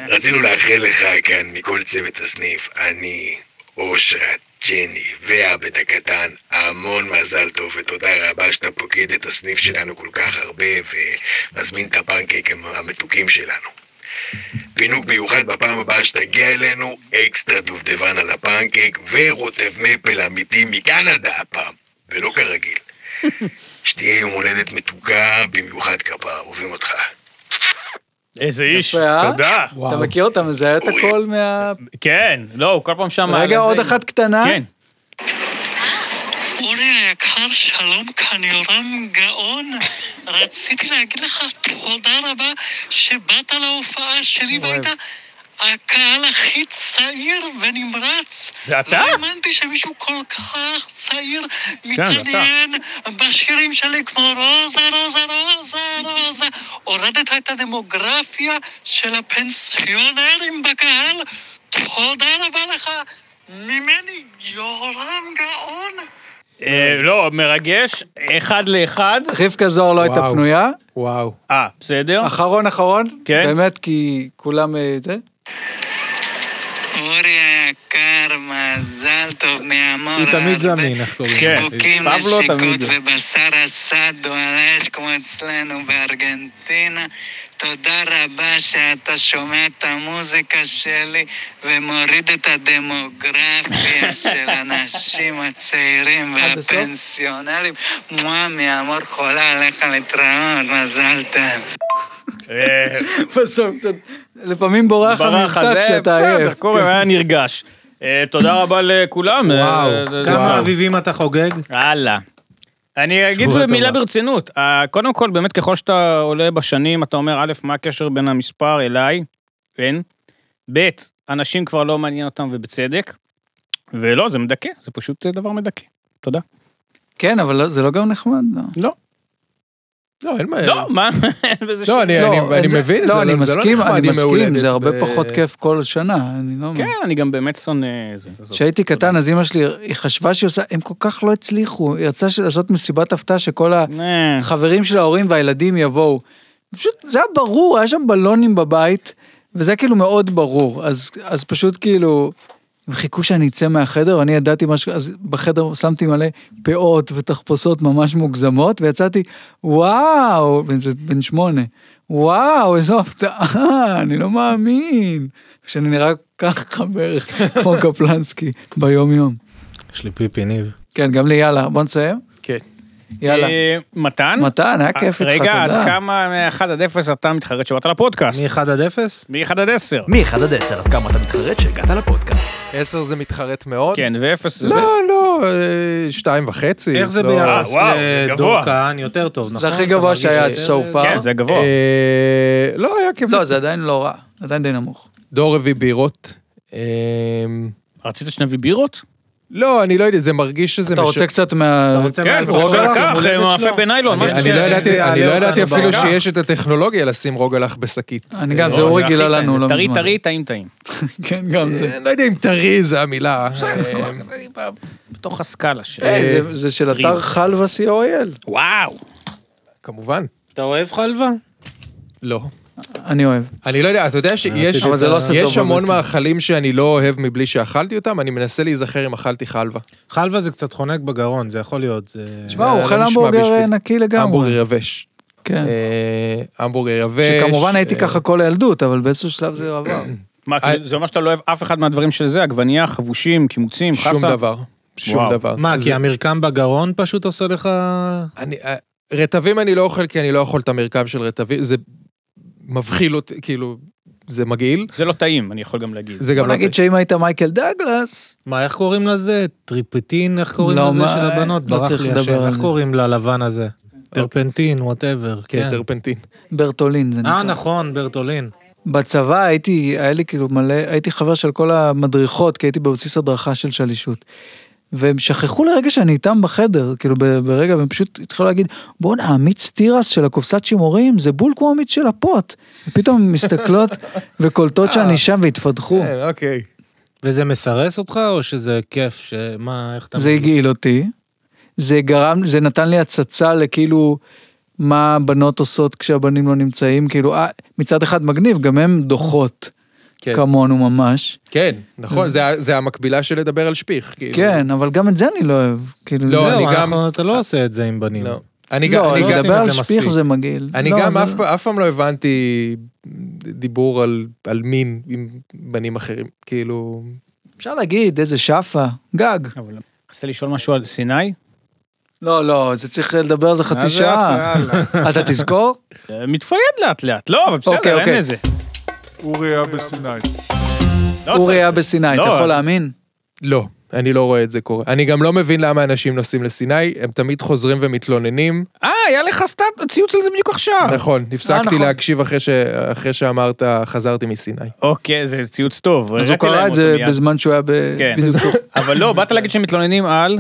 Speaker 9: רצינו לאחל לך כאן, מכל צוות הסניף, אני, אושרת, ג'ני והבית הקטן, המון מזל טוב ותודה רבה שאתה פוקד את הסניף שלנו כל כך הרבה ומזמין את הפנקק המתוקים שלנו. פינוק מיוחד בפעם הבאה שתגיע אלינו, אקסטרה דובדבן על הפנקק ורוטב מפל אמיתי מקנדה הפעם, ולא כרגיל. שתהיה יום הולדת מתוקה במיוחד כפר, אוהבים אותך.
Speaker 4: איזה איש.
Speaker 2: יפה, אה?
Speaker 4: תודה.
Speaker 2: אתה מכיר אותה, מזהה את הכל מה...
Speaker 4: כן, לא, הוא כל פעם שם... על
Speaker 2: רגע,
Speaker 4: הזה.
Speaker 2: עוד אחת קטנה.
Speaker 4: כן.
Speaker 10: אורי היקר, שלום, כאן יורם גאון. רציתי להגיד לך תודה רבה שבאת להופעה שלי והיית הקהל הכי צעיר ונמרץ.
Speaker 4: זה אתה? כן,
Speaker 10: לא האמנתי שמישהו כל כך צעיר
Speaker 4: אתה.
Speaker 10: מתעניין בשירים שלי כמו רוזה, רוזה, רוזה, רוזה. הורדת את הדמוגרפיה של הפנסיונרים בקהל. תודה רבה לך. ממני יורם גאון.
Speaker 4: אה, לא, מרגש, אחד לאחד.
Speaker 2: רבקה זוהר לא הייתה
Speaker 1: וואו.
Speaker 2: פנויה.
Speaker 1: וואו.
Speaker 4: אה, בסדר.
Speaker 2: אחרון אחרון.
Speaker 4: כן.
Speaker 2: באמת, כי כולם אה,
Speaker 1: [LAUGHS]
Speaker 2: זה.
Speaker 10: אורי היקר, מזל טוב מהמור.
Speaker 3: הוא תמיד
Speaker 10: הרבה
Speaker 3: זמין, איך קוראים
Speaker 4: כן,
Speaker 3: לו?
Speaker 10: חיבוקים
Speaker 4: פבלו תמיד.
Speaker 10: לשיקות ובשר אסדו על האש כמו אצלנו בארגנטינה. תודה רבה שאתה שומע את המוזיקה שלי ומוריד את
Speaker 4: [LAUGHS]
Speaker 10: הדמוגרפיה של האנשים הצעירים
Speaker 2: עד הסוף?
Speaker 10: והפנסיונרים. מואה מהמור חולה עליך להתראות, מזל טוב.
Speaker 2: בסוף קצת, לפעמים בורח
Speaker 4: אה, ברח
Speaker 2: המבטא
Speaker 4: הזה,
Speaker 2: כשאתה
Speaker 4: בסדר,
Speaker 2: עייף.
Speaker 4: קורא, היה נרגש. אה, תודה רבה לכולם.
Speaker 1: וואו,
Speaker 4: אה, זה-
Speaker 3: כמה
Speaker 1: וואו.
Speaker 3: אביבים אתה חוגג?
Speaker 4: הלאה. אני אגיד
Speaker 3: שבוע
Speaker 4: מילה
Speaker 3: טובה.
Speaker 4: ברצינות. אה, קודם כל, באמת, ככל שאתה עולה בשנים, אתה אומר, א', מה הקשר בין המספר אליי? אין. ב', אנשים כבר לא מעניין אותם, ובצדק. ולא, זה מדכא, זה פשוט אה, דבר מדכא. תודה.
Speaker 2: כן, אבל לא- זה לא גם נחמד, לא.
Speaker 1: לא, אין מה...
Speaker 2: אה.
Speaker 4: לא, מה? [LAUGHS] וזה
Speaker 1: לא,
Speaker 4: ש-
Speaker 1: אני,
Speaker 2: לא,
Speaker 1: אני,
Speaker 2: אין
Speaker 1: אני
Speaker 2: זה-
Speaker 1: מבין,
Speaker 2: לא,
Speaker 1: זה,
Speaker 2: אני
Speaker 1: לא- זה לא
Speaker 2: מסכים,
Speaker 1: נחמד,
Speaker 2: אני
Speaker 1: היא אה.
Speaker 2: מסכים,
Speaker 1: מהולדת
Speaker 2: זה הרבה
Speaker 1: ב-
Speaker 2: פחות כיף כל שנה, אני לא...
Speaker 4: כן, אני גם באמת שונא... זה.
Speaker 2: כשהייתי קטן, אז אמא שלי, היא חשבה שהיא עושה, הם כל כך לא הצליחו, היא רצה ש- לעשות מסיבת הפתעה שכל
Speaker 4: אה.
Speaker 2: החברים של ההורים והילדים יבואו. פשוט, זה היה ברור, היה שם בלונים בבית, וזה היה כאילו מאוד ברור, אז, אז פשוט כאילו, הם חיכו שאני אצא מהחדר, אני ידעתי משהו, אז בחדר שמתי מלא פאות ותחפושות ממש מוגזמות, ויצאתי, וואו, בן- זה בן שמונה, וואו, איזו הפתעה, אני לא מאמין. שאני נראה ככה בערך, [LAUGHS] כמו קפלנסקי, ביום יום.
Speaker 3: יש לי פיפי ניב.
Speaker 2: כן, גם לי, יאללה, בוא נסיים.
Speaker 1: כן.
Speaker 2: יאללה.
Speaker 4: אה, מתן?
Speaker 2: מתן, היה כיף איתך,
Speaker 4: רגע, עד
Speaker 2: תודה.
Speaker 4: כמה מ-1 עד 0 אתה מתחרט שבאת לפודקאסט?
Speaker 3: מ-1 עד 0?
Speaker 4: מ-1 עד 10.
Speaker 11: מ-1 עד 10, עד כמה אתה מתחרט שהגעת לפודקאסט?
Speaker 1: עשר זה מתחרט מאוד.
Speaker 4: כן, ו-0 זה...
Speaker 1: לא, לא, אה, שתיים וחצי.
Speaker 3: איך זה
Speaker 1: לא.
Speaker 3: ביחס
Speaker 4: אה, וואו, זה
Speaker 3: לדור
Speaker 4: גבוה.
Speaker 3: כהן יותר טוב, נכון?
Speaker 2: זה הכי
Speaker 3: אתה
Speaker 2: גבוה
Speaker 3: מרגיש
Speaker 2: שהיה
Speaker 3: שזה-
Speaker 2: so far.
Speaker 4: כן, זה גבוה.
Speaker 1: אה, לא, היה כיף.
Speaker 2: לא, זה עדיין לא רע, זה עדיין די נמוך.
Speaker 1: דור הביא בירות. אה,
Speaker 4: רצית שנביא בירות?
Speaker 1: לא, אני לא יודע, זה מרגיש שזה...
Speaker 2: אתה
Speaker 1: מש-
Speaker 2: רוצה קצת מה...
Speaker 3: אתה רוצה
Speaker 4: כן,
Speaker 3: מהלוויה
Speaker 4: וחוזר
Speaker 3: שלו,
Speaker 4: לקח,
Speaker 3: הולדת שלו?
Speaker 4: מאפה בניילון, משהו
Speaker 1: אני
Speaker 4: כזה.
Speaker 1: לא ידעתי-
Speaker 3: זה
Speaker 1: אני לא
Speaker 3: יעלה
Speaker 1: ידעתי
Speaker 3: אותנו
Speaker 1: אפילו
Speaker 3: בעולם.
Speaker 1: שיש את הטכנולוגיה לשים רוגלח בשקית.
Speaker 2: אני גם,
Speaker 4: לא,
Speaker 2: זה אורי
Speaker 4: הכי
Speaker 2: גילה
Speaker 4: טעים,
Speaker 2: לנו
Speaker 4: זה
Speaker 2: לא
Speaker 4: טרי,
Speaker 2: מזמן.
Speaker 4: טרי, טעים, טעים.
Speaker 2: [LAUGHS] כן, גם זה.
Speaker 1: אני לא יודע אם טרי זה המילה. אה,
Speaker 4: בתוך הסקאלה של...
Speaker 2: אה, זה- זה של
Speaker 4: טרי.
Speaker 2: אתר חלבה co.il.
Speaker 4: וואו.
Speaker 1: כמובן,
Speaker 3: אתה אוהב חלבה?
Speaker 1: לא.
Speaker 2: אני אוהב.
Speaker 1: אני לא יודע, אתה יודע שיש
Speaker 2: אבל זה לא עושה
Speaker 1: יש
Speaker 2: טוב
Speaker 1: המון
Speaker 2: בבטן.
Speaker 1: מאכלים שאני לא אוהב מבלי שאכלתי אותם, אני מנסה להיזכר אם אכלתי חלבה.
Speaker 3: חלבה זה קצת חונק בגרון, זה יכול להיות. זה...
Speaker 2: תשמע,
Speaker 1: זה
Speaker 2: הוא
Speaker 1: לא
Speaker 2: אוכל
Speaker 1: נשמע
Speaker 2: המבורגר אה,
Speaker 1: בשביל-
Speaker 2: נקי
Speaker 1: המבורגר
Speaker 2: לגמרי.
Speaker 1: יבש.
Speaker 2: כן.
Speaker 1: אה, המבורגר יבש.
Speaker 2: שכמובן הייתי
Speaker 1: אה,
Speaker 2: ככה כל הילדות, אבל באיזשהו שלב זה עבר.
Speaker 4: מה, כאילו,
Speaker 2: אה,
Speaker 4: זה אומר שאתה לא אוהב אף אחד מהדברים של זה, עגבנייה, חבושים, קימוצים, חסה?
Speaker 1: שום דבר. שום
Speaker 4: וואו.
Speaker 1: דבר.
Speaker 3: מה,
Speaker 1: אז
Speaker 3: כי המרקם בגרון פשוט עושה לך...
Speaker 1: אני- אה, רטבים אני לא אוכל כי אני לא אוכל את המרקם של רטבים, זה מבחיל אותי, כאילו, זה מגעיל.
Speaker 4: זה לא טעים, אני יכול גם להגיד.
Speaker 1: זה
Speaker 2: בוא
Speaker 1: גם לא...
Speaker 2: נגיד שאם היית מייקל דגלס,
Speaker 3: מה, איך קוראים לזה? טריפטין, איך קוראים
Speaker 2: לא,
Speaker 3: לזה
Speaker 2: מה,
Speaker 3: של הבנות?
Speaker 2: לא
Speaker 3: ברח
Speaker 2: צריך
Speaker 3: לי
Speaker 2: לדבר
Speaker 3: השם,
Speaker 2: על
Speaker 3: איך
Speaker 2: זה.
Speaker 3: קוראים ללבן הזה? טרפנטין, וואטאבר,
Speaker 1: כן,
Speaker 3: כן.
Speaker 1: טרפנטין.
Speaker 2: ברטולין זה נקרא.
Speaker 3: אה, נכון, ברטולין.
Speaker 2: בצבא הייתי, היה לי כאילו מלא, הייתי חבר של כל המדריכות, כי הייתי בבסיס הדרכה של שלישות. והם שכחו לרגע שאני איתם בחדר, כאילו ב- ברגע, והם פשוט התחילו להגיד, בואנה, המיץ תירס של הקופסת שימורים, זה בול כמו המיץ של הפוט. ופתאום הן מסתכלות [LAUGHS] וקולטות שאני שם והתפתחו.
Speaker 1: כן, אוקיי.
Speaker 3: וזה מסרס אותך, או שזה כיף? שמה, איך אתה...
Speaker 2: זה
Speaker 3: מרגיש?
Speaker 2: הגעיל אותי, זה גרם, זה נתן לי הצצה לכאילו מה בנות עושות כשהבנים לא נמצאים, כאילו אה, מצד אחד מגניב, גם הן דוחות
Speaker 1: כן.
Speaker 2: כמונו ממש.
Speaker 1: כן, נכון, זה ה- זה המקבילה של לדבר על שפיך. כאילו.
Speaker 2: כן, אבל גם את זה אני לא אוהב. כאילו,
Speaker 1: לא,
Speaker 2: זה-
Speaker 1: אני
Speaker 3: זהו,
Speaker 1: גם-
Speaker 3: אנחנו- אתה לא עושה את זה עם בנים.
Speaker 1: לא. אני גם,
Speaker 2: לא,
Speaker 1: אני גם,
Speaker 2: לדבר
Speaker 3: עושים את
Speaker 2: על
Speaker 3: זה
Speaker 2: שפיך
Speaker 3: מספיק.
Speaker 2: זה מגעיל.
Speaker 1: אני
Speaker 2: לא,
Speaker 1: גם
Speaker 2: זה-
Speaker 1: אף פ- אף פעם לא הבנתי דיבור על- על מין עם בנים אחרים, כאילו...
Speaker 2: אפשר להגיד איזה שפה, גג.
Speaker 4: אבל... רצית לשאול משהו על סיני?
Speaker 2: לא, לא, זה צריך לדבר על זה חצי
Speaker 4: אז
Speaker 2: שעה.
Speaker 4: רץ, יאללה.
Speaker 2: אתה תזכור?
Speaker 4: אה, מתפייד לאט לאט, לא, אבל
Speaker 2: אוקיי,
Speaker 4: בסדר, אין
Speaker 2: אוקיי.
Speaker 4: איזה.
Speaker 12: אורי היה בסיני.
Speaker 4: לא
Speaker 2: אורי
Speaker 4: צריך-
Speaker 2: היה בסיני, אתה
Speaker 4: לא,
Speaker 2: יכול
Speaker 4: אז-
Speaker 2: להאמין?
Speaker 1: לא, אני לא רואה את זה קורה. אני גם לא מבין למה אנשים נוסעים לסיני, הם תמיד חוזרים ומתלוננים.
Speaker 4: אה, היה לך סטאט, ציוץ על זה בדיוק עכשיו.
Speaker 1: נכון, הפסקתי
Speaker 2: נכון.
Speaker 1: להקשיב אחרי ש- אחרי שאמרת, חזרתי מסיני.
Speaker 4: אוקיי, זה ציוץ טוב.
Speaker 2: אז הוא
Speaker 4: הראיתי
Speaker 2: קרא
Speaker 4: להם
Speaker 2: את זה
Speaker 4: אותו מיד.
Speaker 2: בזמן שהוא היה ב...
Speaker 4: כן.
Speaker 2: בדיוק
Speaker 4: [LAUGHS]
Speaker 2: שהוא-
Speaker 4: אבל לא, באת להגיד שמתלוננים על...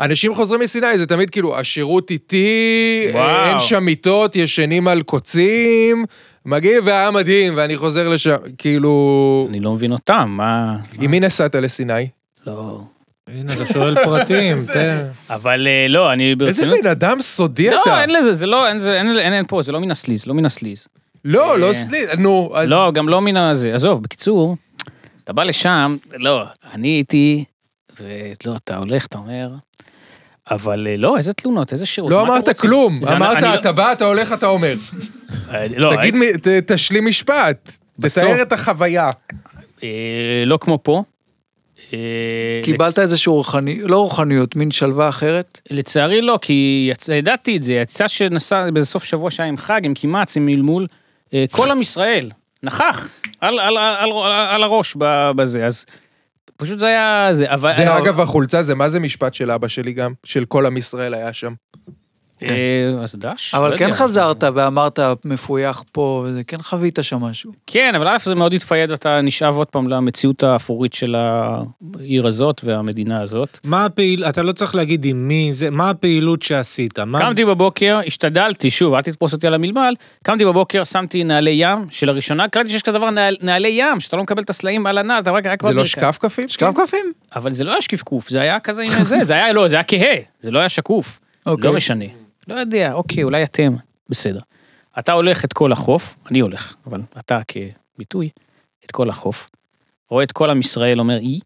Speaker 1: אנשים חוזרים מסיני, זה תמיד כאילו, השירות איטי,
Speaker 4: וואו.
Speaker 1: אין שם מיטות, ישנים על קוצים, מגיעים והיה מדהים, ואני חוזר לשם, כאילו...
Speaker 4: אני לא מבין אותם, מה...
Speaker 1: עם מי נסעת לסיני?
Speaker 4: לא.
Speaker 3: הנה, אתה שואל פרטים,
Speaker 2: [LAUGHS]
Speaker 3: תן.
Speaker 4: אבל אה, לא, אני
Speaker 1: איזה
Speaker 4: ברצינות...
Speaker 1: בן אדם סודי
Speaker 4: לא,
Speaker 1: אתה.
Speaker 4: אין לזה, זה לא, אין, זה- אין, אין, אין פה, זה לא מן הסליז, לא מן הסליז.
Speaker 1: לא,
Speaker 4: אה.
Speaker 1: לא סליל, נו, אז...
Speaker 4: לא, גם לא מן הזה. עזוב, בקיצור, אתה בא לשם, לא, אני הייתי, ולא, אתה הולך, אתה אומר, אבל אה, לא, איזה תלונות, איזה שירות.
Speaker 1: לא
Speaker 4: מה אתם
Speaker 1: אמרת
Speaker 4: רוצים?
Speaker 1: כלום,
Speaker 4: זה- אני- אני
Speaker 1: אמרת,
Speaker 4: לא-
Speaker 1: אתה בא, אתה הולך, אתה אומר.
Speaker 4: אה, לא,
Speaker 1: תגיד, מי- ת- תשלים משפט,
Speaker 4: בסוף.
Speaker 1: תתאר את החוויה.
Speaker 4: אה, לא כמו פה. אה,
Speaker 2: קיבלת איזשהו רוחני, לא רוחניות, מין שלווה אחרת?
Speaker 4: לצערי לא, כי יצא, ידעתי את זה, יצא שנסע בסוף שבוע שהיה עם חג, עם קימץ, עם מלמול, אה, כל עם ישראל נכח על, על, על, על, על הראש ב- בזה, אז פשוט זה היה זה, אבל... אה,
Speaker 1: זה אגב החולצה, זה מה זה משפט של אבא שלי גם? של כל עם ישראל היה שם.
Speaker 4: אה, אז דש. לא
Speaker 2: אבל כן
Speaker 4: יודע.
Speaker 2: חזרת ואמרת מפויח פה, וזה כן חווית שם משהו.
Speaker 4: כן, אבל א' זה מאוד התפייד, אתה נשאב עוד פעם למציאות האפורית של העיר הזאת והמדינה הזאת.
Speaker 3: מה הפעיל... אתה לא צריך להגיד עם מי זה, מה הפעילות שעשית? מה...
Speaker 4: קמתי בבוקר, השתדלתי, שוב, אל תתפוס אותי על המלמל, קמתי בבוקר, שמתי נעלי ים, שלראשונה קלטתי שיש כזה דבר נעל- נעלי ים, שאתה לא מקבל את הסלעים על הנעל, אתה רק... רק
Speaker 1: זה לא
Speaker 4: בברכיים.
Speaker 1: שקפקפים?
Speaker 2: קפקפים?
Speaker 4: אבל זה לא היה שקפקוף, זה היה כזה עם זה, זה היה, לא, זה היה כהה, זה לא היה שקוף.
Speaker 2: אוקיי.
Speaker 4: לא משנה. לא יודע, אוקיי, אולי אתם, בסדר. אתה הולך את כל החוף, אני הולך, אבל אתה כביטוי, את כל החוף, רואה את כל עם ישראל אומר אי,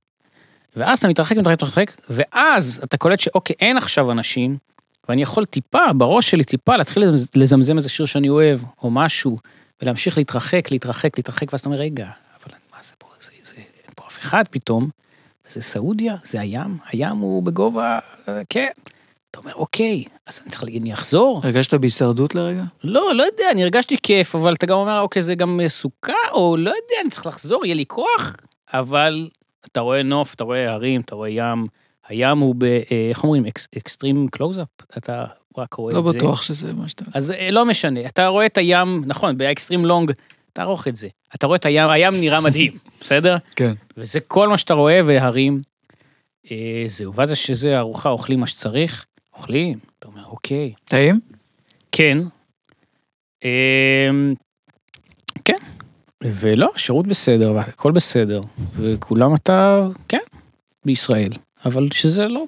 Speaker 4: ואז אתה מתרחק, מתרחק, מתרחק, ואז אתה קולט שאוקיי, אין עכשיו אנשים, ואני יכול טיפה, בראש שלי טיפה, להתחיל לזמז- לזמזם איזה שיר שאני אוהב, או משהו, ולהמשיך להתרחק, להתרחק, להתרחק, ואז אתה אומר, רגע, אבל מה זה פה, זה, זה, אין פה אף אחד פתאום, זה סעודיה, זה הים, הים הוא בגובה, אה, כן. אתה אומר, אוקיי, אז אני צריך להגיד, אני אחזור?
Speaker 2: הרגשת בהישרדות לרגע?
Speaker 4: לא, לא יודע, אני הרגשתי כיף, אבל אתה גם אומר, אוקיי, זה גם אה, סוכה, או לא יודע, אני צריך לחזור, יהיה לי כוח, אבל אתה רואה נוף, אתה רואה הרים, אתה רואה ים, הים הוא ב... אה, איך אומרים? אקס, אקסטרים קלוזאפ? אתה רק רואה
Speaker 2: לא
Speaker 4: את זה.
Speaker 2: בטוח שזה מה שאתה...
Speaker 4: אז אה, לא משנה, אתה רואה את הים, נכון, באקסטרים לונג, תערוך את זה. אתה רואה את הים, הים
Speaker 2: [LAUGHS]
Speaker 4: נראה מדהים, בסדר?
Speaker 2: כן.
Speaker 4: וזה כל מה שאתה רואה, והרים. אה, זהו, ואז יש איזה ארוחה, אוכלים מה שצריך, אוכלים, אתה אומר, אוקיי,
Speaker 2: טעים?
Speaker 4: כן. אמ, כן. ולא, שירות בסדר, והכל בסדר, וכולם אתה, כן, בישראל, אבל שזה לא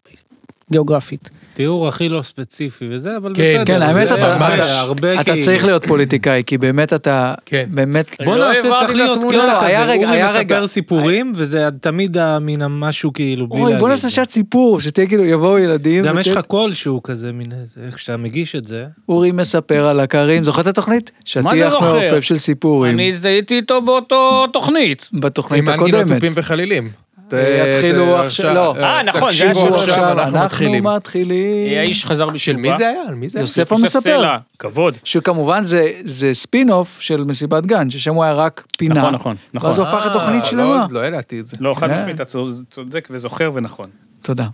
Speaker 4: גיאוגרפית.
Speaker 3: תיאור הכי לא ספציפי וזה, אבל
Speaker 1: כן,
Speaker 3: בסדר.
Speaker 2: כן, האמת,
Speaker 3: זה
Speaker 2: אתה-
Speaker 3: הרבה-
Speaker 1: אתה-
Speaker 3: הרבה
Speaker 2: אתה
Speaker 3: כאילו.
Speaker 2: צריך להיות פוליטיקאי, כי באמת אתה...
Speaker 1: כן.
Speaker 2: באמת...
Speaker 3: בוא
Speaker 4: לא
Speaker 3: נעשה,
Speaker 4: העברתי
Speaker 3: צריך
Speaker 4: את
Speaker 3: להיות
Speaker 4: התמונה.
Speaker 2: לא,
Speaker 3: קטע
Speaker 2: היה
Speaker 3: כזה,
Speaker 2: רגע,
Speaker 3: אורי
Speaker 2: היה רגע.
Speaker 3: מספר סיפורים, וזה תמיד מן המשהו כאילו בלי
Speaker 2: אוי, בוא נעשה שעת סיפור, שתהיה כאילו, יבואו ילדים.
Speaker 3: גם יש
Speaker 2: ותהיה-
Speaker 3: לך קול שהוא כזה מין איזה, איך שאתה מגיש את זה.
Speaker 2: אורי מספר על הקרים, זוכר את התוכנית? שטיח
Speaker 4: זוכר?
Speaker 2: מעופף של סיפורים.
Speaker 4: אני הייתי איתו באותו תוכנית.
Speaker 2: בתוכנית
Speaker 1: עם
Speaker 2: הקודמת.
Speaker 1: אנגינוטופים וחלילים. ת-
Speaker 2: אה, יתחילו
Speaker 1: ת-
Speaker 2: עכשיו- לא.
Speaker 1: אה,
Speaker 4: אה, נכון, זה היה
Speaker 1: תקשיבו
Speaker 4: שבוע
Speaker 1: עכשיו, אנחנו מתחילים.
Speaker 2: אנחנו מתחילים.
Speaker 4: האיש חזר בתשובה.
Speaker 1: של מי זה היה? על מי זה היה?
Speaker 2: יוסף המספר.
Speaker 4: סלע. כבוד.
Speaker 2: שכמובן זה, זה ספין אוף של מסיבת גן, ששם הוא היה רק פינה.
Speaker 4: נכון, נכון, נכון.
Speaker 2: ואז הוא הפך
Speaker 1: אה,
Speaker 2: לתוכנית
Speaker 1: לא,
Speaker 2: שלמה.
Speaker 1: לא ידעתי את זה.
Speaker 4: לא, חד
Speaker 2: כן.
Speaker 4: משמעית, אתה צו- צודק וזוכר ונכון.
Speaker 2: תודה.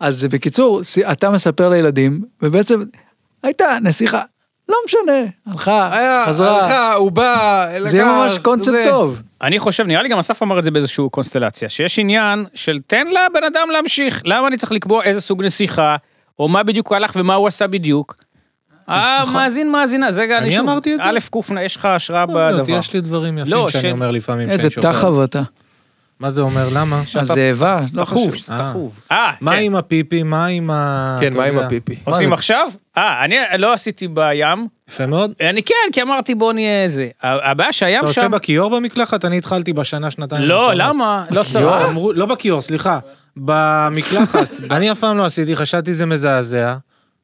Speaker 2: אז בקיצור, ס- אתה מספר לילדים, ובעצם הייתה נסיכה, לא משנה, הלכה,
Speaker 1: היה,
Speaker 2: חזרה,
Speaker 1: הלכה, הוא בא, לקח,
Speaker 2: זה יהיה ממש קונספט
Speaker 1: זה.
Speaker 2: טוב.
Speaker 4: אני חושב, נראה לי גם אסף אמר את זה באיזשהו קונסטלציה, שיש עניין של תן לבן אדם להמשיך. למה אני צריך לקבוע איזה סוג נסיכה, או מה בדיוק הוא הלך ומה הוא עשה בדיוק? אה, מאזין, מאזינה, זה גם...
Speaker 3: נכון. אני
Speaker 4: שוב,
Speaker 3: אמרתי את זה.
Speaker 4: א', ק', יש לך השראה בדבר.
Speaker 3: לא, יש לי דברים יפים
Speaker 4: לא,
Speaker 3: שאני
Speaker 4: של-
Speaker 3: אומר לפעמים
Speaker 2: איזה אה.
Speaker 3: שאני שוכח.
Speaker 2: תחב אתה.
Speaker 3: מה זה אומר? למה?
Speaker 2: הזאבה, לא חשוב.
Speaker 3: אה.
Speaker 4: אה,
Speaker 3: מה
Speaker 4: כן.
Speaker 3: עם הפיפי? מה עם ה...
Speaker 1: כן,
Speaker 3: אתה
Speaker 1: מה עם
Speaker 3: יודע.
Speaker 1: הפיפי?
Speaker 4: עושים עכשיו? אה, אני לא עשיתי בים.
Speaker 3: יפה מאוד.
Speaker 4: אני כן, כי אמרתי בוא נהיה זה. הבעיה שהים
Speaker 3: אתה עושה נכון.
Speaker 4: שם...
Speaker 3: בכיור במקלחת? אני התחלתי בשנה, שנתיים.
Speaker 4: לא,
Speaker 3: האחרונות.
Speaker 4: למה? לא צריך.
Speaker 3: לא, אמרו, לא בכיור, סליחה,
Speaker 1: [LAUGHS]
Speaker 3: במקלחת. אני אף פעם לא עשיתי, חשבתי זה מזעזע,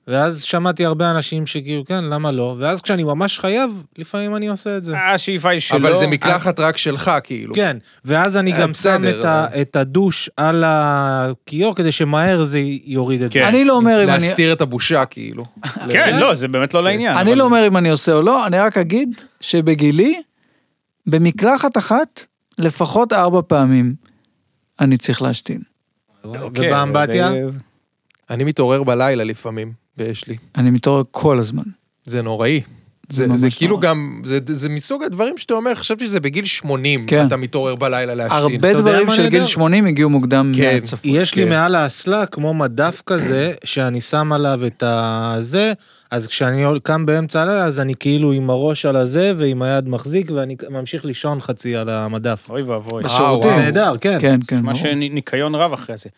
Speaker 3: ואז שמעתי הרבה אנשים שכאילו, כן, למה לא? ואז כשאני ממש חייב, לפעמים אני עושה את זה.
Speaker 4: השאיפה היא שלא.
Speaker 1: אבל זה מקלחת רק שלך, כאילו.
Speaker 3: כן, ואז אני
Speaker 1: אה,
Speaker 3: גם שם
Speaker 1: בסדר, אה.
Speaker 3: את ה- את הדוש על הכיור, כדי שמהר זה יוריד את זה.
Speaker 4: כן.
Speaker 2: אני לא אומר אם אני...
Speaker 1: להסתיר את הבושה, כאילו.
Speaker 4: כן, לא, זה באמת לא לעניין.
Speaker 2: אני
Speaker 4: אבל-
Speaker 2: לא אומר אם אני עושה או לא, אני רק אגיד שבגילי, במקלחת אחת, לפחות ארבע פעמים, אני צריך להשתין.
Speaker 4: אוקיי,
Speaker 3: ובאמבטיה?
Speaker 4: זה-
Speaker 1: אני מתעורר בלילה לפעמים, ויש לי.
Speaker 2: אני מתעורר כל הזמן.
Speaker 1: זה נוראי. זה,
Speaker 2: ממש
Speaker 1: זה כאילו
Speaker 2: נורא.
Speaker 1: גם, זה, זה מסוג הדברים שאתה אומר, חשבתי שזה בגיל 80,
Speaker 2: כן.
Speaker 1: אתה מתעורר בלילה להשתין.
Speaker 2: הרבה
Speaker 3: אתה יודע
Speaker 2: דברים
Speaker 3: מה
Speaker 2: של גיל
Speaker 3: נהדר?
Speaker 2: 80 הגיעו מוקדם
Speaker 1: כן.
Speaker 2: מהצפון.
Speaker 3: יש לי
Speaker 1: כן.
Speaker 3: מעל האסלה כמו מדף כזה, שאני שם עליו את הזה, אז כשאני קם באמצע הלילה, אז אני כאילו עם הראש על הזה ועם היד מחזיק, ואני ממשיך לישון חצי על המדף.
Speaker 4: אוי ואבוי.
Speaker 3: נכון.
Speaker 1: אה, וואו.
Speaker 3: זה נהדר, כן.
Speaker 2: כן, כן,
Speaker 4: מה
Speaker 2: ברור.
Speaker 4: שניקיון רב אחרי זה.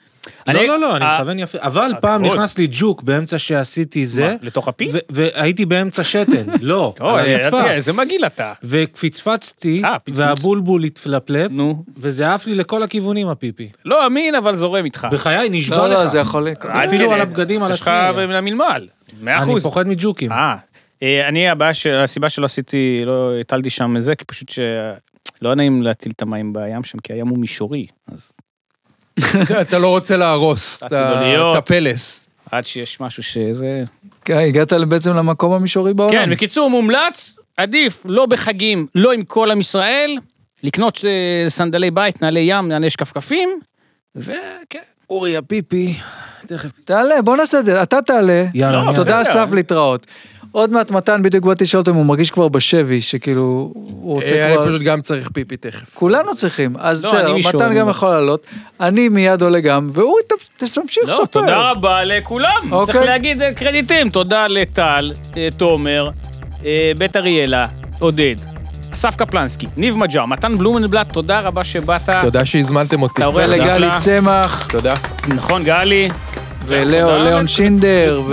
Speaker 4: אה,
Speaker 3: לא, לא, לא, אני מכוון יפה. אבל פעם
Speaker 4: הכבוד.
Speaker 3: נכנס לי ג'וק באמצע שעשיתי זה,
Speaker 4: לתוך אה, הפי?
Speaker 3: ו- והייתי באמצע שתן, לא,
Speaker 4: אוי,
Speaker 3: על הרצפה.
Speaker 4: תראה, איזה מגעיל אתה.
Speaker 3: וקפצפצתי,
Speaker 4: אה, פצפוץ.
Speaker 3: והבולבול התפלפלפ,
Speaker 4: נו.
Speaker 3: וזה עף לי לכל הכיוונים הפיפי.
Speaker 4: לא אמין, אבל זורם איתך.
Speaker 3: בחיי, נשבע לך.
Speaker 2: לא, לא, זה יכול לקרות.
Speaker 4: אל
Speaker 3: אפילו
Speaker 4: כדי-
Speaker 3: על הבגדים, על
Speaker 4: אה. יש לך
Speaker 3: עצמי.
Speaker 4: למלמל. מאה
Speaker 3: אני
Speaker 4: אחוז.
Speaker 3: פוחד מג'וקים.
Speaker 4: אה, אה, אני הבעיה, של- הסיבה שלא עשיתי, לא הטלתי שם זה, כי פשוט ש... לא היה נעים להטיל את המים בים שם, כי הים הוא מישורי, אז
Speaker 1: אתה לא רוצה להרוס את ה-
Speaker 4: הטבעוניות.
Speaker 1: את הפלס.
Speaker 4: עד שיש משהו שזה...
Speaker 2: כן, הגעת בעצם למקום המישורי בעולם.
Speaker 4: כן, בקיצור, מומלץ, עדיף לא בחגים, לא עם כל עם ישראל, לקנות אה, סנדלי בית, נעלי ים, נעלי שכפכפים, וכן.
Speaker 3: אורי הפיפי, תכף.
Speaker 2: תעלה, בוא נעשה את זה, אתה תעלה.
Speaker 4: לא,
Speaker 3: יאללה, אני
Speaker 2: תודה
Speaker 4: בסדר.
Speaker 2: אסף, להתראות. עוד מעט מתן, בדיוק באתי לשאול אותו אם הוא מרגיש כבר בשבי, שכאילו, הוא רוצה
Speaker 1: אה, אני
Speaker 2: כבר...
Speaker 1: פשוט גם צריך פיפי תכף.
Speaker 2: כולנו צריכים, אז
Speaker 4: לא,
Speaker 2: בסדר,
Speaker 4: אני מישור,
Speaker 2: מתן
Speaker 4: אני
Speaker 2: גם
Speaker 4: לא.
Speaker 2: יכול לעלות, אני מיד עולה גם, והוא ת- תמשיך
Speaker 4: לא,
Speaker 2: לספר.
Speaker 4: תודה רבה לכולם.
Speaker 2: אוקיי.
Speaker 4: צריך להגיד אה, קרדיטים. תודה לטל, אה, תומר, אה, בית אריאלה, עודד, אסף קפלנסקי, ניב מג'ר, מתן בלומנבלט, תודה רבה שבאת.
Speaker 1: תודה שהזמנתם אותי.
Speaker 4: אתה עורך
Speaker 1: תודה.
Speaker 2: ולגלי
Speaker 4: נפלא.
Speaker 2: צמח,
Speaker 1: תודה.
Speaker 4: נכון, גלי.
Speaker 2: ולאו,
Speaker 4: תודה.
Speaker 2: ליאון שינדר,
Speaker 4: נכון,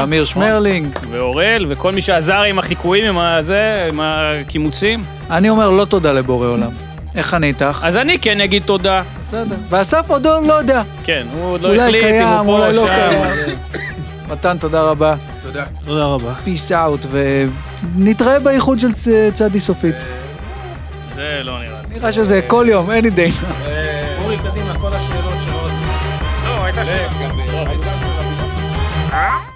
Speaker 2: ואמיר
Speaker 4: נכון.
Speaker 2: שמרלינג.
Speaker 4: ואורל, וכל מי שעזר עם החיקויים, עם הזה, עם הקימוצים.
Speaker 2: אני אומר לא תודה לבורא עולם. איך אני איתך?
Speaker 4: אז אני כן אגיד תודה.
Speaker 2: בסדר. ואסף עוד לא לא יודע.
Speaker 4: כן, הוא עוד לא
Speaker 2: אולי
Speaker 4: החליט אם הוא
Speaker 2: קיים,
Speaker 4: פה או
Speaker 2: אולי לא
Speaker 4: שם.
Speaker 2: קיים. מתן, תודה רבה.
Speaker 1: תודה. כן,
Speaker 3: תודה רבה.
Speaker 2: פיס אאוט, ונתראה באיחוד של צ- צעדי סופית.
Speaker 4: זה לא נראה. לי.
Speaker 2: נראה שזה כל יום, any day.
Speaker 3: אורי, קדימה, כל השאלות שלא רציתי.
Speaker 4: לא, הייתה שאלה.
Speaker 1: אה, גם בעיניי זה הדבר הראשון.